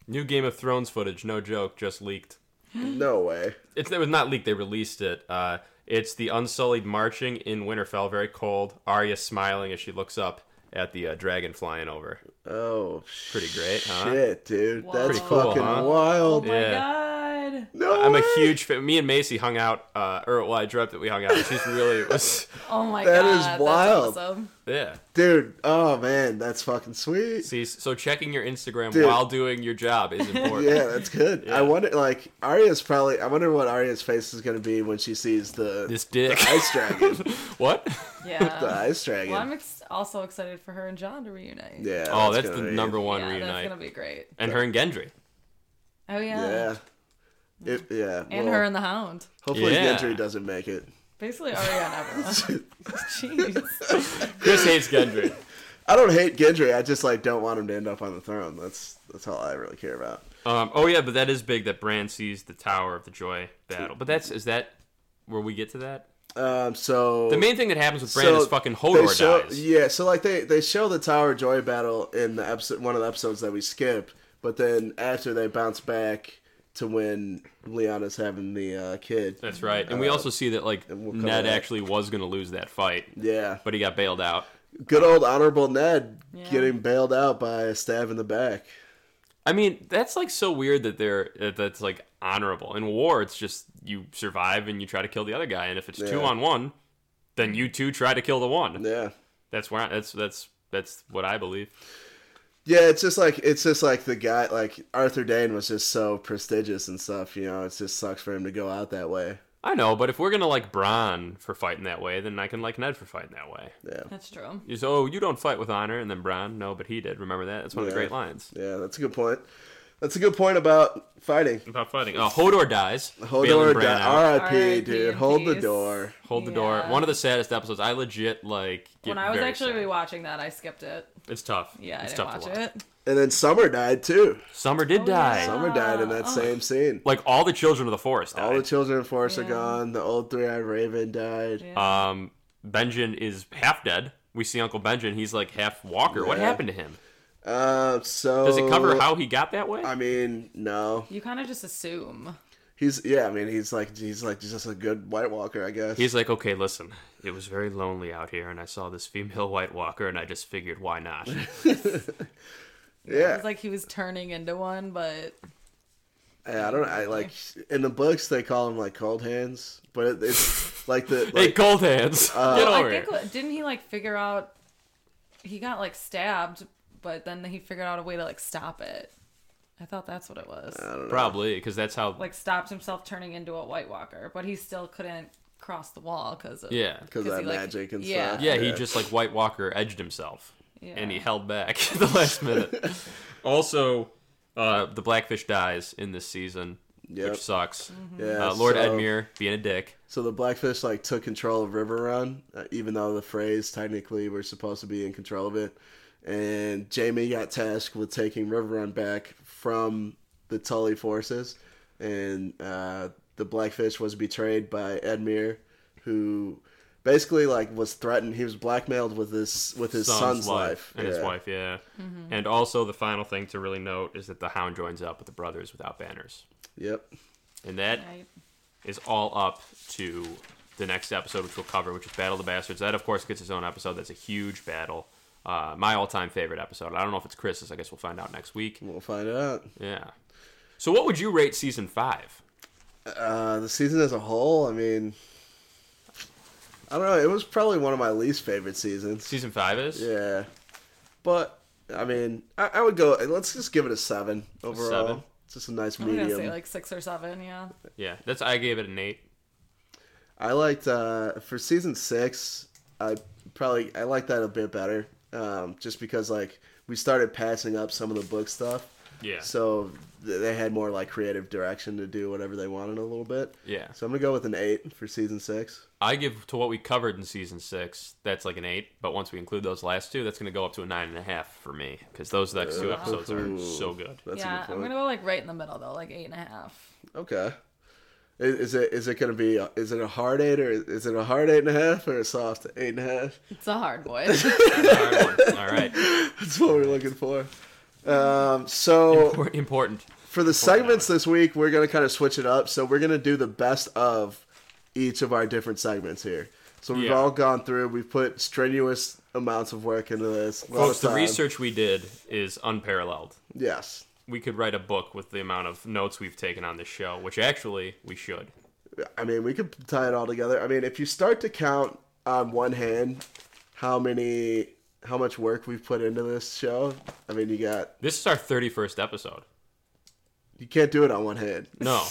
Speaker 1: New Game of Thrones footage, no joke, just leaked.
Speaker 2: No way.
Speaker 1: It's, it was not leaked. They released it. Uh, it's the Unsullied marching in Winterfell, very cold. Arya smiling as she looks up at the uh, dragon flying over.
Speaker 2: Oh,
Speaker 1: Pretty great, huh?
Speaker 2: shit, dude,
Speaker 3: Wow.
Speaker 2: that's
Speaker 3: Pretty cool,
Speaker 2: fucking
Speaker 1: huh?
Speaker 3: Oh
Speaker 2: wild.
Speaker 3: my
Speaker 1: Yeah.
Speaker 3: god.
Speaker 2: No,
Speaker 1: I'm a
Speaker 2: way.
Speaker 1: huge fan. Me and Macy hung out, uh, or well, I dreamt that we hung out. She's really [laughs] was,
Speaker 3: Oh my
Speaker 2: That
Speaker 3: god.
Speaker 2: is wild.
Speaker 3: That's awesome.
Speaker 1: yeah.
Speaker 2: dude. Oh man, that's fucking sweet.
Speaker 1: See, so checking your Instagram
Speaker 2: Dude.
Speaker 1: while doing your job
Speaker 2: [laughs]
Speaker 1: is important.
Speaker 2: Yeah, that's good. I wonder, like, Arya's probably. I wonder what Arya's face is gonna be when she sees the
Speaker 1: This
Speaker 2: [laughs]
Speaker 1: dick.
Speaker 2: ice dragon.
Speaker 1: [laughs] what?
Speaker 2: the
Speaker 3: Yeah.
Speaker 2: ice dragon.
Speaker 3: Well, I'm ex- also excited for her and John to reunite.
Speaker 2: yeah.
Speaker 1: Oh, that's,
Speaker 2: gonna
Speaker 1: the
Speaker 2: be-
Speaker 1: number one
Speaker 3: yeah, That's
Speaker 1: reunite.
Speaker 3: gonna be great.
Speaker 1: And her and Gendry.
Speaker 3: Oh yeah.
Speaker 2: Yeah. It, yeah.
Speaker 3: And
Speaker 2: well,
Speaker 3: her and the Hound.
Speaker 2: hopefully
Speaker 1: Yeah.
Speaker 2: Gendry doesn't make it. [laughs]
Speaker 3: Basically Arya and everyone. Jeez.
Speaker 1: Chris hates Gendry.
Speaker 2: I don't hate Gendry. I just like don't want him to end up on the throne. That's that's all I really care about.
Speaker 1: Um, oh yeah, but that is big that Bran sees the Tower of the Joy battle. But that's is that where we get to that?
Speaker 2: Um, so
Speaker 1: The main thing that happens with Bran
Speaker 2: so
Speaker 1: is fucking
Speaker 2: they
Speaker 1: Hodor
Speaker 2: show-
Speaker 1: dies.
Speaker 2: Yeah. So like they they show the Tower of Joy battle in the episode one of the episodes that we skipped, but then after they bounce back to when Lyanna's having the uh, kid.
Speaker 1: That's right. And we also see that like
Speaker 2: Uh, we'll cover
Speaker 1: Ned
Speaker 2: that.
Speaker 1: actually was gonna lose that fight,
Speaker 2: Yeah.
Speaker 1: but he got bailed out.
Speaker 2: Good old honorable Ned
Speaker 3: Yeah.
Speaker 2: getting bailed out by a stab in the back.
Speaker 1: I mean, that's like so weird that they're that- that's like honorable. In war, it's just you survive and you try to kill the other guy, and if it's two
Speaker 2: Yeah.
Speaker 1: on one, then you two try to kill the one.
Speaker 2: Yeah.
Speaker 1: That's where I, that's that's that's what I believe.
Speaker 2: Yeah, it's just like it's just like the guy like Arthur Dane was just so prestigious and stuff, you know, it just sucks for him to go out that way.
Speaker 1: I know, but if we're gonna like Bron for fighting that way, then I can like Ned for fighting that way.
Speaker 2: Yeah.
Speaker 3: That's true.
Speaker 1: You say, oh, you don't fight with honor, and then Bron, no, but he did. Remember that? That's one of
Speaker 2: Yeah.
Speaker 1: the great lines
Speaker 2: Yeah, that's a good point. That's a good point about fighting.
Speaker 1: about fighting. Uh, Hodor dies.
Speaker 2: Hold
Speaker 1: bailing
Speaker 2: the door,
Speaker 1: Bran out.
Speaker 2: R.I.P.
Speaker 3: R.I.P.
Speaker 2: dude.
Speaker 3: in
Speaker 2: Hold the
Speaker 3: peace.
Speaker 2: door.
Speaker 1: Hold the door.
Speaker 3: Yeah.
Speaker 1: One of the saddest episodes. I legit like. Get
Speaker 3: When I was
Speaker 1: very
Speaker 3: actually
Speaker 1: sad.
Speaker 3: rewatching that, I skipped it.
Speaker 1: it's tough.
Speaker 3: Yeah,
Speaker 1: it's
Speaker 3: I didn't
Speaker 1: tough
Speaker 3: watch
Speaker 1: to watch.
Speaker 3: it.
Speaker 2: And then Summer died too.
Speaker 1: Summer did
Speaker 3: Oh,
Speaker 1: die.
Speaker 3: yeah.
Speaker 2: Summer died in that
Speaker 3: Oh.
Speaker 2: same scene.
Speaker 1: Like all the children of the forest died.
Speaker 2: All the children of Forest are
Speaker 3: Yeah.
Speaker 2: gone. The old three-eyed raven died.
Speaker 3: Yeah.
Speaker 1: um, Benjen is half dead. We see Uncle Benjen. He's like half Walker. What
Speaker 2: Yeah.
Speaker 1: happened to him?
Speaker 2: Uh, so
Speaker 1: Does it cover how he got that way?
Speaker 2: I mean, no.
Speaker 3: You kind of just assume.
Speaker 2: He's yeah. I mean, he's like he's like just a good White Walker, I guess.
Speaker 1: He's like, okay, listen, it was very lonely out here, and I saw this female [laughs] White Walker, and I just figured, why
Speaker 2: [laughs]
Speaker 1: not?
Speaker 2: yeah.
Speaker 3: It's like he was turning into one, but
Speaker 2: Yeah, I don't. I like in the books they call him like cold hands, but it, it's like the
Speaker 1: [laughs]
Speaker 2: like, uh,
Speaker 1: hey, cold hands, get
Speaker 3: I
Speaker 1: over
Speaker 3: think
Speaker 1: here.
Speaker 3: what- didn't he like figure out he got like stabbed, but then he figured out a way to like stop it. I thought that's what it was.
Speaker 2: Oh,
Speaker 1: Probably because that's how.
Speaker 3: like stopped himself turning into a White Walker, but he still couldn't cross the wall because of
Speaker 1: yeah,
Speaker 2: because
Speaker 3: Because
Speaker 2: that
Speaker 3: he, like-
Speaker 2: magic and
Speaker 3: yeah.
Speaker 2: stuff.
Speaker 1: yeah, he just like White Walker edged himself, and he
Speaker 3: Yeah.
Speaker 1: held back [laughs] at the last minute. [laughs] also, uh, the Blackfish dies in this season,
Speaker 2: Yep.
Speaker 1: which sucks.
Speaker 3: Mm-hmm.
Speaker 2: yeah.
Speaker 1: Uh, Lord
Speaker 2: so,
Speaker 1: Edmure being a dick.
Speaker 2: So the Blackfish like took control of River Run, uh, even though the phrase technically we're supposed to be in control of it. And Jamie got tasked with taking River Run back from the Tully forces, and uh, the Blackfish was betrayed by Edmure, who basically like was threatened. He was blackmailed with this with his son's, life
Speaker 1: and his
Speaker 2: Yeah.
Speaker 1: wife, yeah.
Speaker 3: Mm-hmm.
Speaker 1: And also, the final thing to really note is that the Hound joins up with the brothers without banners,
Speaker 2: Yep.
Speaker 1: and that
Speaker 3: Right.
Speaker 1: is all up to the next episode, which we'll cover, which is Battle of the Bastards. That, of course, gets its own episode. That's a huge battle. Uh, my all-time favorite episode. I don't know if it's Chris's. I guess we'll find out next week.
Speaker 2: We'll find out.
Speaker 1: Yeah. So, what would you rate season five?
Speaker 2: Uh, the season as a whole, I mean, I don't know. It was probably one of my least favorite seasons.
Speaker 1: Season five is.
Speaker 2: Yeah, but I mean, I, I would go. Let's just give it a seven overall.
Speaker 1: seven?
Speaker 2: It's just a nice
Speaker 3: I'm gonna
Speaker 2: medium.
Speaker 3: say like six or seven. Yeah.
Speaker 1: Yeah, that's I gave it an eight.
Speaker 2: I liked uh, for season six. I probably I like that a bit better, um, just because like we started passing up some of the book stuff.
Speaker 1: Yeah.
Speaker 2: So th- they had more like creative direction to do whatever they wanted a little bit.
Speaker 1: Yeah.
Speaker 2: So I'm gonna go with an eight for season six.
Speaker 1: I give to what we covered in season six. That's like an eight, but once we include those last two, that's going to go up to a nine and a half for me because those next two episodes are so good. [laughs]
Speaker 2: That's
Speaker 3: yeah.
Speaker 2: a good
Speaker 3: I'm
Speaker 2: point.
Speaker 3: gonna go like right in the middle though, like eight and a half.
Speaker 2: Okay. I- Is it is it gonna be a- is it a hard eight or is it a hard eight and a half or a soft eight and a half? [laughs]
Speaker 3: It's a hard boy. [laughs]
Speaker 1: Hard one. All right,
Speaker 2: That's what we're looking for. Um, so
Speaker 1: Impor- important.
Speaker 2: for the segments this week, we're gonna kind of switch it up. So we're gonna do the best of each of our different segments here. So we've
Speaker 1: Yeah.
Speaker 2: all gone through. We've put strenuous amounts of work into this. a lot
Speaker 1: Folks,
Speaker 2: of
Speaker 1: the
Speaker 2: time.
Speaker 1: research we did is unparalleled.
Speaker 2: Yes,
Speaker 1: We could write a book with the amount of notes we've taken on this show, which actually we should.
Speaker 2: I mean we could tie it all together. I mean, if you start to count on one hand how many how much work we've put into this show, I mean you got
Speaker 1: This is our 31st episode.
Speaker 2: you can't do it on one hand.
Speaker 1: No.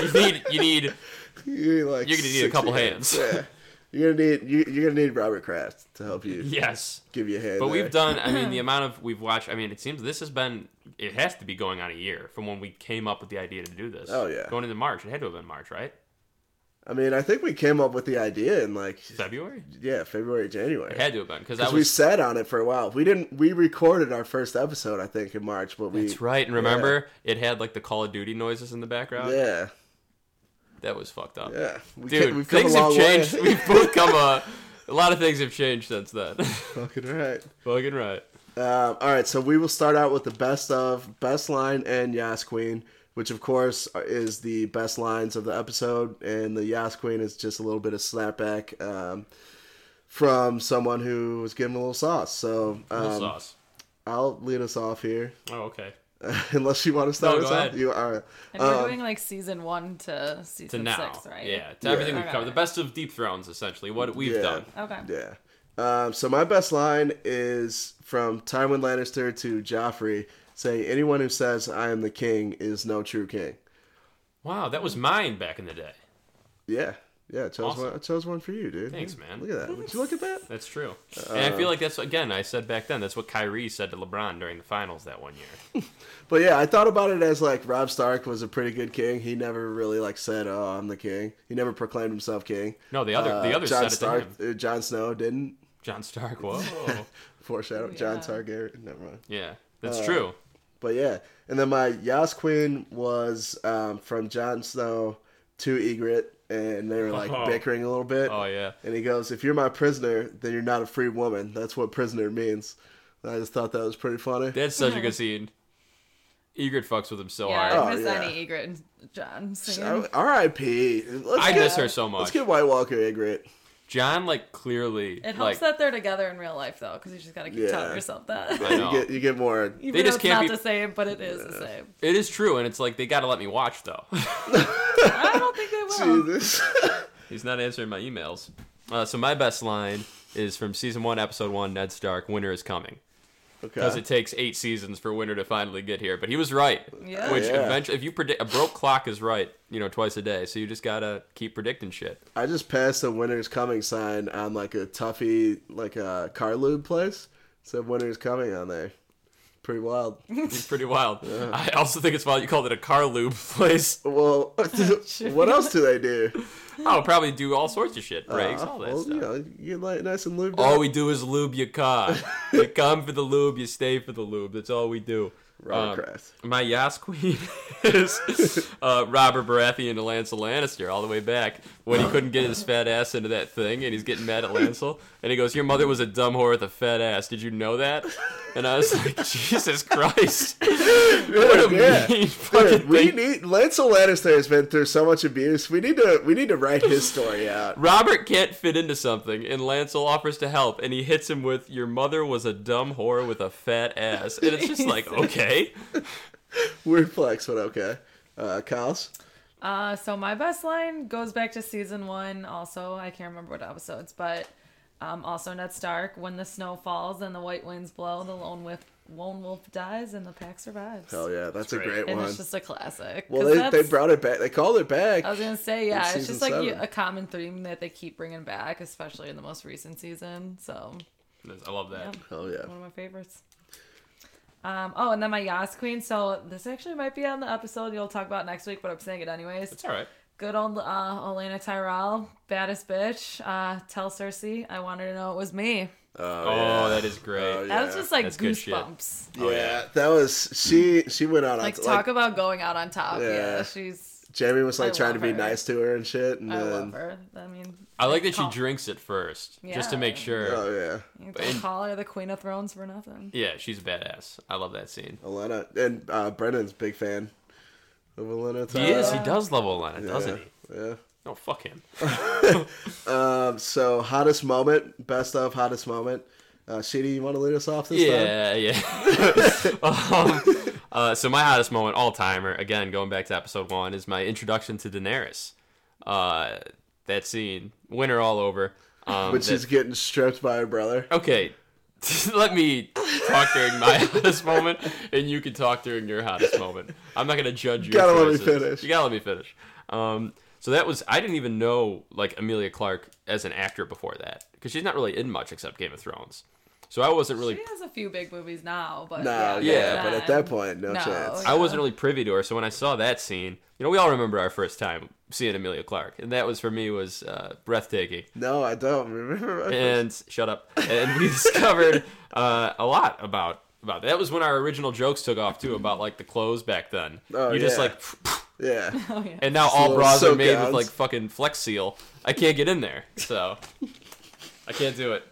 Speaker 1: you need you need
Speaker 2: [laughs] You like
Speaker 1: You're gonna need a
Speaker 2: 60
Speaker 1: couple hands. [laughs]
Speaker 2: Yeah. You're gonna need you, you're gonna need Robert Kraft to help you
Speaker 1: yes.
Speaker 2: give you a hand.
Speaker 1: But
Speaker 2: there.
Speaker 1: we've done I
Speaker 3: [clears throat]
Speaker 1: mean the amount of we've watched I mean it seems this has been it has to be going on a year from when we came up with the idea to do this.
Speaker 2: Oh, yeah.
Speaker 1: Going into March. It had to have been March, right?
Speaker 2: I mean, I think we came up with the idea in like
Speaker 1: February?
Speaker 2: yeah, February, January.
Speaker 1: It had to have been because I
Speaker 2: Because we
Speaker 1: was
Speaker 2: sat on it for a while. We didn't. We recorded our first episode, I think, in March, but we.
Speaker 1: That's right. And remember it had like the Call of Duty noises in the background?
Speaker 2: Yeah,
Speaker 1: That was fucked up.
Speaker 2: yeah. We
Speaker 1: Dude,
Speaker 2: ca-
Speaker 1: things have changed.
Speaker 2: Way.
Speaker 1: We've both come a a lot of things have changed since then.
Speaker 2: [laughs]
Speaker 1: [laughs]
Speaker 2: Fucking right.
Speaker 1: Fucking right.
Speaker 2: Um, all right, so we will start out with the best of best line and Yas Queen, which of course is the best lines of the episode, and the Yas Queen is just a little bit of snapback um, from someone who was given a little sauce. So
Speaker 1: Little
Speaker 2: um,
Speaker 1: sauce.
Speaker 2: I'll lead us off here, [laughs]
Speaker 1: Oh, okay.
Speaker 2: unless you want to start
Speaker 1: No, go
Speaker 2: us off.
Speaker 1: ahead.
Speaker 2: You are.
Speaker 3: And
Speaker 2: Um,
Speaker 3: we're doing like season one to
Speaker 1: To
Speaker 3: season
Speaker 1: now.
Speaker 3: six, right?
Speaker 1: Yeah. To everything we've
Speaker 3: Okay.
Speaker 1: covered. The best of Deep Thrones, essentially, what we've
Speaker 2: Yeah.
Speaker 1: done.
Speaker 3: Okay.
Speaker 2: Yeah. Um, so my best line is from Tywin Lannister to Joffrey saying, "Anyone who says I am the king is no true king."
Speaker 1: Wow, that was mine back in the day.
Speaker 2: Yeah, yeah. I chose
Speaker 1: Awesome.
Speaker 2: one. I chose one for you, dude.
Speaker 1: Thanks, man.
Speaker 2: Look at that. Would you look at that?
Speaker 1: That's true.
Speaker 3: Uh,
Speaker 1: and I feel like that's again, I said back then, that's what Kyrie said to LeBron during the finals that one year.
Speaker 2: But yeah, I thought about it as like Rob Stark was a pretty good king. He never really like said, "Oh, I'm the king." He never proclaimed himself king.
Speaker 1: No, the other the
Speaker 2: Uh,
Speaker 1: other
Speaker 2: John
Speaker 1: said
Speaker 2: Stark,
Speaker 1: it to him.
Speaker 2: uh, John Snow didn't [laughs]
Speaker 1: John Stark. Whoa.
Speaker 2: foreshadow John
Speaker 3: Yeah.
Speaker 2: Targaryen. Never mind.
Speaker 1: [laughs] yeah, that's
Speaker 3: Uh,
Speaker 1: true.
Speaker 2: But yeah, and then my Yas Queen was um, from Jon Snow to Egret, and they were like
Speaker 1: [laughs] Oh.
Speaker 2: bickering a little bit.
Speaker 1: Oh yeah.
Speaker 2: And he goes, "If you're my prisoner, then you're not a free woman. That's what prisoner means." And I just thought that was pretty funny.
Speaker 1: That's such a
Speaker 3: [laughs]
Speaker 1: good scene. Egret fucks with him so
Speaker 3: Yeah,
Speaker 1: hard.
Speaker 2: Oh,
Speaker 3: I miss
Speaker 2: yeah.
Speaker 3: any Egret E. and John. singing.
Speaker 2: I- R.I.P. Let's
Speaker 1: I
Speaker 2: get-
Speaker 1: miss her so
Speaker 2: Let's
Speaker 1: much.
Speaker 2: get White Walker Egret.
Speaker 1: John like clearly
Speaker 3: It helps
Speaker 1: like
Speaker 3: that they're together in real life though, because you just gotta keep
Speaker 2: Yeah.
Speaker 3: telling yourself that.
Speaker 1: I know.
Speaker 2: You get you get more.
Speaker 3: [laughs] Even
Speaker 1: They
Speaker 3: though
Speaker 1: just
Speaker 3: it's
Speaker 1: can't
Speaker 3: not
Speaker 1: be-
Speaker 3: the same, but it is the same.
Speaker 1: It is true, and it's like they gotta let me watch though. [laughs]
Speaker 3: I
Speaker 2: [laughs]
Speaker 3: don't think they will.
Speaker 2: Jesus.
Speaker 1: He's not answering my emails. Uh, so my best line is from season one, episode one. Ned Stark, winter is coming. Because
Speaker 2: [laughs] okay.
Speaker 1: it takes eight seasons for winter to finally get here, but he was right.
Speaker 3: Yeah.
Speaker 1: Which
Speaker 2: Yeah.
Speaker 1: eventually, if you predict, a broke clock is right, you know, twice a day. So you just gotta keep predicting shit.
Speaker 2: I just passed a winter's coming sign on like a Tuffy like a car lube place. It said winter's coming on there. Pretty wild.
Speaker 1: It's pretty
Speaker 2: [laughs]
Speaker 1: wild. I also think it's wild you called it a car lube [laughs] place.
Speaker 2: Well, [laughs] what else do they do?
Speaker 1: I'll probably do all sorts of shit, rigs,
Speaker 2: Uh,
Speaker 1: all that
Speaker 2: well,
Speaker 1: stuff.
Speaker 2: you know, you get like nice and lubed
Speaker 1: All
Speaker 2: up.
Speaker 1: we do is lube your
Speaker 2: [laughs]
Speaker 1: car. you come for the lube, you stay for the lube. That's all we do.
Speaker 2: Robert
Speaker 1: Um,
Speaker 2: Kraft.
Speaker 1: My Yas Queen [laughs] is uh, Robert Baratheon to Lancel Lannister all the way back when he couldn't get his fat ass into that thing and he's getting mad at Lancel. And he goes, Your mother was a dumb whore with a fat ass. Did you know that? And I was like, [laughs] Jesus Christ. [laughs]
Speaker 2: [laughs]
Speaker 1: what a
Speaker 2: yeah.
Speaker 1: mean
Speaker 2: Dude,
Speaker 1: fucking
Speaker 2: we
Speaker 1: thing.
Speaker 2: need Lancel Lannister has been through so much abuse. We need to we need to write his story out.
Speaker 1: Robert can't fit into something, and Lancel offers to help, and he hits him with, Your mother was a dumb whore with a fat ass. And it's just
Speaker 2: [laughs]
Speaker 1: like, okay.
Speaker 2: Weird flex, but okay. Uh, Kyle's.
Speaker 3: Uh, so my best line goes back to season one. Also, I can't remember what episodes, but Um, also, Ned Stark, when the snow falls and the white winds blow, the lone wolf, lone wolf dies and the pack survives.
Speaker 2: Hell yeah, that's, a
Speaker 1: great.
Speaker 2: great,
Speaker 3: and
Speaker 2: one.
Speaker 3: it's just a classic.
Speaker 2: well,
Speaker 3: 'cause
Speaker 2: they, they
Speaker 3: that's-
Speaker 2: brought it back. They called it back.
Speaker 3: I was gonna say, yeah, it's
Speaker 2: season
Speaker 3: just like you,
Speaker 2: seven.
Speaker 3: a common theme that they keep bringing back, especially in the most recent season. So,
Speaker 1: I love that.
Speaker 3: yeah.
Speaker 2: Hell yeah.
Speaker 3: One of my favorites. Um, oh, and then my Yas Queen. So this actually might be on the episode you'll talk about next week, but I'm saying it anyways.
Speaker 1: It's all right.
Speaker 3: Good old uh, Elena Tyrell, baddest bitch. Uh, tell Cersei I want her to know it was me.
Speaker 2: Oh,
Speaker 1: Oh,
Speaker 2: yeah.
Speaker 1: that is great.
Speaker 2: Oh, yeah.
Speaker 3: That was just like
Speaker 1: That's good shit.
Speaker 3: goosebumps.
Speaker 2: Yeah,
Speaker 1: Oh, yeah.
Speaker 2: that was she. She went out on
Speaker 3: Like
Speaker 2: to-
Speaker 3: talk about going out on top. Yeah,
Speaker 2: Yeah.
Speaker 3: she's.
Speaker 2: Jamie was like
Speaker 3: I
Speaker 2: trying to
Speaker 3: love
Speaker 2: be
Speaker 3: her.
Speaker 2: nice to her and shit, and
Speaker 3: I
Speaker 2: then
Speaker 3: love her. I mean,
Speaker 1: I like that she
Speaker 3: Call-
Speaker 1: drinks it first, just to
Speaker 3: Yeah.
Speaker 1: make sure.
Speaker 2: oh yeah,
Speaker 3: You don't call her the Queen of Thrones for nothing.
Speaker 1: Yeah, she's badass. I love that scene.
Speaker 2: Elena and uh, Brennan's big fan of Elena.
Speaker 1: He is. He does love Olena, doesn't he?
Speaker 2: Uh, Yeah.
Speaker 1: No, fuck him.
Speaker 2: Um, so hottest moment, best of hottest moment. Uh, Sheedy, you want to lead us off this time?
Speaker 1: Yeah, yeah.
Speaker 2: [laughs]
Speaker 1: [laughs] um, uh, so my hottest moment all timer, again, going back to episode one, is my introduction to Daenerys. Uh, that scene, winter all over. Um,
Speaker 2: Which
Speaker 1: that-
Speaker 2: is getting stripped by her brother.
Speaker 1: okay. [laughs] Let me talk during my [laughs] hottest moment, and you can talk during your hottest moment. I'm not gonna judge you.
Speaker 2: Gotta let me finish.
Speaker 1: You gotta let me finish. Um, so that was I didn't even know like Amelia Clark as an actor before that because she's not really in much except Game of Thrones. So I wasn't really
Speaker 3: She has a few big movies now, but
Speaker 2: Nah, yeah,
Speaker 1: Yeah.
Speaker 2: but at that point, no,
Speaker 3: No.
Speaker 2: chance.
Speaker 1: I wasn't really privy to her, so when I saw that scene, you know, we all remember our first time seeing Amelia Clark, and that was for me was uh, breathtaking.
Speaker 2: No, I don't remember.
Speaker 1: And shut up. And we [laughs] discovered uh, a lot about about that. that. Was when our original jokes took off too about like the clothes back then.
Speaker 2: Oh,
Speaker 1: you just
Speaker 2: yeah.
Speaker 1: like, [laughs]
Speaker 2: yeah.
Speaker 3: [laughs] Oh yeah.
Speaker 1: and now all
Speaker 2: Little
Speaker 1: bras are
Speaker 2: silk
Speaker 1: made
Speaker 2: gowns.
Speaker 1: with like fucking Flex Seal. I can't get in there, so I can't do it.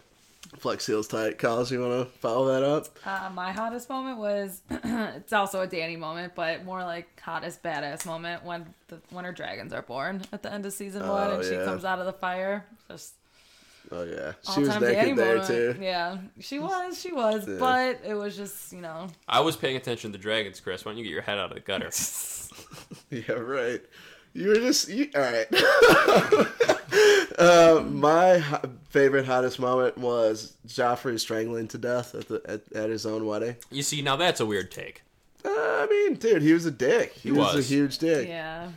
Speaker 2: Flex seals tight. Collins, you want to follow that up?
Speaker 3: Uh, my hottest moment was [clears throat] it's also a Danny moment, but more like hottest badass moment when the when her dragons are born at the end of season one,
Speaker 2: Oh,
Speaker 3: and she
Speaker 2: yeah.
Speaker 3: comes out of the fire. Just
Speaker 2: Oh, yeah. She
Speaker 3: all
Speaker 2: was
Speaker 3: time
Speaker 2: naked
Speaker 3: Danny
Speaker 2: there,
Speaker 3: moment.
Speaker 2: too.
Speaker 3: Yeah, she was, she was,
Speaker 2: Yeah.
Speaker 3: but it was just
Speaker 2: [laughs]
Speaker 3: you know
Speaker 1: I was paying attention to dragons, Chris. Why don't you get your head out of the gutter?
Speaker 2: Yeah, right. You were just you, all right. [laughs] uh, my ho- favorite hottest moment was Joffrey strangling to death at, the, at, at his own wedding.
Speaker 1: You see, now that's a weird take.
Speaker 2: Uh, I mean, dude, he was a dick. He, was.
Speaker 1: was.
Speaker 2: a huge dick.
Speaker 3: yeah.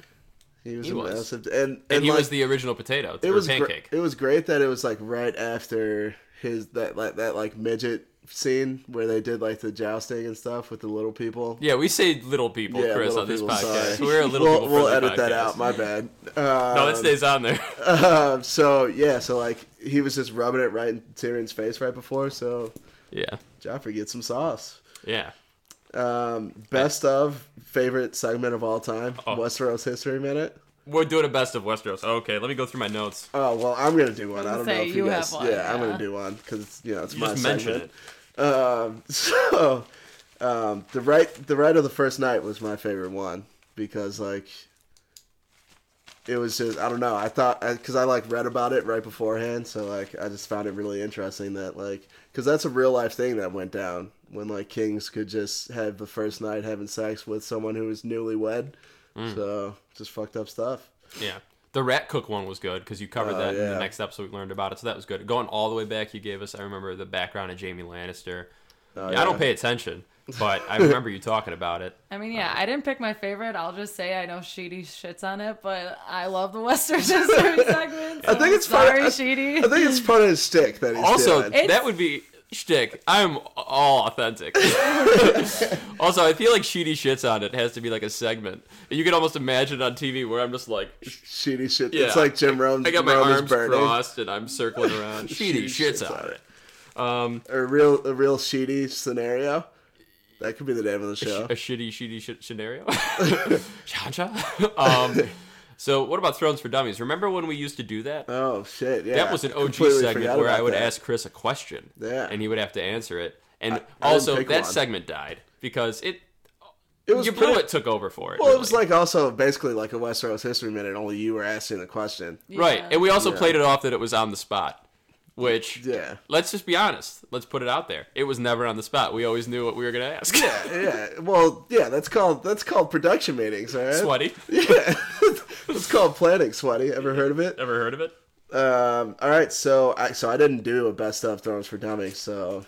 Speaker 2: He was
Speaker 1: He
Speaker 2: a
Speaker 1: was.
Speaker 2: massive. And and,
Speaker 1: And, he
Speaker 2: like,
Speaker 1: was the original potato.
Speaker 2: it
Speaker 1: or
Speaker 2: was gr-
Speaker 1: pancake.
Speaker 2: it was great that it was like right after his that like that like midget scene where they did like the jousting and stuff with the little people.
Speaker 1: Yeah, we say little people,
Speaker 2: Yeah,
Speaker 1: Chris,
Speaker 2: little
Speaker 1: on this
Speaker 2: people,
Speaker 1: podcast.
Speaker 2: sorry.
Speaker 1: We're a little
Speaker 2: we'll
Speaker 1: people.
Speaker 2: we'll
Speaker 1: friendly
Speaker 2: edit that
Speaker 1: podcast.
Speaker 2: out. My bad.
Speaker 1: No,
Speaker 2: Um,
Speaker 1: that stays on there.
Speaker 2: [laughs]
Speaker 1: [laughs]
Speaker 2: Um, so yeah, so like he was just rubbing it right in Tyrion's face right before, so
Speaker 1: yeah,
Speaker 2: Joffrey gets some sauce.
Speaker 1: yeah.
Speaker 2: Um, best of favorite segment of all time,
Speaker 1: Oh.
Speaker 2: Westeros History Minute.
Speaker 1: We're doing a best of Westeros. Okay, let me go through my notes.
Speaker 2: Oh well, I'm gonna do one. I
Speaker 3: gonna
Speaker 2: don't know if
Speaker 3: say,
Speaker 2: you,
Speaker 3: you
Speaker 2: guys.
Speaker 3: have one,
Speaker 2: yeah, I'm
Speaker 3: yeah.
Speaker 2: gonna do one because you know it's
Speaker 1: You
Speaker 2: my
Speaker 1: just mention
Speaker 2: segment.
Speaker 1: it.
Speaker 2: Um, [laughs] so um, the right the right of the first night was my favorite one because like it was just I don't know I thought because I, like read about it right beforehand so like I just found it really interesting that like because that's a real life thing that went down when like kings could just have the first night having sex with someone who was newlywed
Speaker 1: Mm.
Speaker 2: so just fucked up stuff
Speaker 1: Yeah. The rat cook one was good because you covered
Speaker 2: Oh,
Speaker 1: that in
Speaker 2: yeah.
Speaker 1: the next episode. We learned about it, so that was good. Going all the way back, you gave us. I remember the background of Jamie Lannister.
Speaker 2: Oh,
Speaker 1: yeah, I don't pay attention, but
Speaker 2: [laughs]
Speaker 1: I remember you talking about it.
Speaker 3: I mean,
Speaker 2: Uh.
Speaker 3: yeah, I didn't pick my favorite. I'll just say I know Sheedy shits on it, but I love the
Speaker 2: [laughs]
Speaker 3: Western history segment.
Speaker 2: I think it's
Speaker 3: sorry,
Speaker 2: funny. I-
Speaker 3: Sheedy.
Speaker 2: I think it's part of his stick that he's
Speaker 1: Also,
Speaker 2: doing.
Speaker 3: It's-
Speaker 1: that would be shtick. I'm all
Speaker 2: [laughs]
Speaker 1: authentic. also, I feel like Sheedy Shits on It has to be like a segment. You can almost imagine it on TV where I'm just like,
Speaker 2: shitty shit.
Speaker 1: yeah.
Speaker 2: It's like Jim Rome.
Speaker 1: I got my
Speaker 2: Rome is
Speaker 1: arms
Speaker 2: burning.
Speaker 1: crossed and I'm circling around. Sheedy Shits on It. Um,
Speaker 2: A real, a real shitty scenario. That could be the name of the show.
Speaker 1: A shitty, shitty shit
Speaker 2: [laughs]
Speaker 1: scenario. Cha-cha. um, so, what about Thrones for Dummies? Remember when we used to do that?
Speaker 2: Oh shit! Yeah,
Speaker 1: that was an OG
Speaker 2: Completely
Speaker 1: segment
Speaker 2: forgot
Speaker 1: where I
Speaker 2: about
Speaker 1: would
Speaker 2: that.
Speaker 1: ask Chris a question,
Speaker 2: Yeah.
Speaker 1: and he would have to answer it. And
Speaker 2: I didn't
Speaker 1: also,
Speaker 2: pick
Speaker 1: that
Speaker 2: one.
Speaker 1: segment died because it
Speaker 2: It was
Speaker 1: you blew
Speaker 2: pretty-
Speaker 1: it took over for it.
Speaker 2: Well, it was
Speaker 1: really.
Speaker 2: like also basically like a Westeros history minute. Only you were asking the question.
Speaker 1: right,
Speaker 3: Yeah.
Speaker 1: and we also
Speaker 2: Yeah.
Speaker 1: played it off that it was on the spot, which
Speaker 2: Yeah.
Speaker 1: Let's just be honest. Let's put it out there. It was never on the spot. We always knew what we were gonna ask. [laughs]
Speaker 2: Yeah. Well, yeah. That's called that's called production meetings. All right.
Speaker 1: Sweaty.
Speaker 2: Yeah. it's called planning. Sweaty. Ever heard of it?
Speaker 1: Ever heard of it?
Speaker 2: Um, all right, so I so I didn't do a best of throws for dummies, so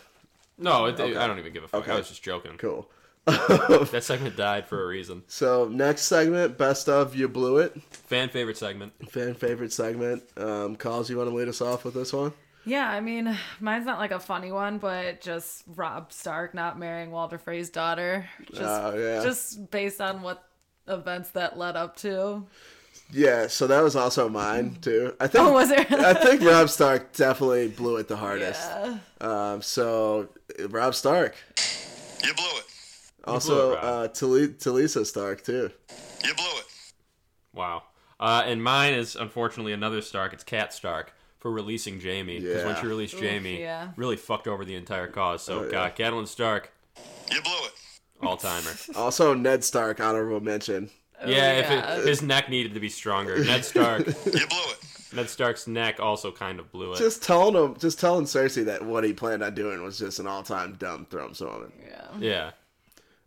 Speaker 1: No, it, I don't even give a fuck. I was just joking.
Speaker 2: cool.
Speaker 1: That segment died for a reason.
Speaker 2: So next segment, best of you blew it.
Speaker 1: Fan favorite segment.
Speaker 2: Fan favorite segment. Um, calls you want to lead us off with this one?
Speaker 3: Yeah, I mean, mine's not like a funny one, but just Rob Stark not marrying Walter Frey's daughter. Just,
Speaker 2: Oh, yeah.
Speaker 3: just based on what events that led up to.
Speaker 2: Yeah, so that was also mine too. I think
Speaker 3: Oh, was it?
Speaker 2: I think Rob Stark definitely blew it the hardest.
Speaker 3: Yeah.
Speaker 2: Um, so uh, Rob Stark,
Speaker 4: You blew it.
Speaker 2: also
Speaker 1: Rob.
Speaker 2: uh, Tali- Talisa Stark too.
Speaker 4: You blew it.
Speaker 1: Wow. Uh, and mine is unfortunately another Stark. It's Cat Stark for releasing Jamie because when
Speaker 2: Yeah. Oh,
Speaker 1: she released Jamie,
Speaker 3: yeah.
Speaker 1: really fucked over the entire cause. So
Speaker 2: yeah.
Speaker 1: God, Catelyn Stark,
Speaker 4: You blew it.
Speaker 1: all [laughs] timer.
Speaker 2: Also Ned Stark, honorable mention.
Speaker 1: Oh, yeah, if
Speaker 3: yeah.
Speaker 1: It, his neck needed to be stronger. Ned
Speaker 2: [laughs]
Speaker 1: Stark,
Speaker 4: You blew it.
Speaker 1: Ned Stark's neck also kind of blew it.
Speaker 2: Just telling him, just telling Cersei that what he planned on doing was just an all-time dumb Thrones moment.
Speaker 3: Yeah.
Speaker 1: yeah.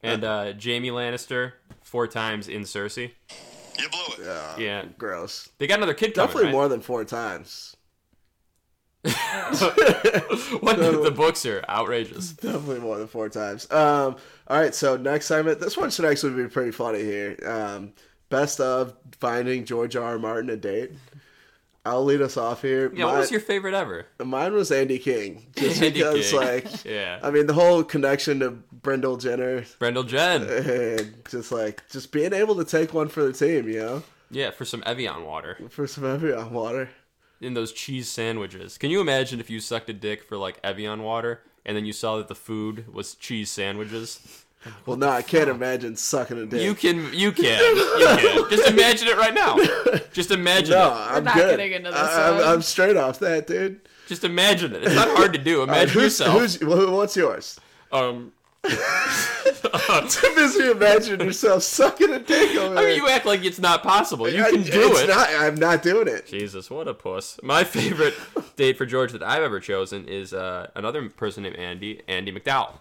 Speaker 1: And uh, Jamie Lannister four times in Cersei.
Speaker 4: You blew it.
Speaker 2: Uh,
Speaker 1: Yeah,
Speaker 2: gross.
Speaker 1: they got another kid coming.
Speaker 2: Definitely
Speaker 1: right? [laughs]
Speaker 2: [laughs] more than four times.
Speaker 1: what the, the books are outrageous.
Speaker 2: Definitely more than four times. Um, all right, so next segment. This one should actually be pretty funny here. Um, best of finding George R. R. Martin a date. I'll lead us off here.
Speaker 1: Yeah,
Speaker 2: mine,
Speaker 1: what was your favorite ever?
Speaker 2: mine was
Speaker 1: [laughs]
Speaker 2: Andy King. Just
Speaker 1: Andy
Speaker 2: because,
Speaker 1: King. [laughs]
Speaker 2: like,
Speaker 1: Yeah,
Speaker 2: I mean, the whole connection to Brendel Jenner
Speaker 1: Brendel Jen.
Speaker 2: and just like just being able to take one for the team, you know,
Speaker 1: Yeah, for some Evian water.
Speaker 2: for some Evian water.
Speaker 1: in those cheese sandwiches. Can you imagine if you sucked a dick for like Evian water and then you saw that the food was cheese sandwiches?
Speaker 2: Well, no, I can't imagine sucking a dick.
Speaker 1: You can, you can, you
Speaker 2: [laughs]
Speaker 1: can. Just imagine it right now. Just imagine
Speaker 2: no,
Speaker 1: it.
Speaker 2: I'm
Speaker 3: not
Speaker 2: good.
Speaker 3: getting into this
Speaker 2: I, I'm,
Speaker 3: one.
Speaker 2: I'm straight off that, dude.
Speaker 1: Just imagine it. It's not hard to do. Imagine
Speaker 2: who's,
Speaker 1: yourself.
Speaker 2: who's wh- what's yours?
Speaker 1: um, [laughs]
Speaker 2: Too busy imagining yourself sucking a dick over
Speaker 1: I
Speaker 2: there.
Speaker 1: mean, you act like it's not possible. You
Speaker 2: I-
Speaker 1: can do
Speaker 2: it's
Speaker 1: it.
Speaker 2: Not, I'm not doing it.
Speaker 1: Jesus, what a puss. My favorite date for George that I've ever chosen is uh, another person named Andy, Andy McDowell.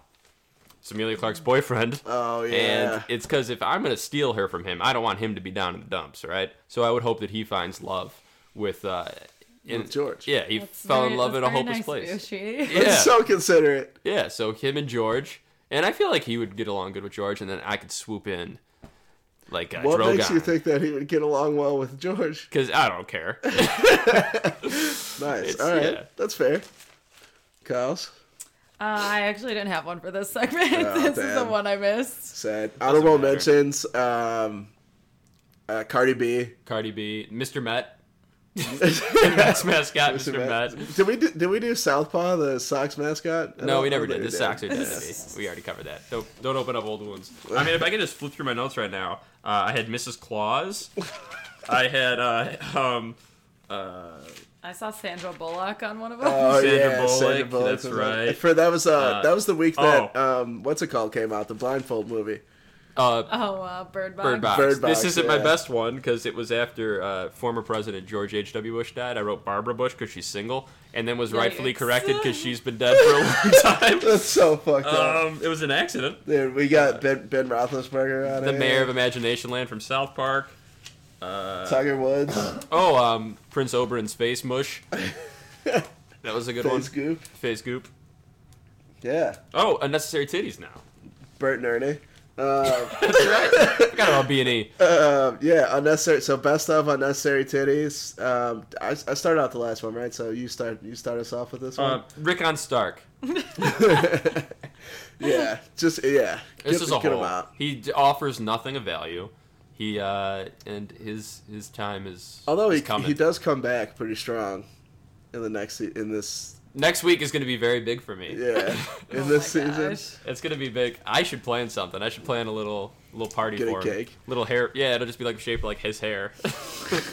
Speaker 1: It's Amelia Clark's boyfriend.
Speaker 2: Oh yeah.
Speaker 1: And it's because if I'm going to steal her from him, I don't want him to be down in the dumps, right? So I would hope that he finds love with, uh, in,
Speaker 2: With George.
Speaker 1: Yeah, he
Speaker 3: That's
Speaker 1: fell
Speaker 3: very-
Speaker 1: in love
Speaker 3: that's
Speaker 1: in a
Speaker 3: very
Speaker 1: hopeless
Speaker 3: nice
Speaker 1: place.
Speaker 3: of you, Shee.
Speaker 1: Yeah,
Speaker 2: So considerate.
Speaker 1: yeah. So him and George, and I feel like he would get along good with George, and then I could swoop in, like uh,
Speaker 2: What
Speaker 1: Drogon.
Speaker 2: makes you think that he would get along well
Speaker 1: [laughs]
Speaker 2: with George?
Speaker 1: Because I don't
Speaker 2: [laughs]
Speaker 1: care.
Speaker 2: Nice.
Speaker 1: It's-
Speaker 2: All right,
Speaker 1: yeah.
Speaker 2: that's fair. Kyle's
Speaker 3: Uh, I actually didn't have one for this segment.
Speaker 2: Oh,
Speaker 3: [laughs] this is the
Speaker 2: damn.
Speaker 3: one I missed.
Speaker 2: said honorable
Speaker 1: matter.
Speaker 2: mentions. Um, uh,
Speaker 1: [laughs]
Speaker 2: Cardi B.
Speaker 1: Cardi B, Mr. Met,
Speaker 2: [laughs]
Speaker 1: Mets mascot, Mr. Met.
Speaker 2: Did we do, did we do Southpaw the Sox mascot? I
Speaker 1: No,
Speaker 2: don't
Speaker 1: we never
Speaker 2: remember
Speaker 1: did. This
Speaker 2: if we
Speaker 1: Sox identity.
Speaker 2: [laughs]
Speaker 1: We already covered that. Don't don't open up old wounds. I mean, if I can just flip through my notes right now, uh, I had Mrs. Claus. I had uh, um,
Speaker 3: I saw Sandra Bullock on one of them. [laughs]
Speaker 2: Oh
Speaker 1: Sandra
Speaker 2: yeah,
Speaker 1: Bullock,
Speaker 2: Sandra Bullock.
Speaker 1: that's
Speaker 2: was
Speaker 1: right.
Speaker 2: on- For that was uh, that was the week that
Speaker 1: oh.
Speaker 2: um what's it called came out the blindfold movie.
Speaker 1: uh,
Speaker 3: oh, uh, Bird Box.
Speaker 1: Bird Box.
Speaker 2: Bird Box,
Speaker 1: This isn't my
Speaker 2: yeah.
Speaker 1: best one because it was after uh, former President George H. W. Bush died. I wrote Barbara Bush because she's single, and then was rightfully
Speaker 3: Yikes.
Speaker 1: corrected because she's been dead for a
Speaker 2: [laughs]
Speaker 1: long time.
Speaker 2: That's so fucked up.
Speaker 1: Um, it was an accident.
Speaker 2: Dude, we
Speaker 1: Uh,
Speaker 2: got Ben, ben Roethlisberger on
Speaker 1: The
Speaker 2: it.
Speaker 1: mayor of Imagination Land from South Park.
Speaker 2: Tiger Woods,
Speaker 1: Oh, um, Prince Oberyn's face
Speaker 2: [laughs]
Speaker 1: mush. That was a good one.
Speaker 2: Vince Goop.
Speaker 1: Face goop.
Speaker 2: Yeah,
Speaker 1: Oh, unnecessary titties now.
Speaker 2: Bert and Ernie. Um,
Speaker 1: That's right. I got it on B and E.
Speaker 2: [laughs] um, yeah, unnecessary. So best of unnecessary titties. Um, I, I started out the last one, right? So you start you start us off with this one.
Speaker 1: Uh, Rick on Stark.
Speaker 2: [laughs] yeah, just yeah.
Speaker 1: This
Speaker 2: Get-
Speaker 1: is a
Speaker 2: get 'em
Speaker 1: whole.
Speaker 2: out.
Speaker 1: He d- offers nothing of value. He uh, and his his time is.
Speaker 2: Although
Speaker 1: is
Speaker 2: he
Speaker 1: coming.
Speaker 2: he does come back pretty strong in the next se- in this
Speaker 1: Next week is going to be very big for me.
Speaker 2: yeah in
Speaker 3: Oh
Speaker 2: this
Speaker 3: my [laughs]
Speaker 2: season.
Speaker 3: gosh.
Speaker 1: [laughs] It's going to be big. I should plan something. I should plan a little little party
Speaker 2: Get a
Speaker 1: for him.
Speaker 2: cake.
Speaker 1: Little hair. Yeah, it'll just be like shaped like his hair. [laughs]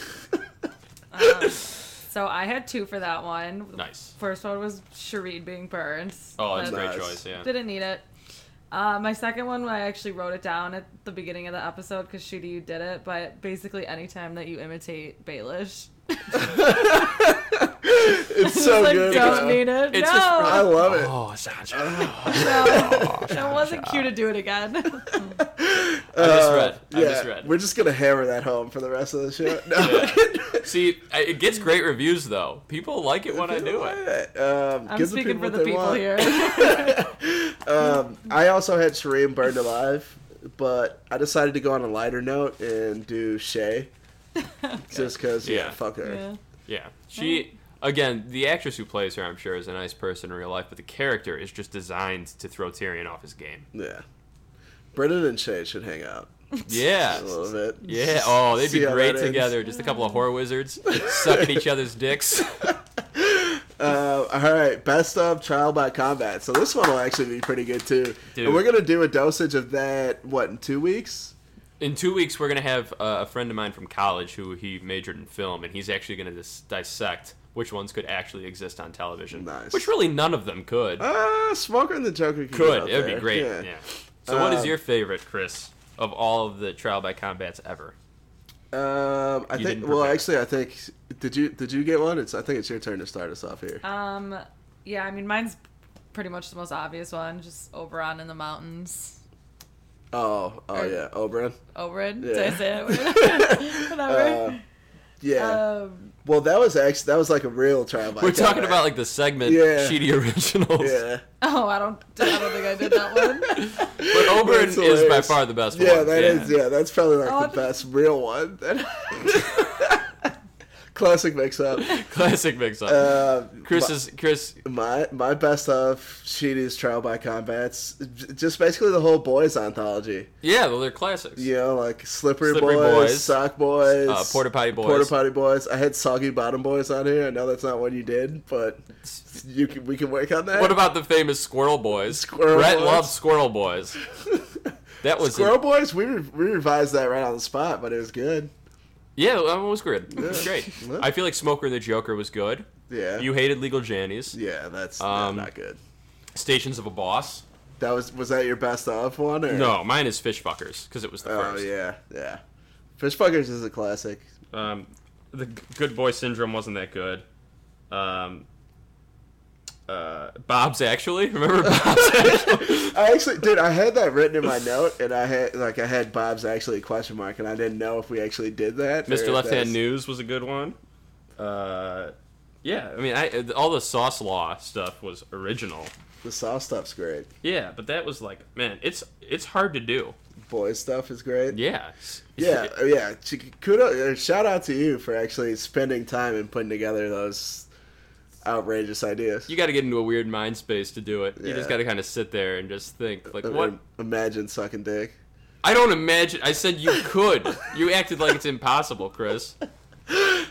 Speaker 3: So I had two for that one.
Speaker 1: nice.
Speaker 3: First one was Shereen being burned.
Speaker 1: Oh, that's a
Speaker 3: That-
Speaker 1: great
Speaker 2: Nice.
Speaker 1: choice. Yeah.
Speaker 3: Didn't need it. Uh, my second one, I actually wrote it down at the beginning of the episode because Shooty, you did it. But basically, anytime that you imitate Baelish, [laughs]
Speaker 2: It's so
Speaker 3: like,
Speaker 2: good.
Speaker 3: don't
Speaker 2: though.
Speaker 3: need it.
Speaker 1: It's
Speaker 3: no,
Speaker 1: just
Speaker 2: [laughs] I love
Speaker 1: [laughs]
Speaker 2: it. Uh,
Speaker 1: Oh,
Speaker 2: [laughs]
Speaker 1: Sansa.
Speaker 3: no, it wasn't cute to do it again. [laughs]
Speaker 1: Oh, I misread. I just read.
Speaker 2: Uh, We're just gonna hammer that home for the rest of the
Speaker 1: [laughs]
Speaker 2: show. No.
Speaker 1: See, I- it gets great reviews though. People like it when I do it.
Speaker 2: Um,
Speaker 3: I'm
Speaker 2: give the
Speaker 3: speaking
Speaker 2: people what
Speaker 3: for the
Speaker 2: they
Speaker 3: people
Speaker 2: want.
Speaker 3: here.
Speaker 2: [laughs] Um, I also had Shireen burned alive, but I decided to go on a lighter note and do
Speaker 3: [laughs]
Speaker 2: Shay, just because yeah,
Speaker 1: Yeah.
Speaker 2: fuck her.
Speaker 3: yeah.
Speaker 1: Yeah, she again, the actress who plays her, I'm sure, is a nice person in real life, but the character is just designed to throw Tyrion off his game.
Speaker 2: Yeah. Brendan and Shay should hang out
Speaker 1: Yeah.
Speaker 2: a little bit. [laughs]
Speaker 1: Yeah. Oh, they'd
Speaker 2: See
Speaker 1: be
Speaker 2: how
Speaker 1: great
Speaker 2: that ends.
Speaker 1: together. Just a couple of whore wizards sucking each other's
Speaker 2: [laughs]
Speaker 1: dicks.
Speaker 2: Uh, all right, best of trial by combat. So this one will actually be pretty good too.
Speaker 1: Dude.
Speaker 2: And we're gonna do a dosage of that. What in two weeks?
Speaker 1: In two weeks, we're gonna have uh, a friend of mine from college who he majored in film, and he's actually gonna dis- dissect which ones could actually exist on television.
Speaker 2: Nice.
Speaker 1: Which really none of them could.
Speaker 2: Uh, Smoker and the Joker could.
Speaker 1: could. It would be great. Yeah. So, what is
Speaker 2: Uh,
Speaker 1: your favorite, Chris, of all of the trial by combats ever?
Speaker 2: Um, I
Speaker 1: You
Speaker 2: think.
Speaker 1: didn't
Speaker 2: Well,
Speaker 1: prepare.
Speaker 2: actually, I think. Did you did you get one? It's. I think it's your turn to start us off here.
Speaker 3: Um, yeah, I mean, mine's pretty much the most obvious one. Just Oberon in the mountains.
Speaker 2: Oh, oh
Speaker 3: or-
Speaker 2: yeah, Oberon.
Speaker 3: Oberon,
Speaker 2: Yeah.
Speaker 3: did I say it? [laughs] Whatever.
Speaker 2: Uh, Yeah.
Speaker 3: um,
Speaker 2: well, that was actually that was like a real trial by.
Speaker 1: We're talking
Speaker 2: combat.
Speaker 1: about like the segment
Speaker 2: Yeah.
Speaker 1: Sheedy Originals.
Speaker 2: Yeah.
Speaker 3: oh, I don't, I don't think I did that one.
Speaker 1: [laughs] But Oberon is
Speaker 2: That's
Speaker 1: by
Speaker 2: hilarious.
Speaker 1: far the best
Speaker 2: Yeah,
Speaker 1: one.
Speaker 2: that is. yeah. that's probably like
Speaker 3: Oh,
Speaker 2: the
Speaker 3: I-
Speaker 2: best real one. [laughs] Classic mix up.
Speaker 1: Classic mix up.
Speaker 2: Uh,
Speaker 1: Chris is Chris
Speaker 2: my my best of Sheedy's Trial by Combats, j- just basically the whole boys anthology.
Speaker 1: Yeah, well they're classics.
Speaker 2: You know, like Slippery,
Speaker 1: Slippery
Speaker 2: boys,
Speaker 1: Boys,
Speaker 2: Sock Boys,
Speaker 1: uh, Porta Potty Boys.
Speaker 2: Porta Potty Boys. I had Soggy Bottom Boys on here. I know that's not what you did, but you can, we can work on that.
Speaker 1: What
Speaker 2: [laughs]
Speaker 1: about the famous Squirrel Boys?
Speaker 2: Squirrel
Speaker 1: Brett
Speaker 2: Boys.
Speaker 1: loves Squirrel Boys. That was
Speaker 2: Squirrel Boys? We, re- we revised that right on the spot, but it was good.
Speaker 1: yeah, that one was good. It was
Speaker 2: Yeah.
Speaker 1: great.
Speaker 2: Yeah.
Speaker 1: I feel like Smoker and the Joker was good.
Speaker 2: Yeah,
Speaker 1: You hated Legal Jannies.
Speaker 2: yeah, that's
Speaker 1: Um,
Speaker 2: not good.
Speaker 1: Stations of a Boss.
Speaker 2: That was was that your best of one? Or?
Speaker 1: No, mine is Fishfuckers because it was the
Speaker 2: Oh
Speaker 1: first.
Speaker 2: yeah, yeah. Fishfuckers is a classic. [laughs]
Speaker 1: Um, the G- Good Boy Syndrome wasn't that good. Um, uh, Bob's actually [laughs] remember Bob's [laughs] actually.
Speaker 2: I actually, dude, I had that written in my note, and I had like I had Bob's actually a question mark, and I didn't know if we actually did that. or if
Speaker 1: Mr. Left Hand
Speaker 2: that's-
Speaker 1: News was a good one. Uh, yeah, I mean, I all the Sauce Law stuff was original.
Speaker 2: The soft stuff's great.
Speaker 1: Yeah, but that was like, man, it's it's hard to do.
Speaker 2: Boys stuff is great.
Speaker 1: Yeah,
Speaker 2: yeah, uh, yeah. Ch- Kudo, uh, shout out to you for actually spending time and putting together those outrageous
Speaker 1: [laughs]
Speaker 2: ideas.
Speaker 1: You got to get into a weird mind space to do it. You
Speaker 2: Yeah.
Speaker 1: just got to kind of sit there and just think, like,
Speaker 2: I mean,
Speaker 1: what?
Speaker 2: Imagine sucking dick.
Speaker 1: I don't imagine. I said you could. you acted like it's impossible, Chris.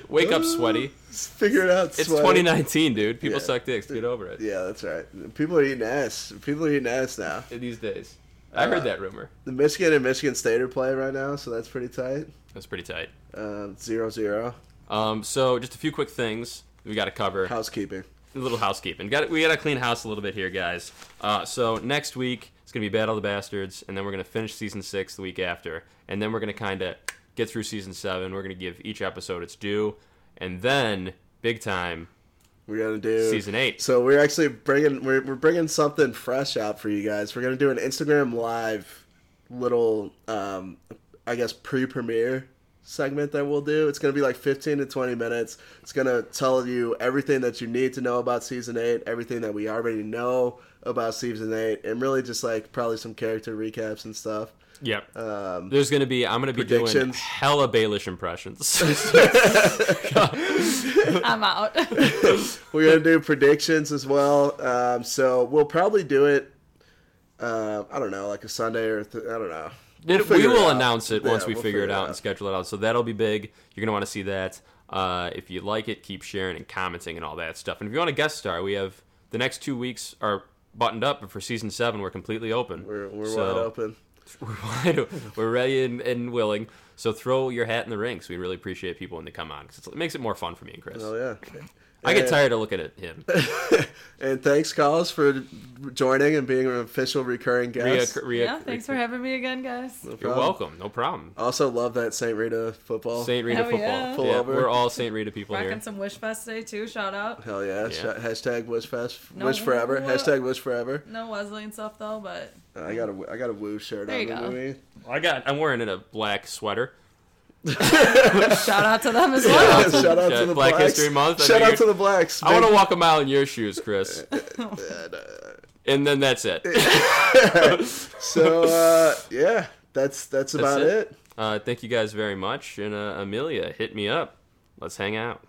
Speaker 1: Wake up, sweaty.
Speaker 2: Figure it out.
Speaker 1: It's
Speaker 2: sweaty.
Speaker 1: 2019, dude. People
Speaker 2: Yeah.
Speaker 1: suck dicks. Get over it.
Speaker 2: Yeah, that's right. People are eating ass. People are eating ass now.
Speaker 1: These days, I
Speaker 2: Uh,
Speaker 1: heard that rumor.
Speaker 2: The Michigan and Michigan State are playing right now, so that's pretty tight.
Speaker 1: That's pretty tight.
Speaker 2: Um, zero zero.
Speaker 1: Um, so just a few quick things we got to cover.
Speaker 2: Housekeeping.
Speaker 1: a little housekeeping. Got we got to clean house a little bit here, guys. Uh, so next week it's gonna be Battle of the Bastards, and then we're gonna finish season six the week after, and then we're gonna kind of get through season seven. We're gonna give each episode its due, and then big time
Speaker 2: We're gonna do
Speaker 1: Season eight.
Speaker 2: So we're actually bringing we're, we're bringing something fresh out for you guys. We're gonna do an Instagram live little um I guess pre premiere segment that we'll do. It's gonna be like fifteen to twenty minutes. It's gonna tell you everything that you need to know about season eight, everything that we already know about season eight, and really just like probably some character recaps and stuff.
Speaker 1: Yep.
Speaker 2: Um,
Speaker 1: There's gonna be I'm gonna be doing
Speaker 2: predictions.
Speaker 1: hella Baelish
Speaker 2: [laughs]
Speaker 1: impressions. [laughs]
Speaker 3: I'm out. [laughs]
Speaker 2: We're gonna do predictions as well. Um, so we'll probably do it. Uh, I don't know, like a Sunday or th- I don't know. We'll
Speaker 1: It- we
Speaker 2: figure it
Speaker 1: will
Speaker 2: out.
Speaker 1: announce it
Speaker 2: Yeah,
Speaker 1: once we
Speaker 2: we'll
Speaker 1: figure it out, and schedule it out. So that'll be big. You're gonna want to see that. Uh, if you like it, keep sharing and commenting and all that stuff. And if you want a guest star, we have the next two weeks are buttoned up, but for season seven, we're completely open.
Speaker 2: We're, we're
Speaker 1: So-
Speaker 2: wide open.
Speaker 1: [laughs] We're wide open. We're ready and, and willing. So throw your hat in the ring. 'cause we really appreciate people when they come on because it makes it more fun for me and Chris.
Speaker 2: Oh yeah. [laughs]
Speaker 1: I get tired of looking at him.
Speaker 2: And thanks, Carlos, for joining and being an official recurring
Speaker 1: Rhea,
Speaker 2: guest.
Speaker 1: Rhea,
Speaker 3: Yeah, thanks for having me again, guys.
Speaker 2: No
Speaker 1: You're
Speaker 2: problem.
Speaker 1: welcome. No problem.
Speaker 2: Also, love that St. Rita football.
Speaker 1: Saint Rita
Speaker 3: Hell
Speaker 1: football.
Speaker 3: yeah.
Speaker 2: Pull
Speaker 1: Yeah,
Speaker 2: over.
Speaker 1: we're all Saint Rita people
Speaker 3: Rocking
Speaker 1: here.
Speaker 3: some Wish Fest today too. Shout out.
Speaker 2: Hell yeah.
Speaker 1: Yeah.
Speaker 2: Sh- hashtag wish fest.
Speaker 3: No,
Speaker 2: wish forever.
Speaker 3: woo-
Speaker 2: Hashtag wish forever. Uh,
Speaker 3: No Wesley and stuff though, but
Speaker 2: I got a I got a woo shirt
Speaker 3: There
Speaker 2: on
Speaker 3: you
Speaker 2: the
Speaker 3: go.
Speaker 2: movie.
Speaker 1: I got. I'm wearing it a black sweater.
Speaker 3: shout out to them as well.
Speaker 2: Yeah, [laughs] shout out to
Speaker 1: Shit,
Speaker 2: the
Speaker 1: Black
Speaker 2: blacks.
Speaker 1: History Month, I
Speaker 2: Shout out
Speaker 1: figured.
Speaker 2: to the blacks. uh,
Speaker 1: I want to
Speaker 2: Big-
Speaker 1: walk a mile in your shoes, [laughs] Chris. and then that's it.
Speaker 2: So uh, yeah, that's that's about
Speaker 1: it.
Speaker 2: it.
Speaker 1: Uh, thank you guys very much. And uh, Amelia, hit me up. Let's hang out.